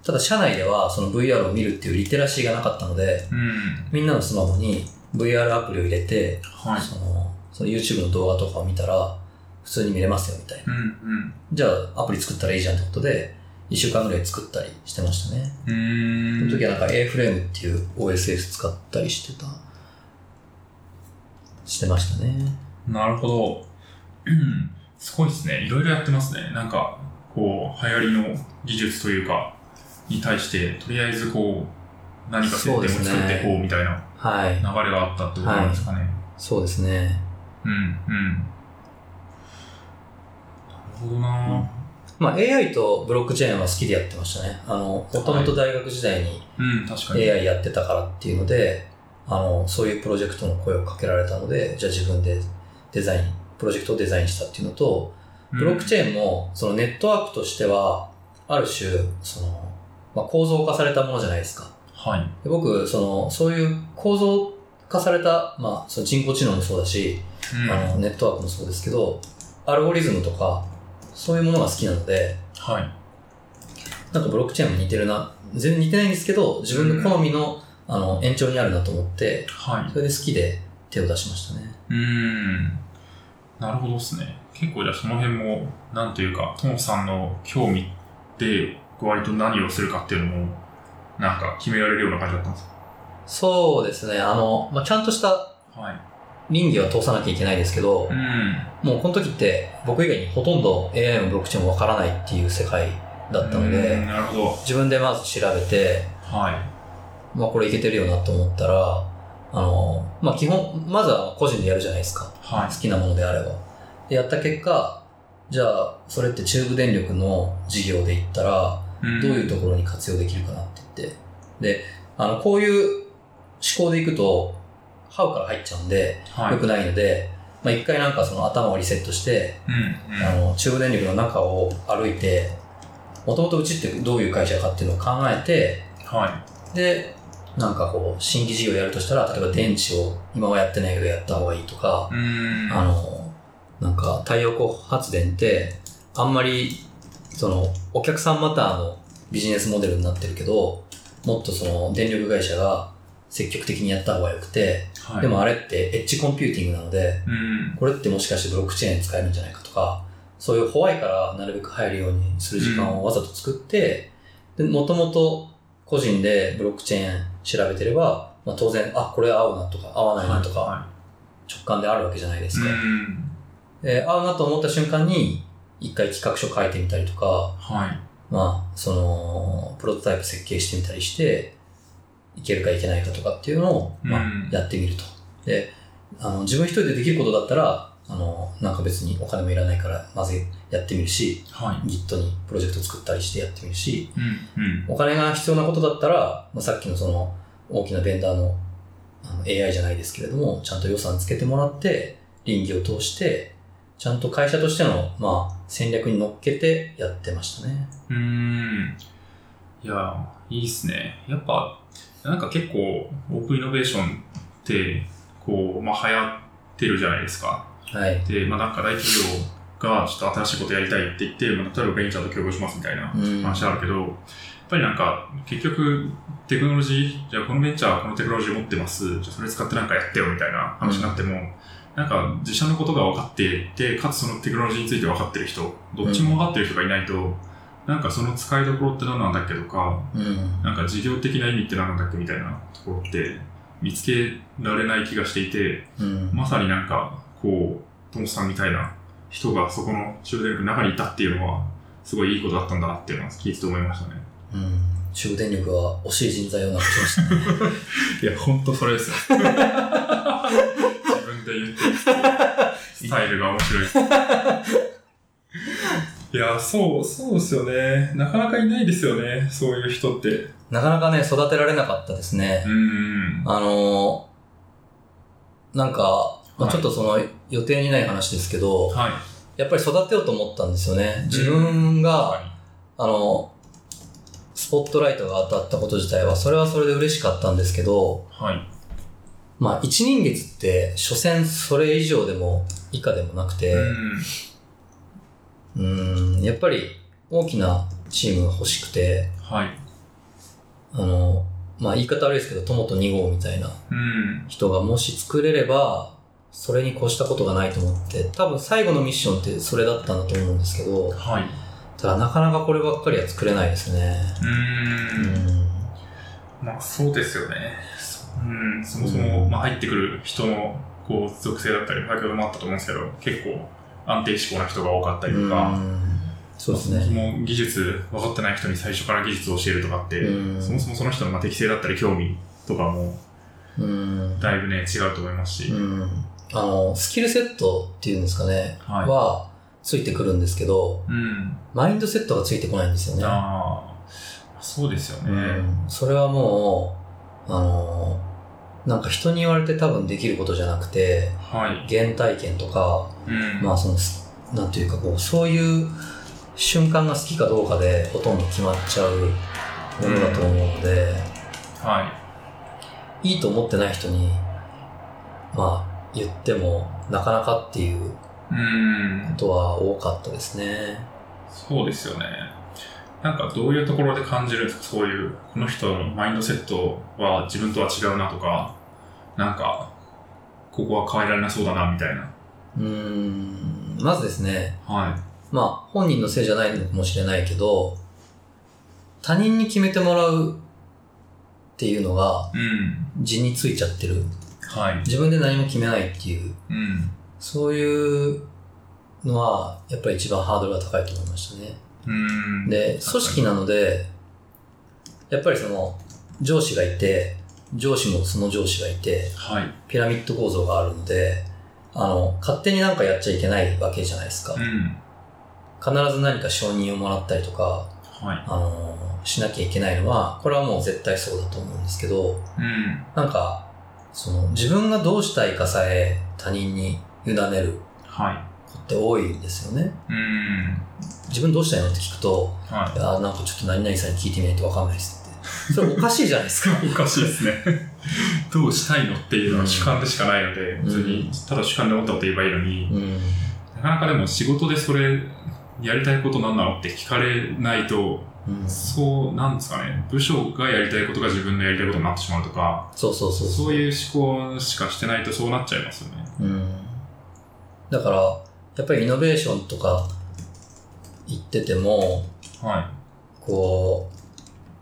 [SPEAKER 1] ただ社内ではその VR を見るっていうリテラシーがなかったので、
[SPEAKER 2] うん。
[SPEAKER 1] みんなのスマホに VR アプリを入れて、
[SPEAKER 2] はい。
[SPEAKER 1] そのその YouTube の動画とかを見たら、普通に見れますよみたいな。
[SPEAKER 2] うんうん。
[SPEAKER 1] じゃあアプリ作ったらいいじゃんってことで、1週間ぐらい作ったりしてましたね。
[SPEAKER 2] うー
[SPEAKER 1] そ
[SPEAKER 2] ん。
[SPEAKER 1] の時はなんか A フレームっていう OSS 使ったりしてた、してましたね。
[SPEAKER 2] なるほど。うんすごいですね。いろいろやってますね。なんか、こう、流行りの技術というか、に対して、とりあえずこう、何か設定
[SPEAKER 1] そう
[SPEAKER 2] を
[SPEAKER 1] です
[SPEAKER 2] 作
[SPEAKER 1] ね
[SPEAKER 2] っていこうみたいな
[SPEAKER 1] はい
[SPEAKER 2] 流れ。があったってことなんですかね。
[SPEAKER 1] そうですね。
[SPEAKER 2] うん、うん。なるほどな
[SPEAKER 1] まあ AI とブロックチェーンは好きでやってましたね。あの、もともと大学時代に
[SPEAKER 2] うん、確かに。
[SPEAKER 1] AI やってたからっていうので、あの、そういうプロジェクトの声をかけられたので、じゃあ自分でデザイン、プロジェクトをデザインしたっていうのと、ブロックチ
[SPEAKER 2] ェ
[SPEAKER 1] ェーンも、そのネットワークとしては、ある種、その、まあ、構造化されたものじゃないですか。
[SPEAKER 2] ーン。はい。
[SPEAKER 1] で僕、その、そういう構造化された、まあ、その人工知能もそうだし、
[SPEAKER 2] うん、
[SPEAKER 1] あの、ネットワークもそうですけど、アルゴリズムとか、そういうものが好きなので、
[SPEAKER 2] はい。
[SPEAKER 1] なんかブロックチェーンも似てるな。全然似てないんですけど、自分の好みの、あの、延長にあるなと思って、
[SPEAKER 2] はい。
[SPEAKER 1] それで好きで手を出しましたね。
[SPEAKER 2] うーん。なるほどですね。結構じゃあその辺も、なんというか、トモさんの興味で、割と何をするかっていうのも、なんか決められるような感じだったんです
[SPEAKER 1] そうですね。あの、まあ、ちゃんとした
[SPEAKER 2] かはい。
[SPEAKER 1] 倫理は通さなきゃいけないですけど、
[SPEAKER 2] うん。
[SPEAKER 1] もうこの時って僕以外にほとんど AI もブロックチェーンもわからないっていう世界だったの
[SPEAKER 2] うーん
[SPEAKER 1] で、
[SPEAKER 2] なるほど。
[SPEAKER 1] 自分でまず調べて、
[SPEAKER 2] はい。
[SPEAKER 1] まあこれいけてるよなと思ったら、あの、まあ基本、まずは個人でやるじゃないですか。
[SPEAKER 2] は
[SPEAKER 1] 好きなものであれば。でやった結果、じゃあそれって中部電力の事業で言ったら、
[SPEAKER 2] い。ん
[SPEAKER 1] どういうところに活用できるかなって言って。で、あの、こういう思考でいくと、ハウから入っちゃうんで、
[SPEAKER 2] はい。
[SPEAKER 1] 良くないので、まあ一回なんかその頭をリセットして、
[SPEAKER 2] うん。うん。
[SPEAKER 1] あの中部電力の中を歩いてもともとうちってどういう会社かっていうのを考えて
[SPEAKER 2] は
[SPEAKER 1] でなんかこう新規事業やるとしたら例えば電池を今はやってないけどやった方がいいとか
[SPEAKER 2] い。う、ーん。
[SPEAKER 1] あのなんか太陽光発電ってあんまりそのお客さんマターのビジネスモデルになってるけどもっとその電力会社が積極的にやった方がよくて、
[SPEAKER 2] はい、
[SPEAKER 1] で、もあれってエッジコンピューティングなので、
[SPEAKER 2] うん。
[SPEAKER 1] これってもしかしてブロックチェーン使えるんじゃないかとか、そういうホワイからなるべく入るようにする時間をわざと作って、で、もともと個人でブロックチェーン調べてれば、まあ当然、あ、これ合うなとか合わないなとか
[SPEAKER 2] は
[SPEAKER 1] 直感であるわけじゃないで
[SPEAKER 2] い。
[SPEAKER 1] す
[SPEAKER 2] う
[SPEAKER 1] か。
[SPEAKER 2] ん。
[SPEAKER 1] で合うなと思った瞬間に、一回企画書書いてみたりとか、
[SPEAKER 2] はい。
[SPEAKER 1] まあ、その、プロトタイプ設計してみたりして、いけるかいけないかとかっていうのを、まあ
[SPEAKER 2] うん、
[SPEAKER 1] やってみると。で、あの、自分一人でできることだったら、あの、なんか別にお金もいらないから、まずやってみるし、
[SPEAKER 2] は
[SPEAKER 1] Git にプロジェクト作ったりしてやってみるし、
[SPEAKER 2] い。うん。うん。
[SPEAKER 1] お金が必要なことだったら、まあ、さっきのその、大きなベンダーのあの AI じゃないですけれども、ちゃんと予算つけてもらって、臨機を通して、ちゃんと会社としての、まあ、戦略に乗っけてやってましたね。
[SPEAKER 2] うーん。いや、いいっすね。やっぱ、なんか結構、オープンイノベーションって、こう、まあ、流行ってるじゃないですか。
[SPEAKER 1] はい。
[SPEAKER 2] で、まあ、なんか大企業がちょっと新しいことやりたいって言って、まあ、例えばベンチャーと競合しますみたいな
[SPEAKER 1] うん
[SPEAKER 2] 話あるけど、やっぱりなんか、結局、テクノロジー、じゃあこのベンチャーはこのテクノロジー持ってます、じゃあそれ使ってなんかやってよみたいな話になっても、なんか自社のことが分かっていて、かつそのテクノロジーについて分かってる人、どっちも分かってる人がいないと、なんかその使いどころって何なんだっけとか、
[SPEAKER 1] うん。
[SPEAKER 2] なんか事業的な意味って何なんだっけみたいなところって見つけられない気がしていて、
[SPEAKER 1] うん。
[SPEAKER 2] まさになんか、こう、トモさんみたいな人がそこの中部電力の中にいたっていうのは、すごいいいことだったんだなっていうのは聞いてて思いましたね。
[SPEAKER 1] うん。中部電力は惜しい人材をなくしましたね。
[SPEAKER 2] いや、ほんとそれですよ。自分で言ってるスタイルが面白いです。いや、そう、そうですよね。なかなかいないですよね。そういう人って。う
[SPEAKER 1] なかなかね、育てられなかったですね。
[SPEAKER 2] ん。
[SPEAKER 1] あのーなんか、ま
[SPEAKER 2] は
[SPEAKER 1] あ、
[SPEAKER 2] い
[SPEAKER 1] ちょっとその予定にない話ですけど、
[SPEAKER 2] はい。
[SPEAKER 1] やっぱり育てようと思ったんですよね。自分が、
[SPEAKER 2] は
[SPEAKER 1] あの、スポットライトが当たったこと自体は、それはそれで嬉しかったんですけど、
[SPEAKER 2] い。はい。
[SPEAKER 1] まあ、一人月って、所詮それ以上でも以下でもなくて、
[SPEAKER 2] うん。
[SPEAKER 1] うん、やっぱり大きなチームが欲しくて、
[SPEAKER 2] はい。
[SPEAKER 1] あの、まあ、言い方悪いですけど、トモト2号みたいな
[SPEAKER 2] うん。
[SPEAKER 1] 人がもし作れれば、それに越したことがないと思って、多分最後のミッションってそれだったんだと思うんですけど、
[SPEAKER 2] はい。う
[SPEAKER 1] ただなかなかこればっかりは作れないですね。う
[SPEAKER 2] ーん。まあ、そうですよね。そうん、そもそも、
[SPEAKER 1] うん
[SPEAKER 2] まあ、入ってくる人の、こう、属性だったり、先ほどもあったと思うんですけど、結構、安定志向な人が多かったりと
[SPEAKER 1] ん。
[SPEAKER 2] か、
[SPEAKER 1] そうです
[SPEAKER 2] そ
[SPEAKER 1] ね。
[SPEAKER 2] もそも技術、分かってない人に最初から技術を教えるとかって、
[SPEAKER 1] うん
[SPEAKER 2] そもそもその人のまあ適性だったり、興味とかも、
[SPEAKER 1] うん。
[SPEAKER 2] だいぶね、違うと思いますし、
[SPEAKER 1] うん。あの、スキルセットっていうんですかね、
[SPEAKER 2] はい。
[SPEAKER 1] はついてくるんですけど、
[SPEAKER 2] うん。
[SPEAKER 1] マインドセットがついてこないんですよね。
[SPEAKER 2] ああ、そうですよね。
[SPEAKER 1] うんそれはもう、あのーなんか人に言われて多分できることじゃなくて、
[SPEAKER 2] はい。
[SPEAKER 1] 原体験とか、
[SPEAKER 2] うん。
[SPEAKER 1] まあその、すなんていうかこう、そういう瞬間が好きかどうかでほとんど決まっちゃうものだと思うので、
[SPEAKER 2] はい。
[SPEAKER 1] いいと思ってない人に、まあ言ってもなかなかっていう
[SPEAKER 2] うん
[SPEAKER 1] こ。とは多かったですね。
[SPEAKER 2] そうですよね。なんかどういうところで感じるんですかそういう、この人のマインドセットは自分とは違うなとか、なんか、ここは変えられなそうだなみたいな。
[SPEAKER 1] うーん、まずですね、
[SPEAKER 2] は
[SPEAKER 1] まあ本人のせいじゃないのかもしれないけど、他人に決めてもらうっていうのが
[SPEAKER 2] い。うん。
[SPEAKER 1] 字についちゃってる。
[SPEAKER 2] はい。
[SPEAKER 1] 自分で何も決めないっていう、
[SPEAKER 2] うん。
[SPEAKER 1] そういうのはやっぱり一番ハードルが高いと思いましたね。
[SPEAKER 2] うん。
[SPEAKER 1] で、組織なので、やっぱりその上司がいて、上司もその上司がいて、
[SPEAKER 2] はい。
[SPEAKER 1] ピラミッド構造があるので、あの、勝手になんかやっちゃいけないわけじゃないですか。
[SPEAKER 2] うん。
[SPEAKER 1] 必ず何か承認をもらったりとか、
[SPEAKER 2] はい。
[SPEAKER 1] あのしなきゃいけないのは、これはもう絶対そうだと思うんですけど、
[SPEAKER 2] うん。
[SPEAKER 1] なんか、その自分がどうしたいかさえ他人に委ねる
[SPEAKER 2] は
[SPEAKER 1] 子って多いんですよね。
[SPEAKER 2] い。うん。
[SPEAKER 1] 自分どうしたいのって聞くと、
[SPEAKER 2] はい
[SPEAKER 1] やなんかちょっと何々さんに聞いてみないとわかんないですって。それおかしいじゃない ですか。
[SPEAKER 2] い。おかしいですね。 どうしたいのっていうのは主観でしかないので、
[SPEAKER 1] ん
[SPEAKER 2] 別に、ただ主観で思ったこと言えばいいのに、
[SPEAKER 1] うん。
[SPEAKER 2] なかなかでも仕事でそれ、やりたいことなんなのって聞かれないと、
[SPEAKER 1] うん、そ
[SPEAKER 2] そうなんですかね、部署がやりたいことが自分のやりたいことになってしまうとか、
[SPEAKER 1] うそうそう
[SPEAKER 2] そういう思考しかしてないとそうなっちゃいますよね。
[SPEAKER 1] うん。だから、やっぱりイノベーションとか言ってても、
[SPEAKER 2] は
[SPEAKER 1] こ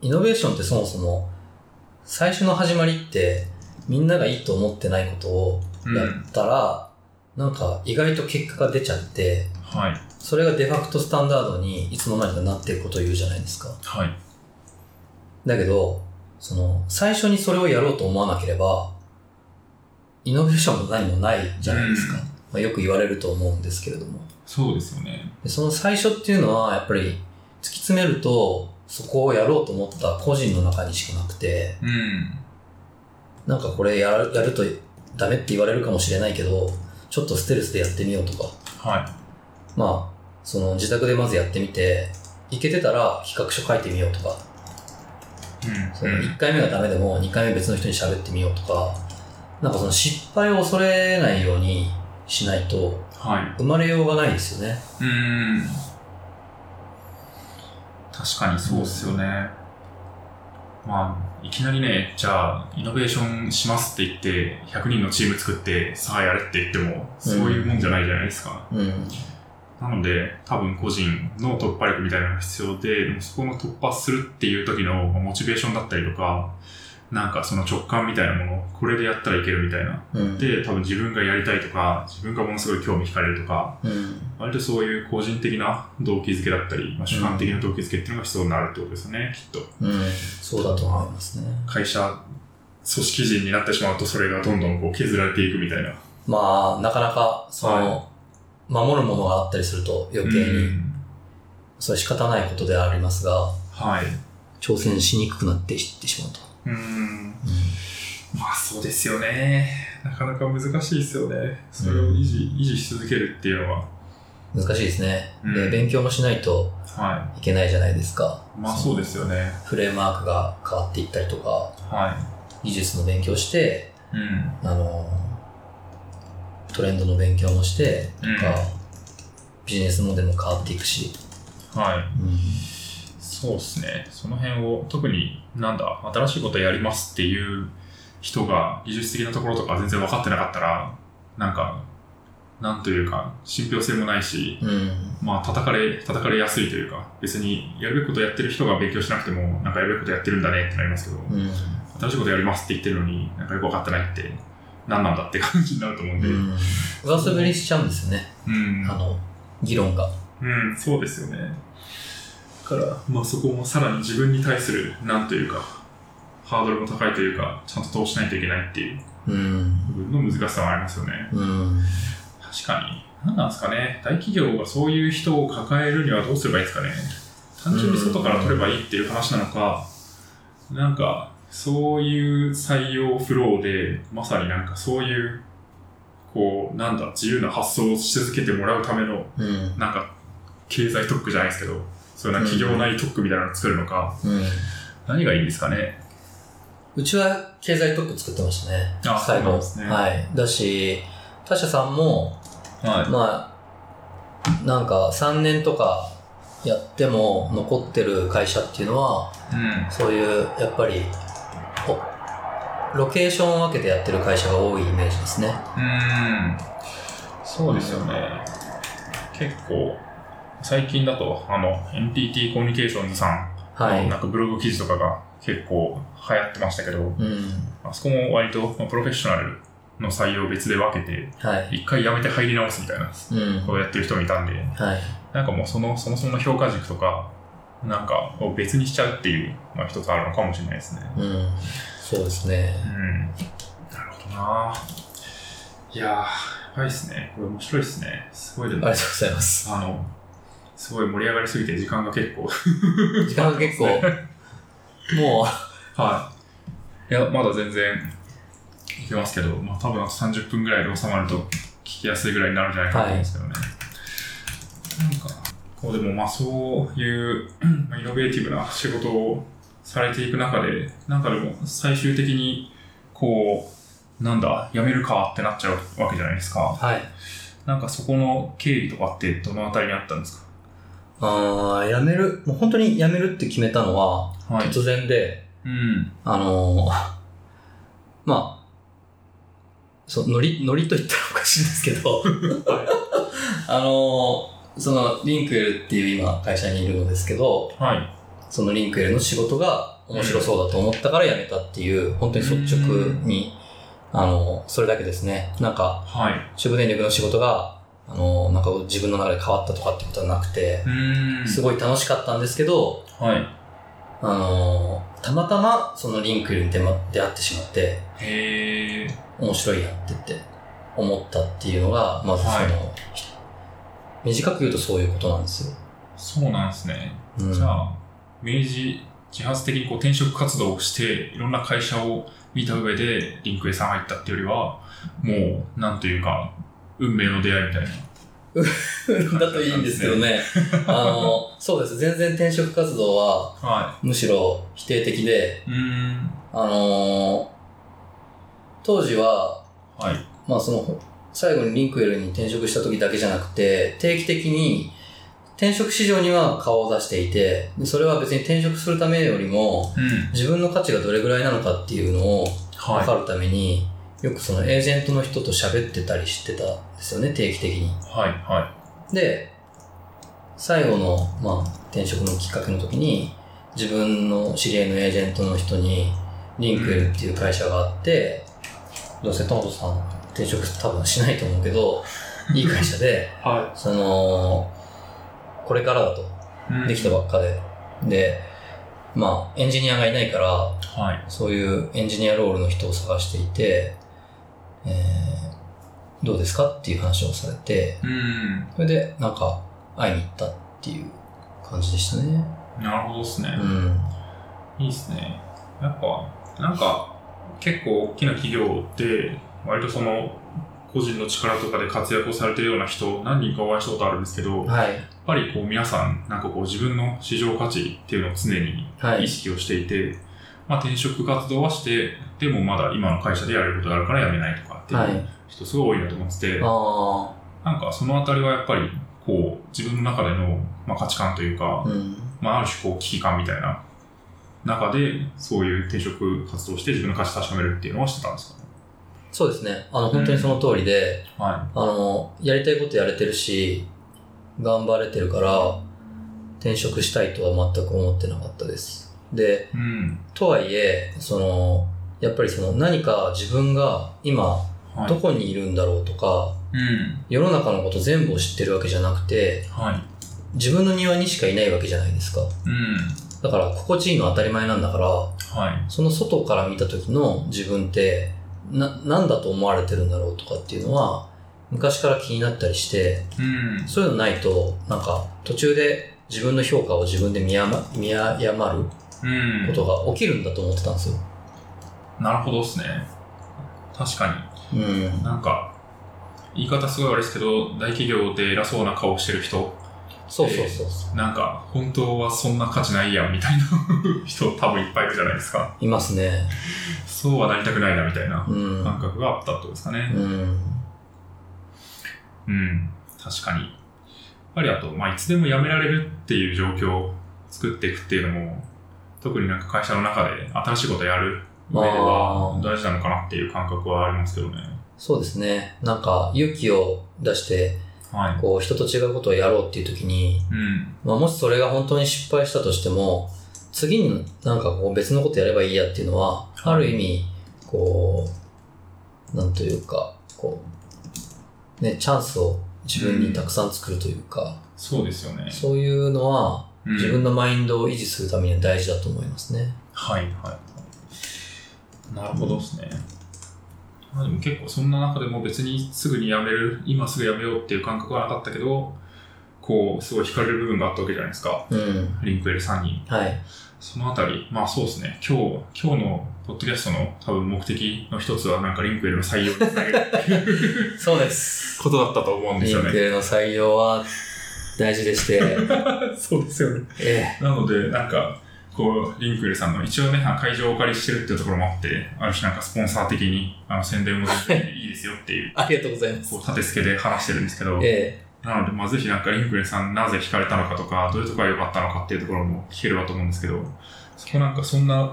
[SPEAKER 1] う、イノベーションってそもそも、最初の始まりって、みんながいいと思ってないことを
[SPEAKER 2] い。うん。
[SPEAKER 1] やったら、なんか意外と結果が出ちゃって、
[SPEAKER 2] はい。
[SPEAKER 1] それがデファクトスタンダードにいつの間にかなっていくことを言うじゃないですか。
[SPEAKER 2] はい。
[SPEAKER 1] だけど、その、最初にそれをやろうと思わなければ、イノベーションも何もないじゃないですか。
[SPEAKER 2] うん
[SPEAKER 1] まあ、よく言われると思うんですけれども。
[SPEAKER 2] そうですよね。
[SPEAKER 1] でその最初っていうのは、やっぱり突き詰めると、そこをやろうと思った個人の中にしかなくて、
[SPEAKER 2] うん。
[SPEAKER 1] なんかこれやるやるとダメって言われるかもしれないけど、ちょっとステルスでやってみようとか、
[SPEAKER 2] は
[SPEAKER 1] まあ、その自宅でまずやってみて、いけてたら企画書書いてみようとか、
[SPEAKER 2] い。
[SPEAKER 1] そ
[SPEAKER 2] うん。
[SPEAKER 1] の1回目がダメでも2回目別の人に喋ってみようとか、なんかその失敗を恐れないようにしないと
[SPEAKER 2] は
[SPEAKER 1] 生まれようがないですよね。
[SPEAKER 2] い。うん。確かにそうですよね。まあ、いきなりね、じゃあ、イノベーションしますって言って、100人のチーム作って、さあやれって言っても、そういうもんじゃないじゃないですか。
[SPEAKER 1] うん。
[SPEAKER 2] なので、多分個人の突破力みたいなのが必要で、でもそこの突破するっていう時のまあモチベーションだったりとか、なんかその直感みたいなもの、これでやったらいけるみたいな。
[SPEAKER 1] うん。
[SPEAKER 2] で、多分自分がやりたいとか、自分がものすごい興味惹かれるとか、
[SPEAKER 1] うん。
[SPEAKER 2] 割とそういう個人的な動機づけだったり、まあ、主観的な動機づけっていうのが必要になるってことですね、きっと。
[SPEAKER 1] うん。そうだと思いますね。
[SPEAKER 2] 会社、組織人になってしまうと、それがどんどんこう削られていくみたいな。
[SPEAKER 1] まあ、なかなか、その、
[SPEAKER 2] は
[SPEAKER 1] 守るものがあったりすると余計
[SPEAKER 2] う
[SPEAKER 1] に、
[SPEAKER 2] ん
[SPEAKER 1] それは仕方ないことではありますが、
[SPEAKER 2] はい。
[SPEAKER 1] 挑戦しにくくなっていってしまうと。
[SPEAKER 2] うん。まあそうですよね。なかなか難しいですよね。それを維持、維持し続けるっていうのは。
[SPEAKER 1] うん難しいですね、で
[SPEAKER 2] うん
[SPEAKER 1] 勉強もしないと
[SPEAKER 2] はい
[SPEAKER 1] けないじゃないですか。
[SPEAKER 2] い。まあそうですよね。
[SPEAKER 1] フレームワークが変わっていったりとか、
[SPEAKER 2] は
[SPEAKER 1] 技術の勉強して、
[SPEAKER 2] い。うん。
[SPEAKER 1] あの、トレンドの勉強もして、と
[SPEAKER 2] うん
[SPEAKER 1] か、ビジネスモデルも変わっていくし、
[SPEAKER 2] はい。
[SPEAKER 1] う
[SPEAKER 2] そうですね。その辺を、特になんだ、新しいことやりますっていう人が技術的なところとか全然分かってなかったら、なんか、なんというか、信憑性もないし、
[SPEAKER 1] うん。
[SPEAKER 2] まあ、叩かれ、叩かれやすいというか、別にやるべきことやってる人が勉強しなくても、なんかやるべきことやってるんだねってなりますけど、
[SPEAKER 1] うん。
[SPEAKER 2] 新しいことやりますって言ってるのに、なんかよく分かってないって、何なんだって感じになると思うん
[SPEAKER 1] う
[SPEAKER 2] で、うん。
[SPEAKER 1] ん。上滑りしちゃうんですよね。あの、議論が。
[SPEAKER 2] うん、そうですよね。だから、まあ、そこもさらに自分に対する、なんというか、ハードルも高いというか、ちゃんと通しないといけないっていう
[SPEAKER 1] うん。
[SPEAKER 2] 部分の難しさはありますよね。
[SPEAKER 1] うん。
[SPEAKER 2] 確かに。何なんですかね。大企業がそういう人を抱えるにはどうすればいいですかね。単純に外から取ればいいっていう話なのか、なんか、そういう採用フローで、まさになんかそういう、こう、なんだ、自由な発想をし続けてもらうための
[SPEAKER 1] うん。
[SPEAKER 2] なんか、経済特区じゃないですけど、そういうなんか企業内特区みたいなのを作るのか、
[SPEAKER 1] うん。
[SPEAKER 2] 何がいいんですかね。
[SPEAKER 1] うちは経済特区作ってましたね。
[SPEAKER 2] あ
[SPEAKER 1] 最
[SPEAKER 2] そうな
[SPEAKER 1] 後。
[SPEAKER 2] んですね
[SPEAKER 1] はい。だし、他社さんも、
[SPEAKER 2] は
[SPEAKER 1] まあ、なんか3年とかやっても残ってる会社っていうのは、
[SPEAKER 2] い。うん。
[SPEAKER 1] そういう、やっぱり、おロケーションを分けてやってる会社が多いイメージですね。
[SPEAKER 2] うん。そうですよね。結構、最近だと、あの、NTT コミュニケーションズさん
[SPEAKER 1] は
[SPEAKER 2] の
[SPEAKER 1] い。
[SPEAKER 2] なんかブログ記事とかが結構流行ってましたけど、
[SPEAKER 1] うん。
[SPEAKER 2] あそこも割と、まあ、プロフェッショナルの採用を別で分けて、
[SPEAKER 1] はい。
[SPEAKER 2] 一回辞めて入り直すみたいな
[SPEAKER 1] うん。
[SPEAKER 2] ことをやってる人もいたんで、
[SPEAKER 1] はい。
[SPEAKER 2] なんかもうそのそもそもの評価軸とか、なんかを別にしちゃうっていう、まあ、一つあるのかもしれないですね。
[SPEAKER 1] うん。そうですね。
[SPEAKER 2] うん。なるほどな。いやー、やばいっすね。これ面白いっすね。すごいで
[SPEAKER 1] あり
[SPEAKER 2] も、
[SPEAKER 1] がとう
[SPEAKER 2] あ
[SPEAKER 1] ございます。
[SPEAKER 2] の、すごい盛り上がりすぎて時間が結構。
[SPEAKER 1] 時間が結構、も
[SPEAKER 2] はい。いや、まだ全然いけますけど、まあ多分あと30分ぐらいで収まると聞きやすいぐらいになるんじゃないかなと思うんですけどね。なんか、こうでもまあそういうまあイノベーティブな仕事をされていく中で、なんかでも最終的にこう、なんだ、辞めるかってなっちゃうわけじゃないです
[SPEAKER 1] う、
[SPEAKER 2] か。
[SPEAKER 1] はい。
[SPEAKER 2] なんかそこの経緯とかってどのあたりにあったんです
[SPEAKER 1] あー辞める、もう本当に辞めるって決めたのは、
[SPEAKER 2] かはい。
[SPEAKER 1] 突然で、
[SPEAKER 2] うん。
[SPEAKER 1] あのー まあ、そう、ノリ、ノリと言ったらおかしいんですけど、 あのーその、リンクエルっていう今、会社にいるのですけど、
[SPEAKER 2] はい。
[SPEAKER 1] そのリンクエルの仕事が面白そうだと思ったから辞めたっていう、本当に率直に、あのーそれだけですね。なんか、
[SPEAKER 2] はい。
[SPEAKER 1] 主婦電力の仕事が、あのーなんか自分の中で変わったとかってことはなくて、
[SPEAKER 2] うん。
[SPEAKER 1] すごい楽しかったんですけど、
[SPEAKER 2] はい。
[SPEAKER 1] あのーたまたまそのリンクエルに出ま出会ってしまって、
[SPEAKER 2] へー。
[SPEAKER 1] 面白いやってって思ったっていうのが、まずその、
[SPEAKER 2] はい
[SPEAKER 1] 短く言うとそういうことなんですよ。
[SPEAKER 2] そうなんですね。
[SPEAKER 1] うん
[SPEAKER 2] じゃあ、明治自発的にこう転職活動をして、いろんな会社を見た上で、リンクエさん入ったっていうよりは、もう、なんというか、運命の出会いみたいな。
[SPEAKER 1] だといいんですけどね。あの、そうです。全然転職活動は、
[SPEAKER 2] は
[SPEAKER 1] むしろ否定的で、
[SPEAKER 2] い。うーん。
[SPEAKER 1] あの当時は、
[SPEAKER 2] はい。
[SPEAKER 1] まあその、最後にリンクエルに転職した時だけじゃなくて、定期的に転職市場には顔を出していて、それは別に転職するためよりも、
[SPEAKER 2] うん。
[SPEAKER 1] 自分の価値がどれぐらいなのかっていうのを分か
[SPEAKER 2] は
[SPEAKER 1] るために、よくそのエージェントの人と喋ってたりしてたんですよね定期的に
[SPEAKER 2] い。はい。は
[SPEAKER 1] で最後の、まあ、転職のきっかけの時に自分の知り合いのエージェントの人にリンクエルっていう会社があって、どうせト本さん転職多分しないと思うけどいい会社で
[SPEAKER 2] い。は
[SPEAKER 1] そのこれからだと
[SPEAKER 2] い。うん
[SPEAKER 1] できたばっかででまあエンジニアがいないから
[SPEAKER 2] はい。
[SPEAKER 1] そういうエンジニアロールの人を探していて、えーどうですかっていう話をされて、
[SPEAKER 2] うん。
[SPEAKER 1] それでなんか会いに行ったっていう感じでしたね。
[SPEAKER 2] なるほどですね
[SPEAKER 1] う。ん。
[SPEAKER 2] いいっすね。やっぱ、なんか、結構大きな企業って、割とその、個人の力とかで活躍をされてるような人、何人かお会いしたことあるんですけど、
[SPEAKER 1] はい。
[SPEAKER 2] やっぱりこう皆さん、なんかこう自分の市場価値っていうのを常に
[SPEAKER 1] はい
[SPEAKER 2] 意。識をしていて、まあ転職活動はして、でもまだ今の会社でやれることがあるから辞めないとかってい
[SPEAKER 1] は
[SPEAKER 2] う
[SPEAKER 1] い。
[SPEAKER 2] 人すごい多いなと思ってて、
[SPEAKER 1] あ
[SPEAKER 2] なんかそのあたりはやっぱりこう自分の中での、まあ、価値観というか
[SPEAKER 1] あ。、うん。
[SPEAKER 2] まあある種こう危機感みたいな中で、そういう転職活動をして自分の価値を確かめるっていうのはしてたんですかね。
[SPEAKER 1] そうですね。あの、本当にその通りで、
[SPEAKER 2] は
[SPEAKER 1] あの、やりたいことやれてるし、頑張れてるから、転職したいとは全く思ってなかったです。で、
[SPEAKER 2] い。うん。
[SPEAKER 1] とはいえ、その、やっぱりその何か自分が今
[SPEAKER 2] はい。
[SPEAKER 1] どこにいるんだろうとか、
[SPEAKER 2] うん。
[SPEAKER 1] 世の中のこと全部を知ってるわけじゃなくて、
[SPEAKER 2] はい。
[SPEAKER 1] 自分の庭にしかいないわけじゃないですか。
[SPEAKER 2] うん。
[SPEAKER 1] だから心地いいのは当たり前なんだから、
[SPEAKER 2] はい。
[SPEAKER 1] その外から見た時の自分って、な、なんだと思われてるんだろうとかっていうのは、昔から気になったりして、
[SPEAKER 2] うん。
[SPEAKER 1] そういうのないと、なんか途中で自分の評価を自分で見誤見誤る
[SPEAKER 2] うん。
[SPEAKER 1] ことが起きるんだと思ってたんですよ。
[SPEAKER 2] なるほどっすね。確か
[SPEAKER 1] うん
[SPEAKER 2] に。。なんか、言い方すごいあれですけど、大企業で偉そうな顔してる人、
[SPEAKER 1] そうそうそうそう。
[SPEAKER 2] なんか、本当はそんな価値ないやんみたいな 人多分いっぱいいるじゃないですか。
[SPEAKER 1] いますね。
[SPEAKER 2] そうはなりたくないなみたいな
[SPEAKER 1] うん。
[SPEAKER 2] 感覚があったってことですかね。
[SPEAKER 1] うん。
[SPEAKER 2] うん。確かに。やっぱりあと、まあ、いつでも辞められるっていう状況を作っていくっていうのも、特になんか会社の中で新しいことやる上では
[SPEAKER 1] あー
[SPEAKER 2] 大事なのかなっていう感覚はありますけどね。
[SPEAKER 1] そうですね。なんか、勇気を出して、
[SPEAKER 2] はい。
[SPEAKER 1] こう、人と違うことをやろうっていう時に、
[SPEAKER 2] うん。
[SPEAKER 1] まあ、もしそれが本当に失敗したとしても、次になんかこう、別のことやればいいやっていうのは、ある意味、こう、なんというか、こう、ね、チャンスを自分にたくさん作るというか、
[SPEAKER 2] そうですよね。
[SPEAKER 1] そういうのは、
[SPEAKER 2] うん
[SPEAKER 1] 自分のマインドを維持するためには大事だと思いますね。
[SPEAKER 2] はいはい。なるほどですね。まあ、でも結構そんな中でも別にすぐに辞める、今すぐ辞めようっていう感覚はなかったけど、こう、すごい惹かれる部分があったわけじゃないですか。
[SPEAKER 1] うん。
[SPEAKER 2] リンクエル3人。
[SPEAKER 1] はい。
[SPEAKER 2] そのあたり、まあそうですね。今日、今日のポッドキャストの多分目的の一つはなんかリンクエルの採用につなげる
[SPEAKER 1] そうです。
[SPEAKER 2] ことだったと思うんです
[SPEAKER 1] リン
[SPEAKER 2] よ
[SPEAKER 1] ク
[SPEAKER 2] ね。
[SPEAKER 1] エルの採用は大事でして、
[SPEAKER 2] そうですよね。
[SPEAKER 1] え
[SPEAKER 2] なので、なんか、こう、リンクエルさんの一応ね、会場をお借りしてるっていうところもあって、ある種なんかスポンサー的にあの宣伝も全然いいですよっていう
[SPEAKER 1] え、ありがとうございます
[SPEAKER 2] こう。立て付けで話してるんですけど、
[SPEAKER 1] え
[SPEAKER 2] なので、まあ、ぜひなんかリンクエルさんなぜ惹かれたのかとか、どういうところが良かったのかっていうところも聞ければと思うんですけど、そこなんかそんな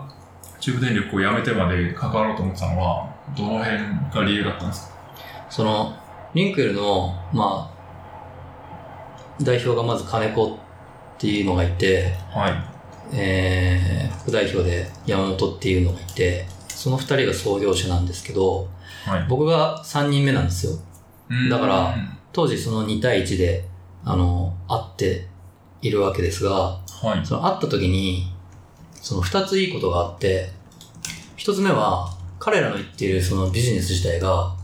[SPEAKER 2] 中部電力をやめてまで関わろうと思ってたのは、どの辺が理由だったんですか
[SPEAKER 1] え、その、リンクエルの、まあ、代表がまず金子っていうのがいて、
[SPEAKER 2] はい。
[SPEAKER 1] えー副代表で山本っていうのがいて、その二人が創業者なんですけど、
[SPEAKER 2] はい。
[SPEAKER 1] 僕が三人目なんですよ。
[SPEAKER 2] うん
[SPEAKER 1] だから
[SPEAKER 2] うん
[SPEAKER 1] 当時その2対1で、あの、会っているわけですが、
[SPEAKER 2] はい。
[SPEAKER 1] その会った時に、その二ついいことがあって、一つ目は、彼らの言っているそのビジネス自体が、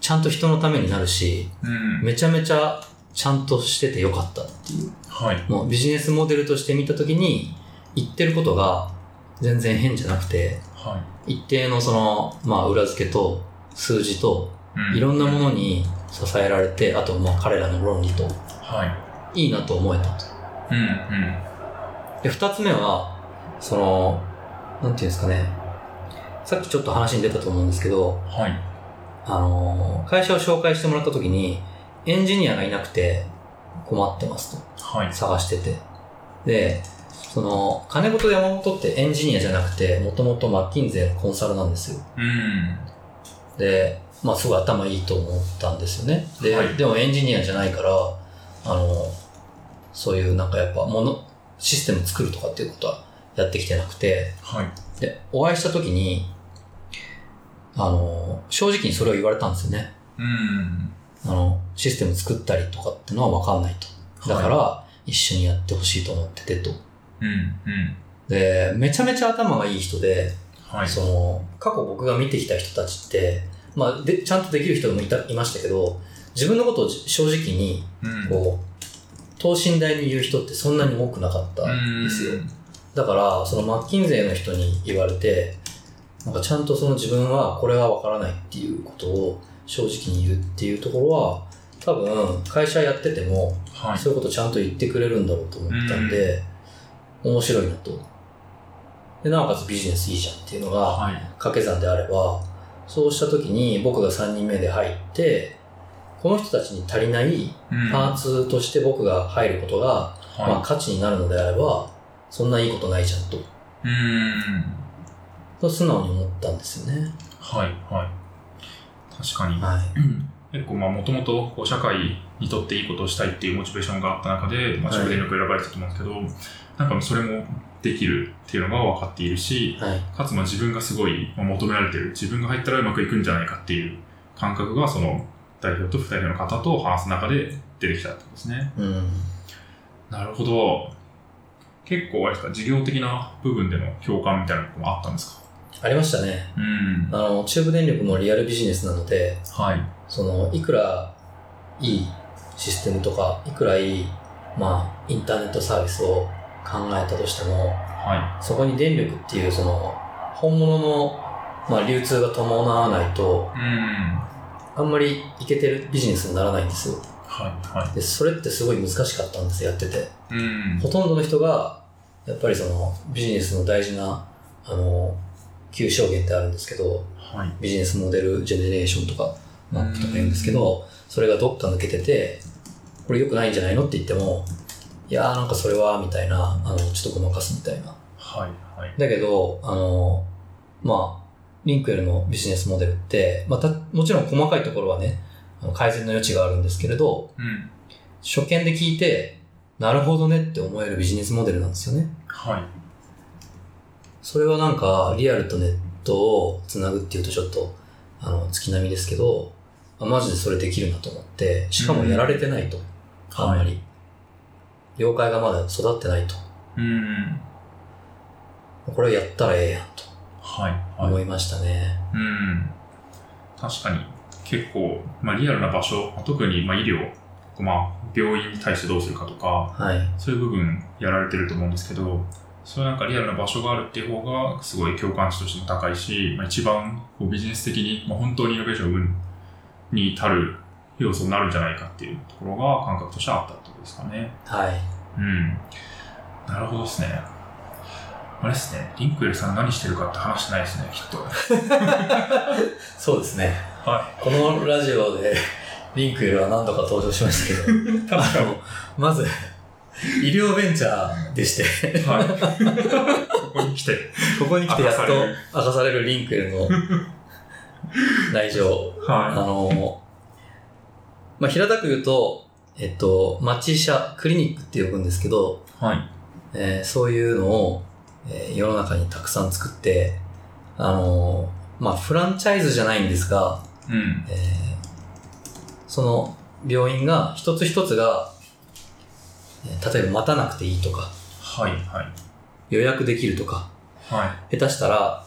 [SPEAKER 1] ちゃんと人のためになるし、
[SPEAKER 2] うん。
[SPEAKER 1] めちゃめちゃちゃんとしててよかったっていう。
[SPEAKER 2] はい。
[SPEAKER 1] もうビジネスモデルとして見た時に、言ってることが全然変じゃなくて、
[SPEAKER 2] は
[SPEAKER 1] 一定のその、まあ裏付けと数字と、
[SPEAKER 2] い。う
[SPEAKER 1] いろんなものに支えられて、あとまあ彼らの論理と、
[SPEAKER 2] はい。
[SPEAKER 1] いいなと思えたと。
[SPEAKER 2] うん。うん。
[SPEAKER 1] で、二つ目は、その、なんていうんですかね、さっきちょっと話に出たと思うんですけど、
[SPEAKER 2] はい。
[SPEAKER 1] あのー、会社を紹介してもらった時に、エンジニアがいなくて困ってますと。
[SPEAKER 2] はい。
[SPEAKER 1] 探してて。で、その、金子と山本ってエンジニアじゃなくて、もともとマッキンゼーのコンサルなんですよ。
[SPEAKER 2] うん。
[SPEAKER 1] で、まあ、すごい頭いいと思ったんですよね。で、
[SPEAKER 2] はい
[SPEAKER 1] でもエンジニアじゃないから、あの、そういうなんかやっぱ、もの、システム作るとかっていうことはやってきてなくて、
[SPEAKER 2] はい。
[SPEAKER 1] で、お会いした時に、あの、正直にそれを言われたんですよね。
[SPEAKER 2] うん。
[SPEAKER 1] あの、システム作ったりとかってのはわかんないと。だから、一緒にやってほしいと思っててと。
[SPEAKER 2] うん。うん。
[SPEAKER 1] で、めちゃめちゃ頭がいい人で、
[SPEAKER 2] はい。
[SPEAKER 1] その、過去僕が見てきた人たちって、まあ、で、ちゃんとできる人もいた、いましたけど、自分のことをじ正直に、
[SPEAKER 2] うん。
[SPEAKER 1] こう、等身大に言う人ってそんなに多くなかったんですよ。だから、そのマッキンゼーの人に言われて、なんかちゃんとその自分はこれはわからないっていうことを正直に言うっていうところは、多分会社やってても、
[SPEAKER 2] はい。
[SPEAKER 1] そういうことちゃんと言ってくれるんだろうと思ったんで、面白いなと。で、なおかつビジネスいいじゃんっていうのが、
[SPEAKER 2] はい。
[SPEAKER 1] 掛け算であればそうした時に僕が3人目で入ってこの人たちに足りない
[SPEAKER 2] うん。
[SPEAKER 1] パー
[SPEAKER 2] ツ。
[SPEAKER 1] ツとして僕が入ることが、まあ、
[SPEAKER 2] は
[SPEAKER 1] 価値になるのであればそんないいことないじゃんと
[SPEAKER 2] い。うん。
[SPEAKER 1] と素直に思ったんですよね
[SPEAKER 2] はい。はい。確かに。
[SPEAKER 1] はい。
[SPEAKER 2] 結構、まあ、もともと、こう、社会にとっていいことをしたいっていうモチベーションがあった中で、まあ、
[SPEAKER 1] はい
[SPEAKER 2] 省電力を選ばれてたと思うんですけど、なんか、それもできるっていうのが分かっているし、
[SPEAKER 1] はい。
[SPEAKER 2] かつ、まあ、自分がすごいまあ求められてる、自分が入ったらうまくいくんじゃないかっていう感覚が、その、代表と副代表の方と話す中で出てきたってことですね。
[SPEAKER 1] うん。
[SPEAKER 2] なるほど。結構、あれですか、事業的な部分での共感みたいなこともあったんですか
[SPEAKER 1] ありましたね。
[SPEAKER 2] うん。
[SPEAKER 1] あの、中部電力もリアルビジネスなので、
[SPEAKER 2] はい。
[SPEAKER 1] そのいくらいいシステムとかいくらいい、まあ、インターネットサービスを考えたとしても
[SPEAKER 2] は
[SPEAKER 1] そこに電力っていうその本物の、まあ、流通が伴わないと
[SPEAKER 2] い。うん。
[SPEAKER 1] あんまりいけてるビジネスにならないんですよ
[SPEAKER 2] はい。は
[SPEAKER 1] でそれってすごい難しかったんですやってて
[SPEAKER 2] い。うん。
[SPEAKER 1] ほとんどの人がやっぱりそのビジネスの大事なあの旧証言ってあるんですけど
[SPEAKER 2] はい。
[SPEAKER 1] ビジネスモデルジェネレーションとか、マップとか言うんですけど、それがどっか抜けてて、これ良くないんじゃないのって言っても、いやーなんかそれは、みたいな、あの、ちょっとごまかすみたいな。
[SPEAKER 2] はい。はい。
[SPEAKER 1] だけど、あの、まあ、リンクエルのビジネスモデルって、また、もちろん細かいところはね、あの改善の余地があるんですけれど、
[SPEAKER 2] うん。
[SPEAKER 1] 初見で聞いて、なるほどねって思えるビジネスモデルなんですよね。
[SPEAKER 2] はい。
[SPEAKER 1] それはなんか、リアルとネットをつなぐっていうとちょっと、あの、月並みですけど、あマジでそれできるなと思って、しかもやられてないと、あんまり。業界がまだ育ってないと。
[SPEAKER 2] うん。
[SPEAKER 1] これをやったらええやんと
[SPEAKER 2] はい。は
[SPEAKER 1] 思
[SPEAKER 2] い。
[SPEAKER 1] いましたね。
[SPEAKER 2] うん。確かに、結構、まあ、リアルな場所、特に、まあ、医療、まあ、病院に対してどうするかとか、
[SPEAKER 1] はい。
[SPEAKER 2] そういう部分やられてると思うんですけど、そういうなんかリアルな場所があるっていう方が、すごい共感値としても高いし、まあ、一番こうビジネス的に、まあ、本当にイノベーションに至る要素になるんじゃないかっていうところが感覚としてあったってことですかね。
[SPEAKER 1] はい。
[SPEAKER 2] うん。なるほどですね。あれですね、リンクエルさん何してるかって話してないですね、きっと。
[SPEAKER 1] そうですね。
[SPEAKER 2] は
[SPEAKER 1] このラジオで、リンクエルは何度か登場しました けど、
[SPEAKER 2] い。確
[SPEAKER 1] あの、まず、医療ベンチャーでして、
[SPEAKER 2] に。はい。ここに来て。
[SPEAKER 1] ここに来てやっと
[SPEAKER 2] 明かされる
[SPEAKER 1] 明かされるリンクエルの内情あ
[SPEAKER 2] は
[SPEAKER 1] の、まあ、平たく言うと、えっと、町医者、クリニックって呼ぶんですけど、
[SPEAKER 2] い。はい。
[SPEAKER 1] えーそういうのを、えー世の中にたくさん作って、あの、まあ、フランチャイズじゃないんですが、
[SPEAKER 2] うん。
[SPEAKER 1] えーその病院が一つ一つが、えー例えば待たなくていいとか、
[SPEAKER 2] はい、はい。
[SPEAKER 1] 予約できるとか、
[SPEAKER 2] は
[SPEAKER 1] 下手したら、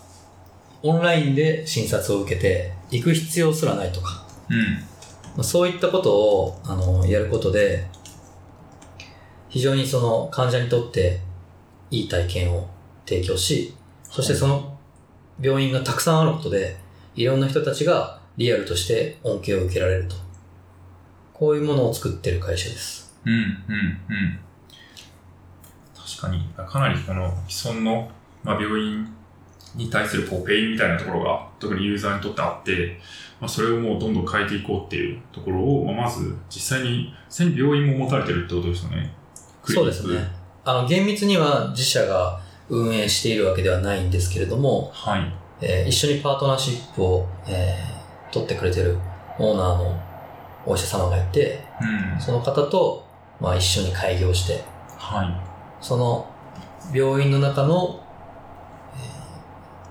[SPEAKER 1] オンラインで診察を受けて、行く必要すらないとか、
[SPEAKER 2] い。うん。
[SPEAKER 1] まあそういったことをあのやることで、非常にその患者にとっていい体験を提供し、そしてその病院がたくさんあることで、いろんな人たちがリアルとして恩恵を受けられると。こういうものを作ってる会社です。
[SPEAKER 2] うん、うん、うん。確かに、かなりこの既存の、まあ、病院に対するこうペインみたいなところが、特にユーザーにとってあって、まあ、それをもうどんどん変えていこうっていうところを、まあ、まず実際に、実際に病院も持たれてるってことですよね。クリ
[SPEAKER 1] そう
[SPEAKER 2] ニッ
[SPEAKER 1] で
[SPEAKER 2] ク
[SPEAKER 1] すね。。あの、厳密には自社が運営しているわけではないんですけれども、
[SPEAKER 2] はい。
[SPEAKER 1] えー一緒にパートナーシップを、えー取ってくれてるオーナーのお医者様がいて、
[SPEAKER 2] うん。
[SPEAKER 1] その方と、まあ、一緒に開業して、
[SPEAKER 2] は
[SPEAKER 1] その病院の中の、えー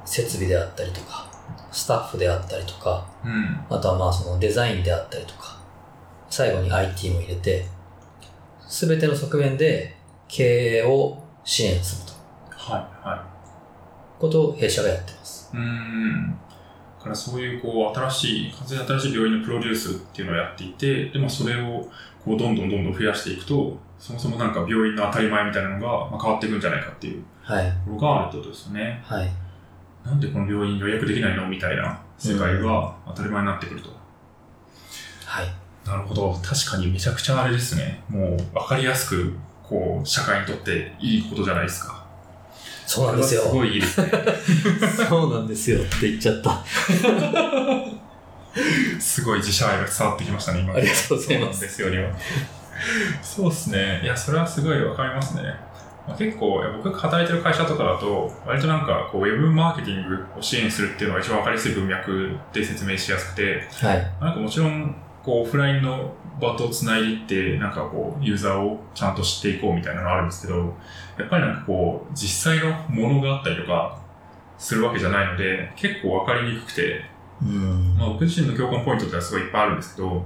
[SPEAKER 1] 設備であったりとか、スタッフであったりとか、
[SPEAKER 2] い。うん。
[SPEAKER 1] あとはまあそのデザインであったりとか、最後に IT も入れて、すべての側面で経営を支援するという
[SPEAKER 2] はい。は
[SPEAKER 1] ことを弊社がやってます。
[SPEAKER 2] い。うん。だからそういう、こう、新しい、完全に新しい病院のプロデュースっていうのをやっていて、で、まあ、それを、こう、どんどんどんどん増やしていくと、そもそもなんか病院の当たり前みたいなのが、まあ、変わっていくんじゃないかっていう
[SPEAKER 1] はい。
[SPEAKER 2] ところがあるってことですよね。
[SPEAKER 1] はい。
[SPEAKER 2] なんでこの病院予約できないのみたいな世界が当たり前になってくると。
[SPEAKER 1] はい。
[SPEAKER 2] なるほど。確かにめちゃくちゃあれですね。もう、わかりやすく、こう、社会にとっていいことじゃないですか。
[SPEAKER 1] そうなんですよ。
[SPEAKER 2] これはすごいいいですね。
[SPEAKER 1] そうなんですよって言っちゃった。あ
[SPEAKER 2] すごい自社愛が伝わってきましたね、今。
[SPEAKER 1] りがとうございます。
[SPEAKER 2] ですよ、ね。そうですね。いや、それはすごいわかりますね。まあ、結構、いや僕が働いてる会社とかだと、割となんかこう、ウェブマーケティングを支援するっていうのが一番わかりやすい文脈で説明しやすくて、
[SPEAKER 1] はい。
[SPEAKER 2] なんかもちろん、こう、オフラインの場とつないでいって、なんかこう、ユーザーをちゃんと知っていこうみたいなのがあるんですけど、やっぱりなんかこう、実際のものがあったりとか、するわけじゃないので、結構わかりにくくて、
[SPEAKER 1] うん。
[SPEAKER 2] まあ、僕自身の共感ポイントってのはすごいいっぱいあるんですけど、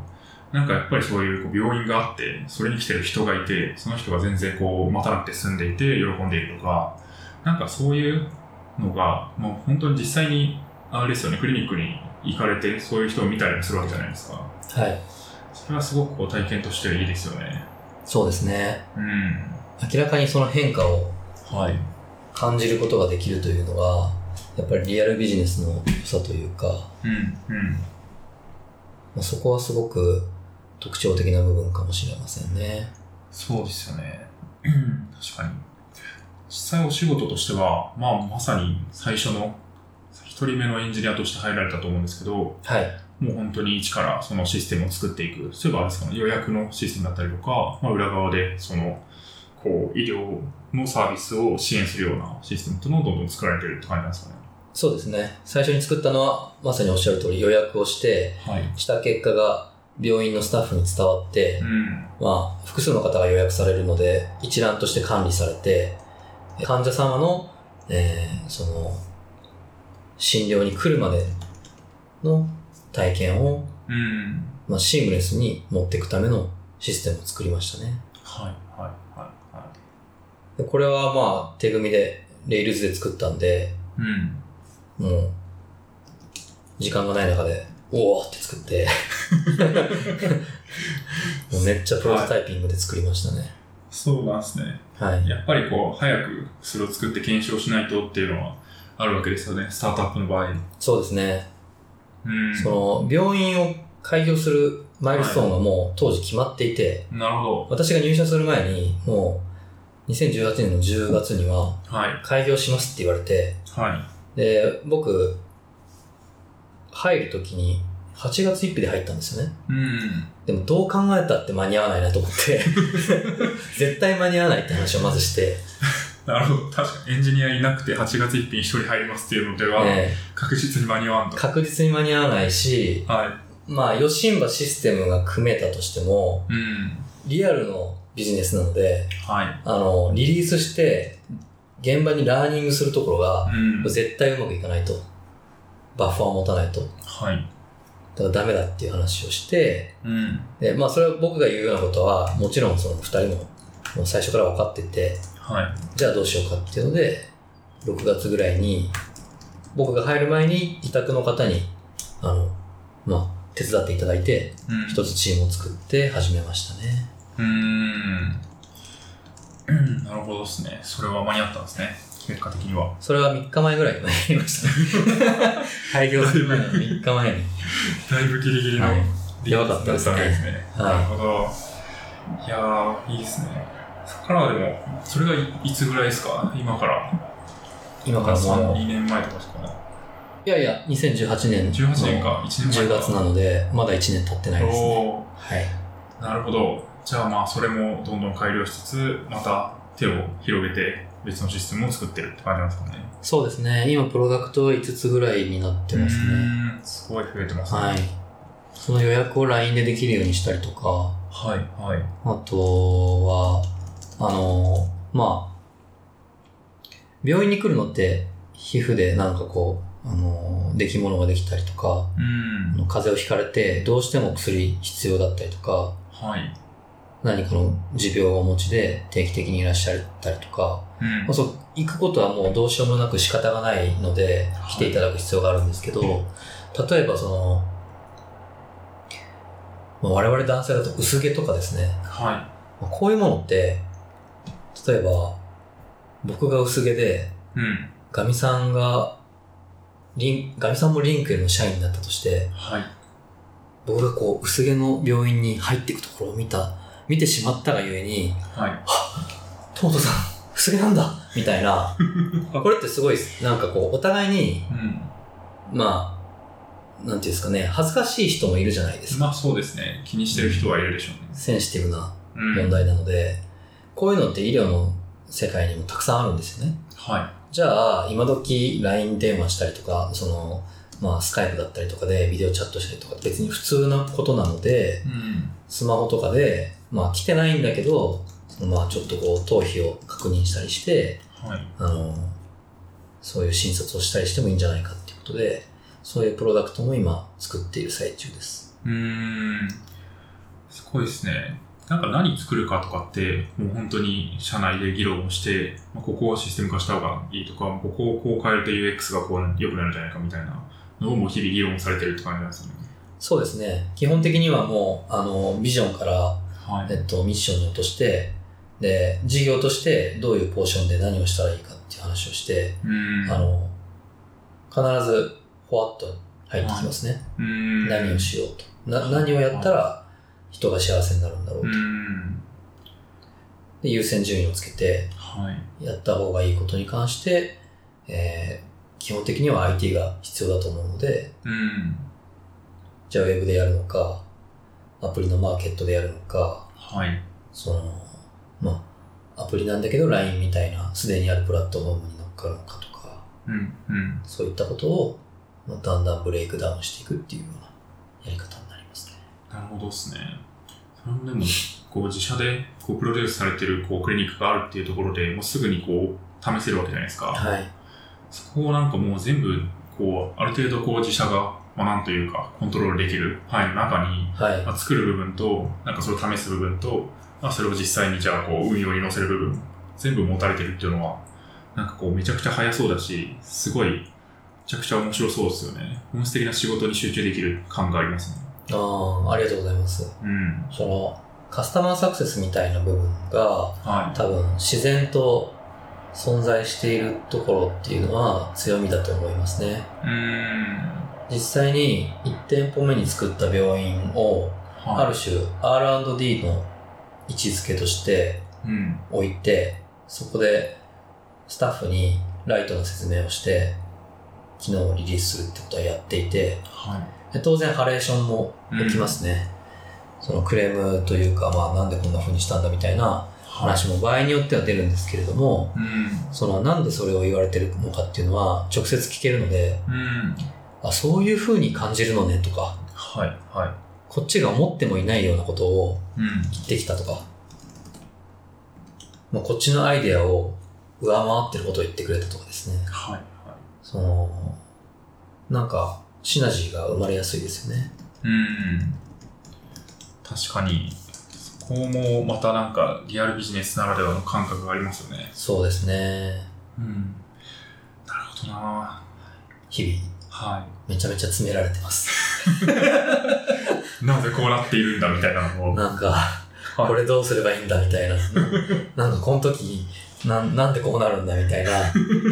[SPEAKER 2] なんかやっぱりそういうこう病院があって、それに来てる人がいて、その人が全然こう待たなくて済んでいて喜んでいるとか、なんかそういうのが、もう本当に実際に、あれですよね、クリニックに行かれて、そういう人を見たりもするわけじゃないですか。
[SPEAKER 1] はい。
[SPEAKER 2] それはすごくこう体験としていいですよね。
[SPEAKER 1] そうですね。
[SPEAKER 2] うん。
[SPEAKER 1] 明らかにその変化を
[SPEAKER 2] はい。
[SPEAKER 1] 感じることができるというのが、やっぱりリアルビジネスの良さというか、
[SPEAKER 2] うん、うん。
[SPEAKER 1] まあ、そこはすごく特徴的な部分かもしれませんね。
[SPEAKER 2] そうですよ ね。うん確かに。実際お仕事としては、まあまさに最初の一人目のエンジニアとして入られたと思うんですけど、も
[SPEAKER 1] はい。
[SPEAKER 2] う本当に一からそのシステムを作っていく。そういえばあれですかね、予約のシステムだったりとか、まあ裏側でその、こう、医療のサービスを支援するようなシステムっていうのをどんどん作られてるって感じなんですかね。
[SPEAKER 1] そうですね。最初に作ったのは、まさにおっしゃる通り予約をして、
[SPEAKER 2] はい。
[SPEAKER 1] した結果が病院のスタッフに伝わって
[SPEAKER 2] う、ん。
[SPEAKER 1] まあ、複数の方が予約されるので、一覧として管理されて、患者様の、えーその、診療に来るまでの体験を、
[SPEAKER 2] うん。
[SPEAKER 1] まあ、シームレスに持っていくためのシステムを作りましたね。
[SPEAKER 2] はい、はい、はい、は
[SPEAKER 1] でこれはまあ、手組みで、レイルズで作ったんで、
[SPEAKER 2] い。うん。
[SPEAKER 1] もう、時間がない中で、おおって作って、もうめっちゃプロトタイピングで作りましたね。
[SPEAKER 2] そうなんですね。
[SPEAKER 1] はい。
[SPEAKER 2] やっぱりこう、早くそれを作って検証しないとっていうのはあるわけですよね、スタートアップの場合。
[SPEAKER 1] そうですね。
[SPEAKER 2] うん。
[SPEAKER 1] その、病院を開業するマイルストーンがもう当時決まっていて、
[SPEAKER 2] なるほど。
[SPEAKER 1] 私が入社する前に、もう、2018年の10月には、
[SPEAKER 2] はい。
[SPEAKER 1] 開業しますって言われて、
[SPEAKER 2] は
[SPEAKER 1] で、僕、入るときに、8月1日で入ったんですよね。
[SPEAKER 2] い。うん。
[SPEAKER 1] でもどう考えたって間に合わないなと思って、絶対間に合わないって話をまずして、
[SPEAKER 2] なるほど。確かにエンジニアいなくて8月1日に1人入りますっていうのでは、
[SPEAKER 1] え
[SPEAKER 2] 確実に間に合わん
[SPEAKER 1] え
[SPEAKER 2] と。
[SPEAKER 1] 確実に間に合わないし、
[SPEAKER 2] は
[SPEAKER 1] まあ、ヨシンバシステムが組めたとしても、
[SPEAKER 2] い。うん。
[SPEAKER 1] リアルのビジネスなので、
[SPEAKER 2] はい。
[SPEAKER 1] あの、リリースして、現場にラーニングするところが、
[SPEAKER 2] うん。
[SPEAKER 1] 絶対うまくいかないと。バッファーを持たないと。だ
[SPEAKER 2] はい。
[SPEAKER 1] からダメだっていう話をして、
[SPEAKER 2] うん。
[SPEAKER 1] で、まあ、それは僕が言うようなことは、もちろんその二人も、もう最初から分かってて、
[SPEAKER 2] はい。
[SPEAKER 1] じゃあどうしようかっていうので、6月ぐらいに、僕が入る前に委託の方に、あの、まあ、手伝っていただいて、
[SPEAKER 2] うん。
[SPEAKER 1] 一つチームを作って始めましたね。
[SPEAKER 2] うーん。うんなるほどですね。それは間に合ったんですね。結果的には。
[SPEAKER 1] それは3日前ぐらいにやりました ね。開業する前の3日前に。
[SPEAKER 2] だいぶギリギリの、
[SPEAKER 1] はい
[SPEAKER 2] リリース
[SPEAKER 1] やばかったですね
[SPEAKER 2] だわけですね。
[SPEAKER 1] はい
[SPEAKER 2] なるほど。いやー、いいですね。そこからはでも、それがいいつぐらいですか今から。
[SPEAKER 1] 今からもう、
[SPEAKER 2] 2年前とかですかね。
[SPEAKER 1] いやいや、2018年の
[SPEAKER 2] 18年か、1年前
[SPEAKER 1] 10
[SPEAKER 2] か。
[SPEAKER 1] 月なので、まだ1年経ってないですね。
[SPEAKER 2] お
[SPEAKER 1] はい。
[SPEAKER 2] ーなるほど。じゃあまあ、それもどんどん改良しつつ、また手を広げて、別のシステムを作ってるって感じなんですかね。
[SPEAKER 1] そうですね。今、プロダクトは5つぐらいになってます
[SPEAKER 2] う
[SPEAKER 1] ね。
[SPEAKER 2] ーんすごい増えてますね。
[SPEAKER 1] はい。その予約を LINE でできるようにしたりとか、
[SPEAKER 2] はい、はい。
[SPEAKER 1] あとは、あの、まあ、病院に来るのって、皮膚でなんかこう、あの、出来物ができたりとか、
[SPEAKER 2] うん
[SPEAKER 1] あ。の風邪をひかれて、どうしても薬必要だったりとか、
[SPEAKER 2] はい。
[SPEAKER 1] 何かの持病をお持ちで定期的にいらっしゃったりとか、
[SPEAKER 2] うん
[SPEAKER 1] まあ、。そう、行くことはもうどうしようもなく仕方がないので、来ていただく必要があるんですけど、例えばその、まあ、我々男性だと薄毛とかですね、
[SPEAKER 2] は
[SPEAKER 1] まあこういうものって、例えば、僕が薄毛で、
[SPEAKER 2] い。うん。
[SPEAKER 1] ガミさんが、リン、ガミさんもリンクへの社員になったとして、
[SPEAKER 2] はい。
[SPEAKER 1] 僕がこう、薄毛の病院に入っていくところを見た、見てしまったがゆえに、
[SPEAKER 2] はい。
[SPEAKER 1] トモトさん、薄毛なんだみたい な、これってすごい、なんかこう、お互いに、
[SPEAKER 2] うん。
[SPEAKER 1] まあ、なんていうんですかね、恥ずかしい人もいるじゃないですか。
[SPEAKER 2] まあそうですね。気にしてる人はいるでしょうね。
[SPEAKER 1] センシティブな
[SPEAKER 2] うん
[SPEAKER 1] 問題なので、こういうのって医療の世界にもたくさんあるんですよね。
[SPEAKER 2] はい。
[SPEAKER 1] じゃあ、今時 LINE 電話したりとか、その、まあ、スカイプだったりとかでビデオチャットしたりとか、別に普通なことなので、
[SPEAKER 2] うん。
[SPEAKER 1] スマホとかで、まあ、来てないんだけど、そのまあ、ちょっとこう、頭皮を確認したりして、
[SPEAKER 2] はい。
[SPEAKER 1] あの、そういう診察をしたりしてもいいんじゃないかっていうことで、そういうプロダクトも今作っている最中です。
[SPEAKER 2] うーん。すごいですね。なんか何作るかとかって、もう本当に社内で議論をして、まあここをシステム化した方がいいとか、ここをこう変えると UX がこう良くなるんじゃないかみたいなのをもう日々議論されてるって感じなんですよね。
[SPEAKER 1] そうですね。基本的にはもう、あの、ビジョンから、
[SPEAKER 2] はい。
[SPEAKER 1] えっと、ミッションに落として、で、事業としてどういうポーションで何をしたらいいかっていう話をして、
[SPEAKER 2] うーん。
[SPEAKER 1] あの、必ず、フォワットに入ってきますね。
[SPEAKER 2] うーん。
[SPEAKER 1] 何をしようと。な何をやったら人が幸せになるんだろう
[SPEAKER 2] う
[SPEAKER 1] と
[SPEAKER 2] ー。ん。
[SPEAKER 1] で優先順位をつけて、
[SPEAKER 2] はい。
[SPEAKER 1] やった方がいいことに関して、えー基本的には IT が必要だと思うので、
[SPEAKER 2] うん。
[SPEAKER 1] じゃあウェブでやるのか、アプリのマーケットでやるのか、
[SPEAKER 2] はい。
[SPEAKER 1] その、まあ、アプリなんだけど LINE みたいな、すでにあるプラットフォームに乗っかるのかとか、
[SPEAKER 2] うん。うん。
[SPEAKER 1] そういったことを、まあだんだんブレイクダウンしていくっていうようなやり方になりますね。
[SPEAKER 2] なるほどですね。それもでも、こう自社でこうプロデュースされてるこうクリニックがあるっていうところでもうすぐにこう試せるわけじゃないですか。
[SPEAKER 1] はい。
[SPEAKER 2] そこをなんかもう全部、こう、ある程度こう自社が、まあなんというか、コントロールできる範囲の中に、
[SPEAKER 1] はい。
[SPEAKER 2] まあ、作る部分と、なんかそれを試す部分と、まあ、それを実際にじゃあこう運用に載せる部分、全部持たれてるっていうのは、なんかこうめちゃくちゃ早そうだし、すごい、めちゃくちゃ面白そうですよね。本質的な仕事に集中できる感がありますね。
[SPEAKER 1] あーありがとうございます。
[SPEAKER 2] うん。
[SPEAKER 1] その、カスタマーサクセスみたいな部分が、
[SPEAKER 2] は
[SPEAKER 1] 多分自然と存在しているところっていうのは強みだと思いますね
[SPEAKER 2] い。うーん。
[SPEAKER 1] 実際に1店舗目に作った病院をあ
[SPEAKER 2] は
[SPEAKER 1] る種 R&D の位置づけとして
[SPEAKER 2] い。うん。
[SPEAKER 1] 置いてそこでスタッフにライトの説明をして機能をリリースするってことはやっていて
[SPEAKER 2] は
[SPEAKER 1] で当然ハレーションも
[SPEAKER 2] い。。
[SPEAKER 1] 起きますすね、そのクレームというか、まあ、なんでこんな風にしたんだみたいな
[SPEAKER 2] はい。
[SPEAKER 1] 話も場合によっては出るんですけれども、
[SPEAKER 2] うん。
[SPEAKER 1] そのなんでそれを言われてるのかっていうのは直接聞けるので
[SPEAKER 2] うん。
[SPEAKER 1] あそういう風に感じるのねとか
[SPEAKER 2] はい。は
[SPEAKER 1] こっちが思ってもいないようなことを
[SPEAKER 2] い。うん。
[SPEAKER 1] 言ってきたとか、まあ、こっちのアイデアを上回ってることを言ってくれたとかですね
[SPEAKER 2] はい。
[SPEAKER 1] そのなんかシナジーが生まれやすいですよね
[SPEAKER 2] うん。確かに、そこもまたなんかリアルビジネスならではの感覚がありますよね。
[SPEAKER 1] そうですね
[SPEAKER 2] うん。なるほどな
[SPEAKER 1] 日々
[SPEAKER 2] は
[SPEAKER 1] めちゃめちゃ詰められてます
[SPEAKER 2] い。なぜこうなっているんだみたいなのを。
[SPEAKER 1] なんか
[SPEAKER 2] はい
[SPEAKER 1] これどうすればいいんだみたい なななんかこの時なんなんでこうなるんだみたいな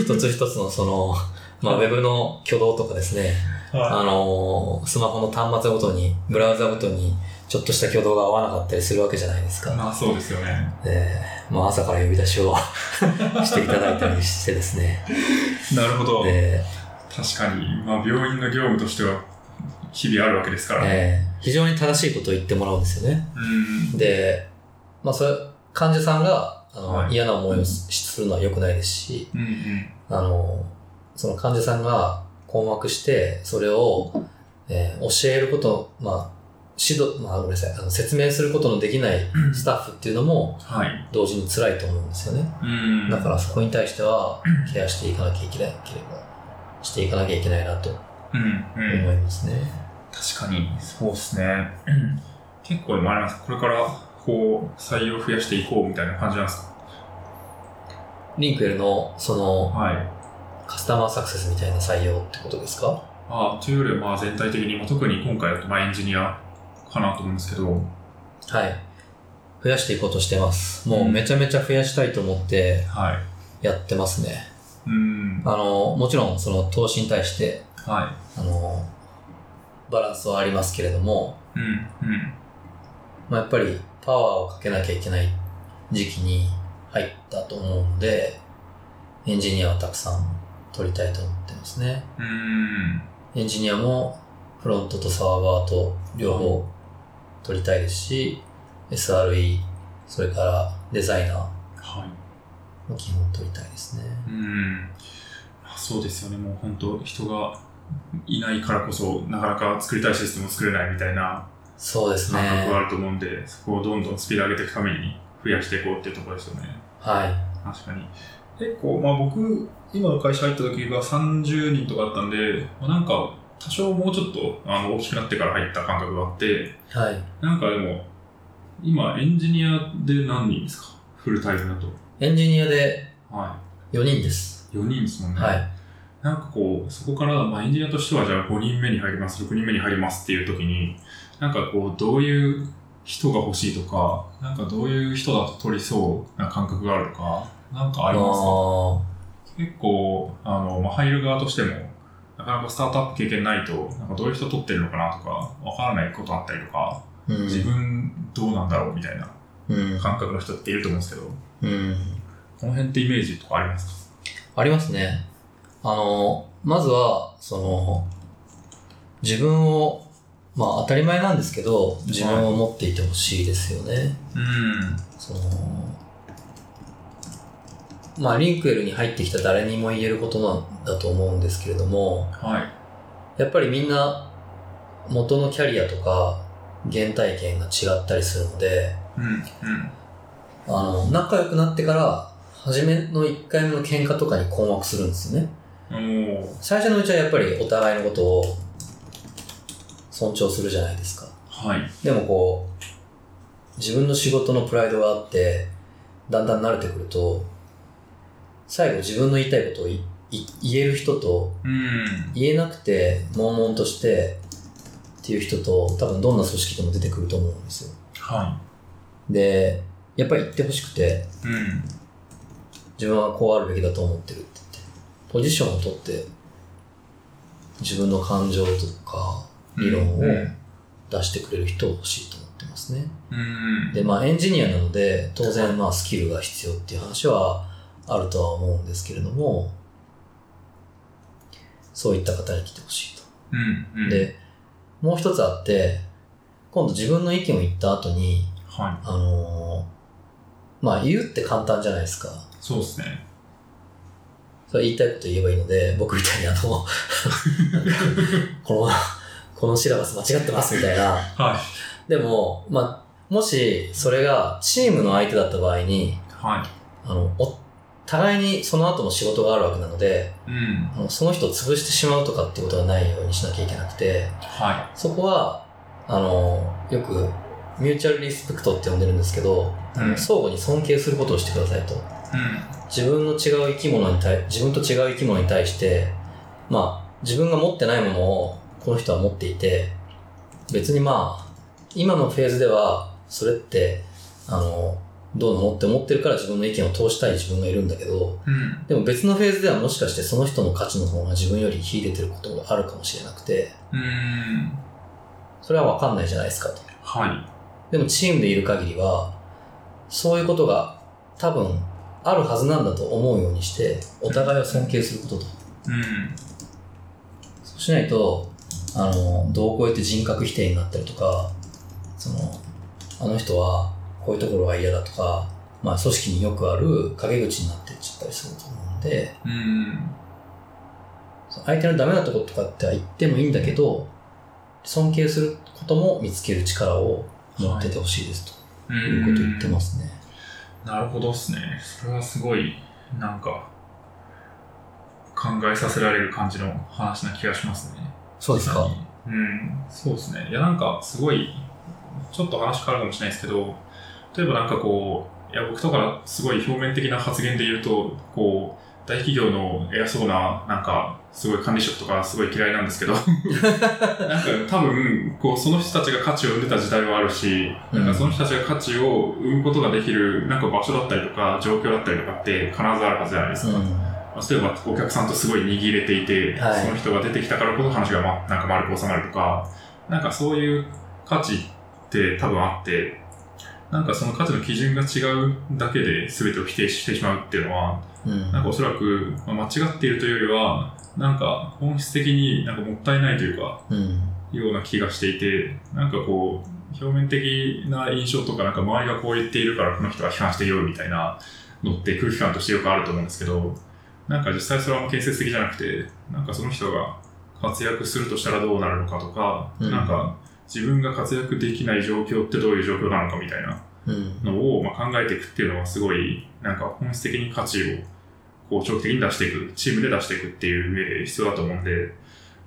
[SPEAKER 1] 一つ一つのその、まあ、ウェブの挙動とかですね、
[SPEAKER 2] は
[SPEAKER 1] あのースマホの端末ごとにブラウザごとにちょっとした挙動が合わなかったりするわけじゃないです
[SPEAKER 2] い。
[SPEAKER 1] か、
[SPEAKER 2] まあそうですよね。
[SPEAKER 1] えーまあ、朝から呼び出しを していただいたりしてですね、
[SPEAKER 2] なるほど。
[SPEAKER 1] え
[SPEAKER 2] 確かに、まあ病院の業務としては日々あるわけですか
[SPEAKER 1] ー
[SPEAKER 2] ら。
[SPEAKER 1] えー非常に正しいことを言ってもらうんですよね
[SPEAKER 2] うん。
[SPEAKER 1] で、まあ、それ患者さんがあの、
[SPEAKER 2] はい
[SPEAKER 1] 嫌な思いをしするのは良くないですし
[SPEAKER 2] うんうん。
[SPEAKER 1] あの、その患者さんが困惑して、それを、えー教えること、まあ、指導、まあ、ごめんなさい、あの説明することのできないスタッフっていうのも
[SPEAKER 2] はい。
[SPEAKER 1] 同時に辛いと思うんですよね。
[SPEAKER 2] うん。
[SPEAKER 1] だからそこに対しては、ケアしていかなきゃいけない、ければ、していかなきゃいけないなと
[SPEAKER 2] うんうん。
[SPEAKER 1] 思いますね。
[SPEAKER 2] 確かに、そうですね。結構でもあれなんですか、これからこう採用増やしていこうみたいな感じなんですか
[SPEAKER 1] リンクエルの、その、
[SPEAKER 2] はい。
[SPEAKER 1] カスタマーサクセスみたいな採用ってことですか
[SPEAKER 2] あというよりはまあ全体的に、もう特に今回だとまあエンジニアかなと思うんですけど、
[SPEAKER 1] はい。増やしていこうとしてます。もうめちゃめちゃ増やしたいと思って
[SPEAKER 2] はい。
[SPEAKER 1] やってますね。
[SPEAKER 2] うん。
[SPEAKER 1] あの、もちろん、その投資に対して、
[SPEAKER 2] は
[SPEAKER 1] あの、バランスはありますけれども、
[SPEAKER 2] い。うん。うん。
[SPEAKER 1] まあ、やっぱりパワーをかけなきゃいけない時期に入ったと思うので、エンジニアをたくさん取りたいと思ってますね。
[SPEAKER 2] うん。
[SPEAKER 1] エンジニアもフロントとサーバーと両方取りたいですし、SRE、それからデザイナー、
[SPEAKER 2] はい。
[SPEAKER 3] まあ、基本取りたいですね。
[SPEAKER 2] うん、まあそうですよね、もう本当、人がいないからこそ、なかなか作りたいシステムを作れないみたいな
[SPEAKER 1] そうですね
[SPEAKER 2] 感。覚があると思うんで、そこをどんどんスピード上げていくために増やしていこうっていうところですよね。
[SPEAKER 1] はい。
[SPEAKER 2] 確かに。結構、まあ僕、今の会社入った時が30人とかだったんで、まあ、なんか、多少もうちょっとあの大きくなってから入った感覚があって、
[SPEAKER 1] はい。
[SPEAKER 2] なんかでも、今、エンジニアで何人ですかフルタイムだと。
[SPEAKER 1] エンジニアで
[SPEAKER 2] は
[SPEAKER 1] 4人です。
[SPEAKER 2] い。4人ですもんね。
[SPEAKER 1] はい。
[SPEAKER 2] なんかこう、そこから、まあ、エンジニアとしては、じゃあ5人目に入ります、6人目に入りますっていう時に、なんかこう、どういう人が欲しいとか、なんかどういう人だと取りそうな感覚があるとか、なんかありますか結構、あの、まあ、入る側としても、なかなかスタートアップ経験ないと、なんかどういう人取ってるのかなとか、わからないことあったりとか、
[SPEAKER 1] あー
[SPEAKER 2] 自分どうなんだろうみたいな
[SPEAKER 1] うん。
[SPEAKER 2] 感覚の人っていると思うんですけど、
[SPEAKER 1] うん。うん。
[SPEAKER 2] この辺ってイメージとかあります
[SPEAKER 1] ありますね。あの、まずは、その、自分を、まあ当たり前なんですけど、自分を持っていてほしいですよね。
[SPEAKER 2] かうん。
[SPEAKER 1] その、まあリンクエルに入ってきた誰にも言えることなんだと思うんですけれども、
[SPEAKER 2] はい。
[SPEAKER 1] やっぱりみんな元のキャリアとか原体験が違ったりするので、
[SPEAKER 2] うん。うん。
[SPEAKER 1] あの、仲良くなってから、初めの1回目の喧嘩とかに困惑するんですよね。
[SPEAKER 2] おー
[SPEAKER 1] 最初のうちはやっぱりお互いのことを尊重するじゃないですか。
[SPEAKER 2] はい。
[SPEAKER 1] でもこう、自分の仕事のプライドがあって、だんだん慣れてくると、最後自分の言いたいことをいい言える人と、
[SPEAKER 2] うん。
[SPEAKER 1] 言えなくて、悶々として、っていう人と、多分どんな組織でも出てくると思うんですよ。
[SPEAKER 2] は
[SPEAKER 1] で、やっぱり言ってほしくて、
[SPEAKER 2] い。うん。
[SPEAKER 1] 自分はこうあるべきだと思ってるって言ってポジションを取って自分の感情とか理論を
[SPEAKER 2] うん
[SPEAKER 1] 出してくれる人を欲しいと思ってますね
[SPEAKER 2] うん。
[SPEAKER 1] でまあエンジニアなので当然まあスキルが必要っていう話はあるとは思うんですけれどもそういった方に来てほしいと
[SPEAKER 2] うん。うん。、
[SPEAKER 1] でもう一つあって今度自分の意見を言った後に
[SPEAKER 2] はい。
[SPEAKER 1] あのーまあ言うって簡単じゃないですか
[SPEAKER 2] そうですね。
[SPEAKER 1] それ言いたいこと言えばいいので、僕みたいにあの、この、このシラバス間違ってますみたいな。
[SPEAKER 2] はい。
[SPEAKER 1] でも、まあ、もしそれがチームの相手だった場合に、
[SPEAKER 2] は
[SPEAKER 1] あの、お互いにその後の仕事があるわけなので、
[SPEAKER 2] い。うん。
[SPEAKER 1] あのその人を潰してしまうとかっていうことがないようにしなきゃいけなくて、
[SPEAKER 2] は
[SPEAKER 1] そこは、あの、よく、ミューチャルリスペクトって呼んでるんですけど、
[SPEAKER 2] い。うん。
[SPEAKER 1] 相互に尊敬することをしてくださいと。
[SPEAKER 2] う
[SPEAKER 1] 自分の違う生き物に対自分と違う生き物に対してまあ自分が持ってないものをこの人は持っていて別にまあ今のフェーズではそれってあのどうなのって思ってるから自分の意見を通したい自分がいるんだけど
[SPEAKER 2] ん。うん。
[SPEAKER 1] でも別のフェーズではもしかしてその人の価値の方が自分より秀でてることがあるかもしれなくて
[SPEAKER 2] うん。
[SPEAKER 1] それは分かんないじゃないですかと
[SPEAKER 2] はい。
[SPEAKER 1] でもチームでいる限りはそういうことが多分あるはずなんだと思うようにしてお互いを尊敬することと
[SPEAKER 2] うん。
[SPEAKER 1] そうしないと、あの、どうこうやって人格否定になったりとか、その、あの人はこういうところが嫌だとか、まあ組織によくある陰口になっていっちゃったりすると思うんで、
[SPEAKER 2] うん。
[SPEAKER 1] その相手のダメなところとかっては言ってもいいんだけど、尊敬することも見つける力を持っててほしいです
[SPEAKER 2] う。
[SPEAKER 1] ということを言ってますすね。
[SPEAKER 2] なるほどっすね。それはすごい、なんか、考えさせられる感じの話な気がしますね。
[SPEAKER 1] そうですか。
[SPEAKER 2] うん、そうですね。いや、なんか、すごい、ちょっと話変わるかもしれないですけど、例えばなんかこう、いや、僕とかすごい表面的な発言で言うと、こう、大企業の偉そうな、なんか、すごい管理職とかすごい嫌いなんですけど、なんか多分、こう、その人たちが価値を生んでた時代はあるし、なんかその人たちが価値を生むことができる、なんか場所だったりとか、状況だったりとかって必ずあるはずじゃないです
[SPEAKER 1] う
[SPEAKER 2] か。
[SPEAKER 1] ん。
[SPEAKER 2] 例えばお客さんとすごい握れていて、
[SPEAKER 1] はい
[SPEAKER 2] その人が出てきたからこそ話が、ま、なんか丸く収まるとか、なんかそういう価値って多分あって、なんかその価値の基準が違うだけで全てを否定してしまうっていうのは、
[SPEAKER 1] うん。
[SPEAKER 2] なんかおそらくまあ間違っているというよりは、なんか本質的になんかもったいないというか、
[SPEAKER 1] うん。
[SPEAKER 2] ような気がしていて、なんかこう、表面的な印象とか、なんか周りがこう言っているからこの人は批判していようみたいな、のって空気感としてよくあると思うんですけど、なんか実際それは建設的じゃなくて、なんかその人が活躍するとしたらどうなるのかとか、
[SPEAKER 1] うん
[SPEAKER 2] なんか自分が活躍できない状況ってどういう状況なのかみたいな
[SPEAKER 1] うん。
[SPEAKER 2] のをまあ考えていくっていうのはすごい、なんか本質的に価値をこう長期的に出していく、チームで出していくっていう上で必要だと思うんで、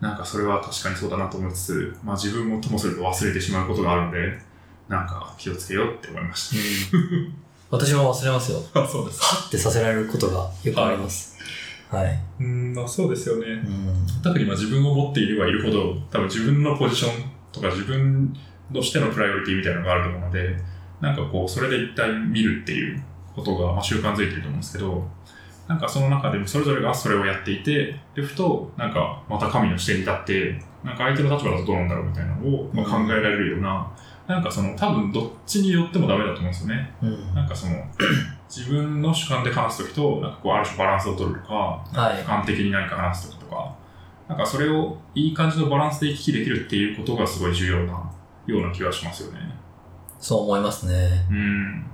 [SPEAKER 2] なんかそれは確かにそうだなと思いつつ、まあ自分もともすると忘れてしまうことがあるんで、なんか気をつけようって思いまし
[SPEAKER 1] 私も忘れますよ。
[SPEAKER 2] た。あそうです。
[SPEAKER 1] はってさせられることがよくあります。はい。
[SPEAKER 2] うん、あそうですよね。
[SPEAKER 1] うん。
[SPEAKER 2] 特にまあ自分を持っていればいるほど、多分自分のポジションとか自分としてのプライオリティみたいなのがあると思うので、なんかこう、それで一体見るっていうことがまあ習慣づいてると思うんですけど、なんかその中でもそれぞれがそれをやっていて、で、ふと、なんかまた神の視点に立って、なんか相手の立場だとどうなんだろうみたいなのをまあ考えられるような、なんかその多分どっちによってもダメだと思うんですよね。
[SPEAKER 1] うん。
[SPEAKER 2] なんかその、 自分の主観で話すときと、なんかこう、ある種バランスを取るとか、
[SPEAKER 1] はい
[SPEAKER 2] 主観的に何か話すときとか、なんかそれをいい感じのバランスで行き来できるっていうことがすごい重要なような気がしますよね。
[SPEAKER 1] そう思いますね。
[SPEAKER 2] うん。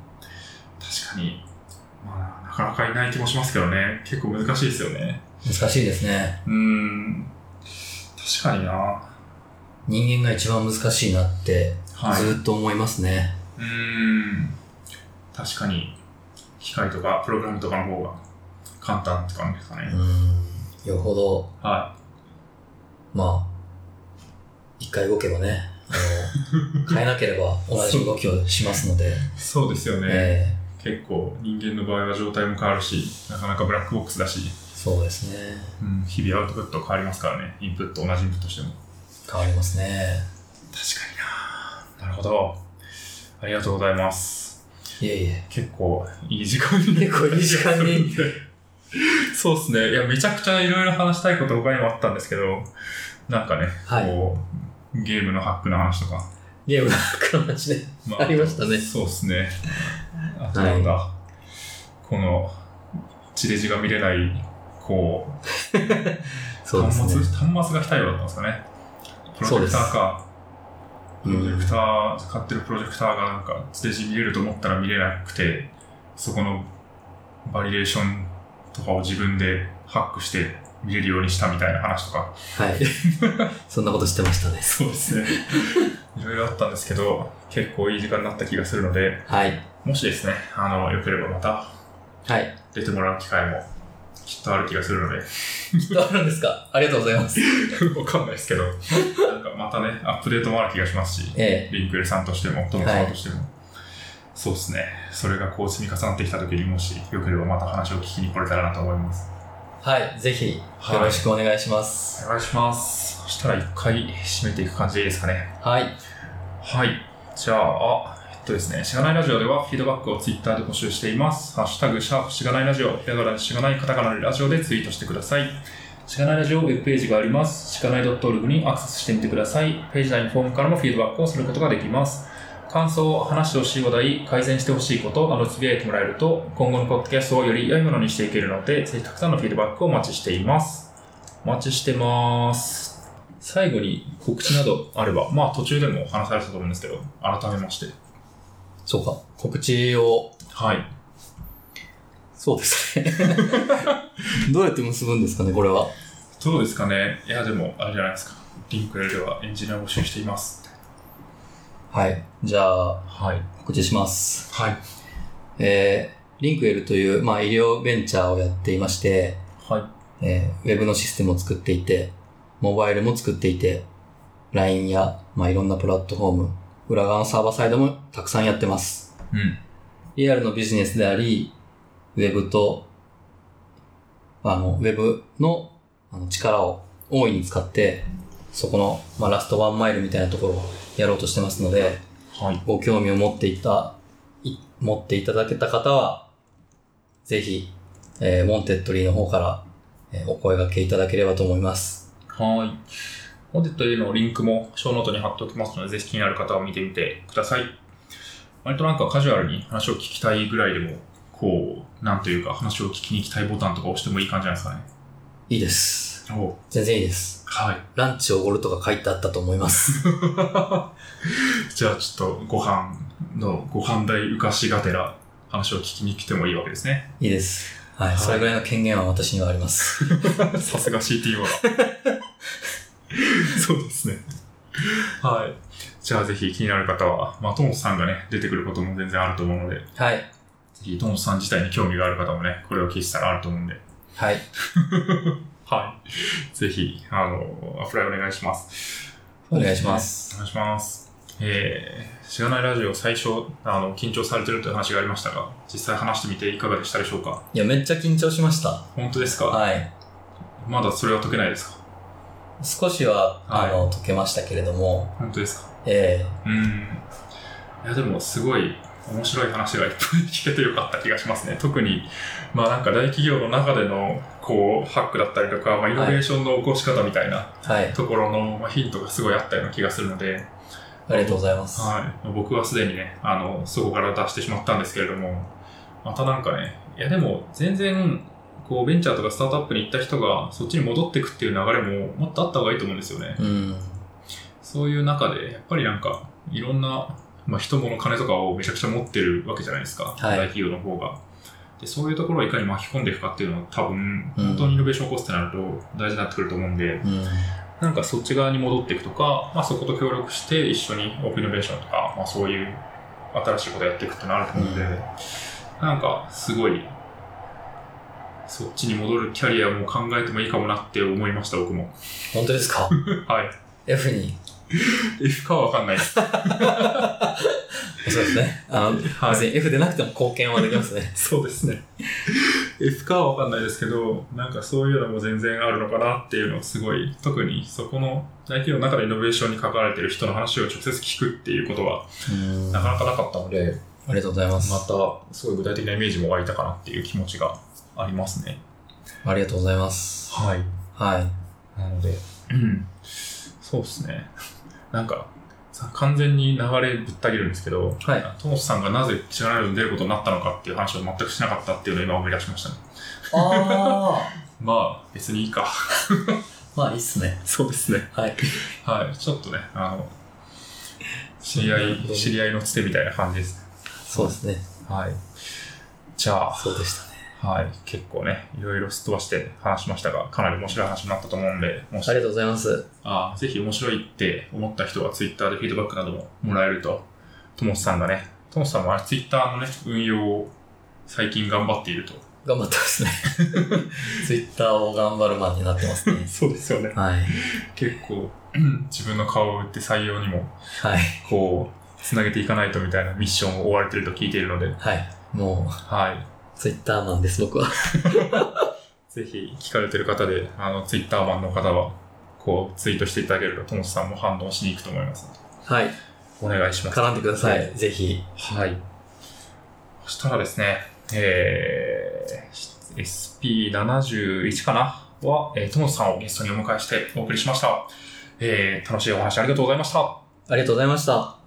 [SPEAKER 2] 確かに、まあ、なかなかいない気もしますけどね。結構難しいですよね。
[SPEAKER 1] 難しいですね。
[SPEAKER 2] うん。確かにな。
[SPEAKER 1] 人間が一番難しいなって、
[SPEAKER 2] はい。
[SPEAKER 1] ずっと思いますね。
[SPEAKER 2] うん。確かに、機械とかプログラムとかの方が簡単って感じですかね。
[SPEAKER 1] うん。よほど、
[SPEAKER 2] はい。
[SPEAKER 1] まあ、一回動けばね、あ の、変えなければ同じ動きをしますので、
[SPEAKER 2] そうですよね、
[SPEAKER 1] え
[SPEAKER 2] 結構人間の場合は状態も変わるしなかなかブラックボックスだし、
[SPEAKER 1] えそうですね。
[SPEAKER 2] うん、日々アウトプット変わりますからねインプット同じインプットしても
[SPEAKER 1] 変わりますね。
[SPEAKER 2] 確かにななるほどありがとうございます
[SPEAKER 1] いえいえ。
[SPEAKER 2] 結構いい時間に
[SPEAKER 1] 結構いい時間に
[SPEAKER 2] そうですねいやめちゃくちゃいろいろ話したいこと他にもあったんですけどなんかね、
[SPEAKER 1] はい
[SPEAKER 2] こうゲームのハックの話とか、
[SPEAKER 1] ゲームの話ね。
[SPEAKER 2] ま
[SPEAKER 1] ありましたね
[SPEAKER 2] そうですね。あとなんだ、この、地デジが見れない、こう、
[SPEAKER 1] そうです
[SPEAKER 2] 端
[SPEAKER 1] ね。
[SPEAKER 2] 末、端末が非対応だったんですかね。プ
[SPEAKER 1] そ
[SPEAKER 2] ロ
[SPEAKER 1] う
[SPEAKER 2] ジ
[SPEAKER 1] です
[SPEAKER 2] ェクターか。
[SPEAKER 1] う
[SPEAKER 2] プロジェ
[SPEAKER 1] ん
[SPEAKER 2] ク。ター、買ってるプロジェクターがなんか、地デジ見れると思ったら見れなくて、そこのバリエーションとかを自分でハックして見れるようにしたみたいな話とか、
[SPEAKER 1] はい。 そんなことしてましたね。
[SPEAKER 2] そうですね。 いろいろあったんですけど、結構いい時間になった気がするので、
[SPEAKER 1] はい。
[SPEAKER 2] もしですね、あの、良ければまた
[SPEAKER 1] はい。
[SPEAKER 2] 出てもらう機会もきっとある気がするので、
[SPEAKER 1] きっとあるんですかありがとうございます。
[SPEAKER 2] わかんないですけど、なんかまたね、アップデートもある気がしますし、
[SPEAKER 1] え
[SPEAKER 2] リンクエルさんとしても、トムさんとしても、そうですね、それがこう積み重なってきた時にもし良ければまた話を聞きに来れたらなと思います。
[SPEAKER 1] え。はい。ぜひ、よ
[SPEAKER 2] はい
[SPEAKER 1] ろしくお願いします。
[SPEAKER 2] お願いします。そしたら一回締めていく感じでいいですかね。
[SPEAKER 1] はい。
[SPEAKER 2] はい。じゃあ、えっとですね、しがないラジオではフィードバックをツイッターで募集しています。ハッシュタグ、シャープしがないラジオ、ひらがなでしがないカタカナでラジオでツイートしてください。しがないラジオウェブページがあります。しがない .org にアクセスしてみてください。ページ内のフォームからもフィードバックをすることができます。感想、話してほしい話題、改善してほしいことなどつぶやいてもらえると、今後のポッドキャストをより良いものにしていけるので、ぜひたくさんのフィードバックをお待ちしています。お待ちしてます。最後に告知などあれば、まあ途中でも話されたと思うんですけど、改めまして。
[SPEAKER 1] そうか。告知を。
[SPEAKER 2] はい。
[SPEAKER 1] そうですね。 どうやって結ぶんですかね、これは。
[SPEAKER 2] どうですかねいや、でも、あれじゃないですか。リンク L ではエンジニアを募集しています。
[SPEAKER 1] はい。じゃあ、
[SPEAKER 2] はい。
[SPEAKER 1] 告知します。
[SPEAKER 2] はい。
[SPEAKER 1] えー、リンクエルという、まあ、医療ベンチャーをやっていまして、
[SPEAKER 2] はい。
[SPEAKER 1] えー、ウェブのシステムを作っていて、モバイルも作っていて、LINE や、まあ、いろんなプラットフォーム、裏側のサーバーサイドもたくさんやってます。
[SPEAKER 2] うん。
[SPEAKER 1] リアルのビジネスであり、ウェブと、あの、ウェブのあの力を大いに使って、そこの、まあ、ラストワンマイルみたいなところをやろうとしてますので、
[SPEAKER 2] はい。
[SPEAKER 1] ご興味を持っていた、い持っていただけた方は、ぜひ、えーモンテッドリーの方から、えーお声掛けいただければと思います。
[SPEAKER 2] はい。モデットへのリンクも小ノートに貼っておきますので、ぜひ気になる方は見てみてください。割となんかカジュアルに話を聞きたいぐらいでも、こう、なんというか話を聞きに行きたいボタンとか押してもいい感じじゃないです
[SPEAKER 1] いいです。
[SPEAKER 2] かね。お
[SPEAKER 1] 全然いいです。
[SPEAKER 2] はい。
[SPEAKER 1] ランチおごるとか書いてあったと思い ます。
[SPEAKER 2] じゃあちょっとご飯のご飯代浮かしがてら話を聞きに来てもいいわけで すね。
[SPEAKER 1] いいです。はい。
[SPEAKER 2] はい
[SPEAKER 1] それぐらいの権限は私にはあります。
[SPEAKER 2] さすが CTO だ。そうですね。はい。じゃあぜひ気になる方は、まあ、トモスさんがね、出てくることも全然あると思うので、ぜ
[SPEAKER 1] はい。
[SPEAKER 2] ひトモスさん自体に興味がある方もね、これを聞いてたらあると思うんで、
[SPEAKER 1] はい。
[SPEAKER 2] はい。ぜひ、あの、アプライお願いします。
[SPEAKER 1] お願いします
[SPEAKER 2] お願いします。えー、知らないラジオ最初、あの、緊張されてるという話がありましたが、実際話してみていかがでしたでしょうか
[SPEAKER 1] いや、めっちゃ緊張しました。
[SPEAKER 2] 本当ですか、
[SPEAKER 1] はい。
[SPEAKER 2] まだそれは解けないですか
[SPEAKER 1] 少しは、
[SPEAKER 2] はい
[SPEAKER 1] あの、解けましたけれども、
[SPEAKER 2] 本当ですか
[SPEAKER 1] え
[SPEAKER 2] うん。いや、でも、すごい面白い話がいっぱい聞けてよかった気がしますね。特に、まあなんか大企業の中での、こう、ハックだったりとか、まあ、イノベーションの起こし方みたいな
[SPEAKER 1] えはい。
[SPEAKER 2] ところのまあヒントがすごいあったような気がするので、
[SPEAKER 1] ありがとうございます。
[SPEAKER 2] はい。僕はすでにね、あの、そこから出してしまったんですけれども、またなんかね、いやでも、全然、こう、ベンチャーとかスタートアップに行った人が、そっちに戻っていくっていう流れも、もっとあった方がいいと思うんですよね。
[SPEAKER 1] うん。
[SPEAKER 2] そういう中で、やっぱりなんか、いろんな、まあ、人物、金とかをめちゃくちゃ持ってるわけじゃないですか、
[SPEAKER 1] はい
[SPEAKER 2] 大企業の方が。で、そういうところをいかに巻き込んでいくかっていうのは、多分、
[SPEAKER 1] うん
[SPEAKER 2] 本当にイノベーションを起こすってなると大事になってくると思うんで、
[SPEAKER 1] うん。
[SPEAKER 2] なんかそっち側に戻っていくとか、まあ、そこと協力して一緒にオープンイノベーションとか、まあ、そういう新しいことやっていくってなると思うんで、
[SPEAKER 1] うん
[SPEAKER 2] なんかすごい、そっちに戻るキャリアも考えてもいいかもなって思いました、僕も。
[SPEAKER 1] 本当ですか
[SPEAKER 2] はい。
[SPEAKER 1] ?F に。
[SPEAKER 2] F かはわかんないです。
[SPEAKER 1] そうですね。あの、
[SPEAKER 2] は
[SPEAKER 1] 別に F でなくても貢献はできますね。
[SPEAKER 2] そうですね。F かは分かんないですけど、なんかそういうのも全然あるのかなっていうのをすごい、特にそこの大企業の中でイノベーションに関われてる人の話を直接聞くっていうことは
[SPEAKER 1] うん。
[SPEAKER 2] な
[SPEAKER 1] あ
[SPEAKER 2] かなかなかったので、
[SPEAKER 1] りがとうございます。
[SPEAKER 2] またすごい具体的なイメージも湧いたかなっていう気持ちがありますね。
[SPEAKER 1] ありがとうございます。
[SPEAKER 2] はい。
[SPEAKER 1] はい。
[SPEAKER 2] なので、うん。そうですね。 なんか、さ完全に流れぶった切るんですけど、
[SPEAKER 1] はい。
[SPEAKER 2] トモスさんがなぜ違うラジオに出ることになったのかっていう話を全くしなかったっていうのを今思い出しましたね。
[SPEAKER 1] あ
[SPEAKER 2] まあ、別にいいか。
[SPEAKER 1] ー。まあ、いいっすね。
[SPEAKER 2] そうですね。
[SPEAKER 1] はい。
[SPEAKER 2] はい。ちょっとね、あの、知り合
[SPEAKER 1] なるほど
[SPEAKER 2] い、知り合いのつてみたいな感じです。
[SPEAKER 1] そうですね。
[SPEAKER 2] はい。じゃあ、
[SPEAKER 1] そうでしたね。
[SPEAKER 2] はい。結構ね、いろいろすっ飛ばして話しましたが、かなり面白い話になったと思うんで、もし
[SPEAKER 1] ありがとうございます。
[SPEAKER 2] あーぜひ面白いって思った人は Twitter でフィードバックなどももらえると、ともさんがね、ともさんもあれ Twitter のね、運用を最近頑張っていると。
[SPEAKER 1] 頑張ってますね。 ツイッターを頑張るマンになってますね。
[SPEAKER 2] そうですよね。
[SPEAKER 1] はい。
[SPEAKER 2] 結構、うん自分の顔を売って採用にも、
[SPEAKER 1] はい。
[SPEAKER 2] こう、つなげていかないとみたいなミッションを追われてると聞いているので、
[SPEAKER 1] はい。も
[SPEAKER 2] はい。
[SPEAKER 1] う、ツイッターマンです、僕は。
[SPEAKER 2] ぜひ聞かれてる方で、あの、ツイッターマンの方は、こう、ツイートしていただけると、ともさんも反応しに行くと思いますので。
[SPEAKER 1] はい。
[SPEAKER 2] お願いします。
[SPEAKER 1] 絡んでください。ぜひ。
[SPEAKER 2] はい。そしたらですね、えー、SP71 かなは、えー、トモスさんをゲストにお迎えしてお送りしました。えー、楽しいお話ありがとうございました。
[SPEAKER 1] ありがとうございました。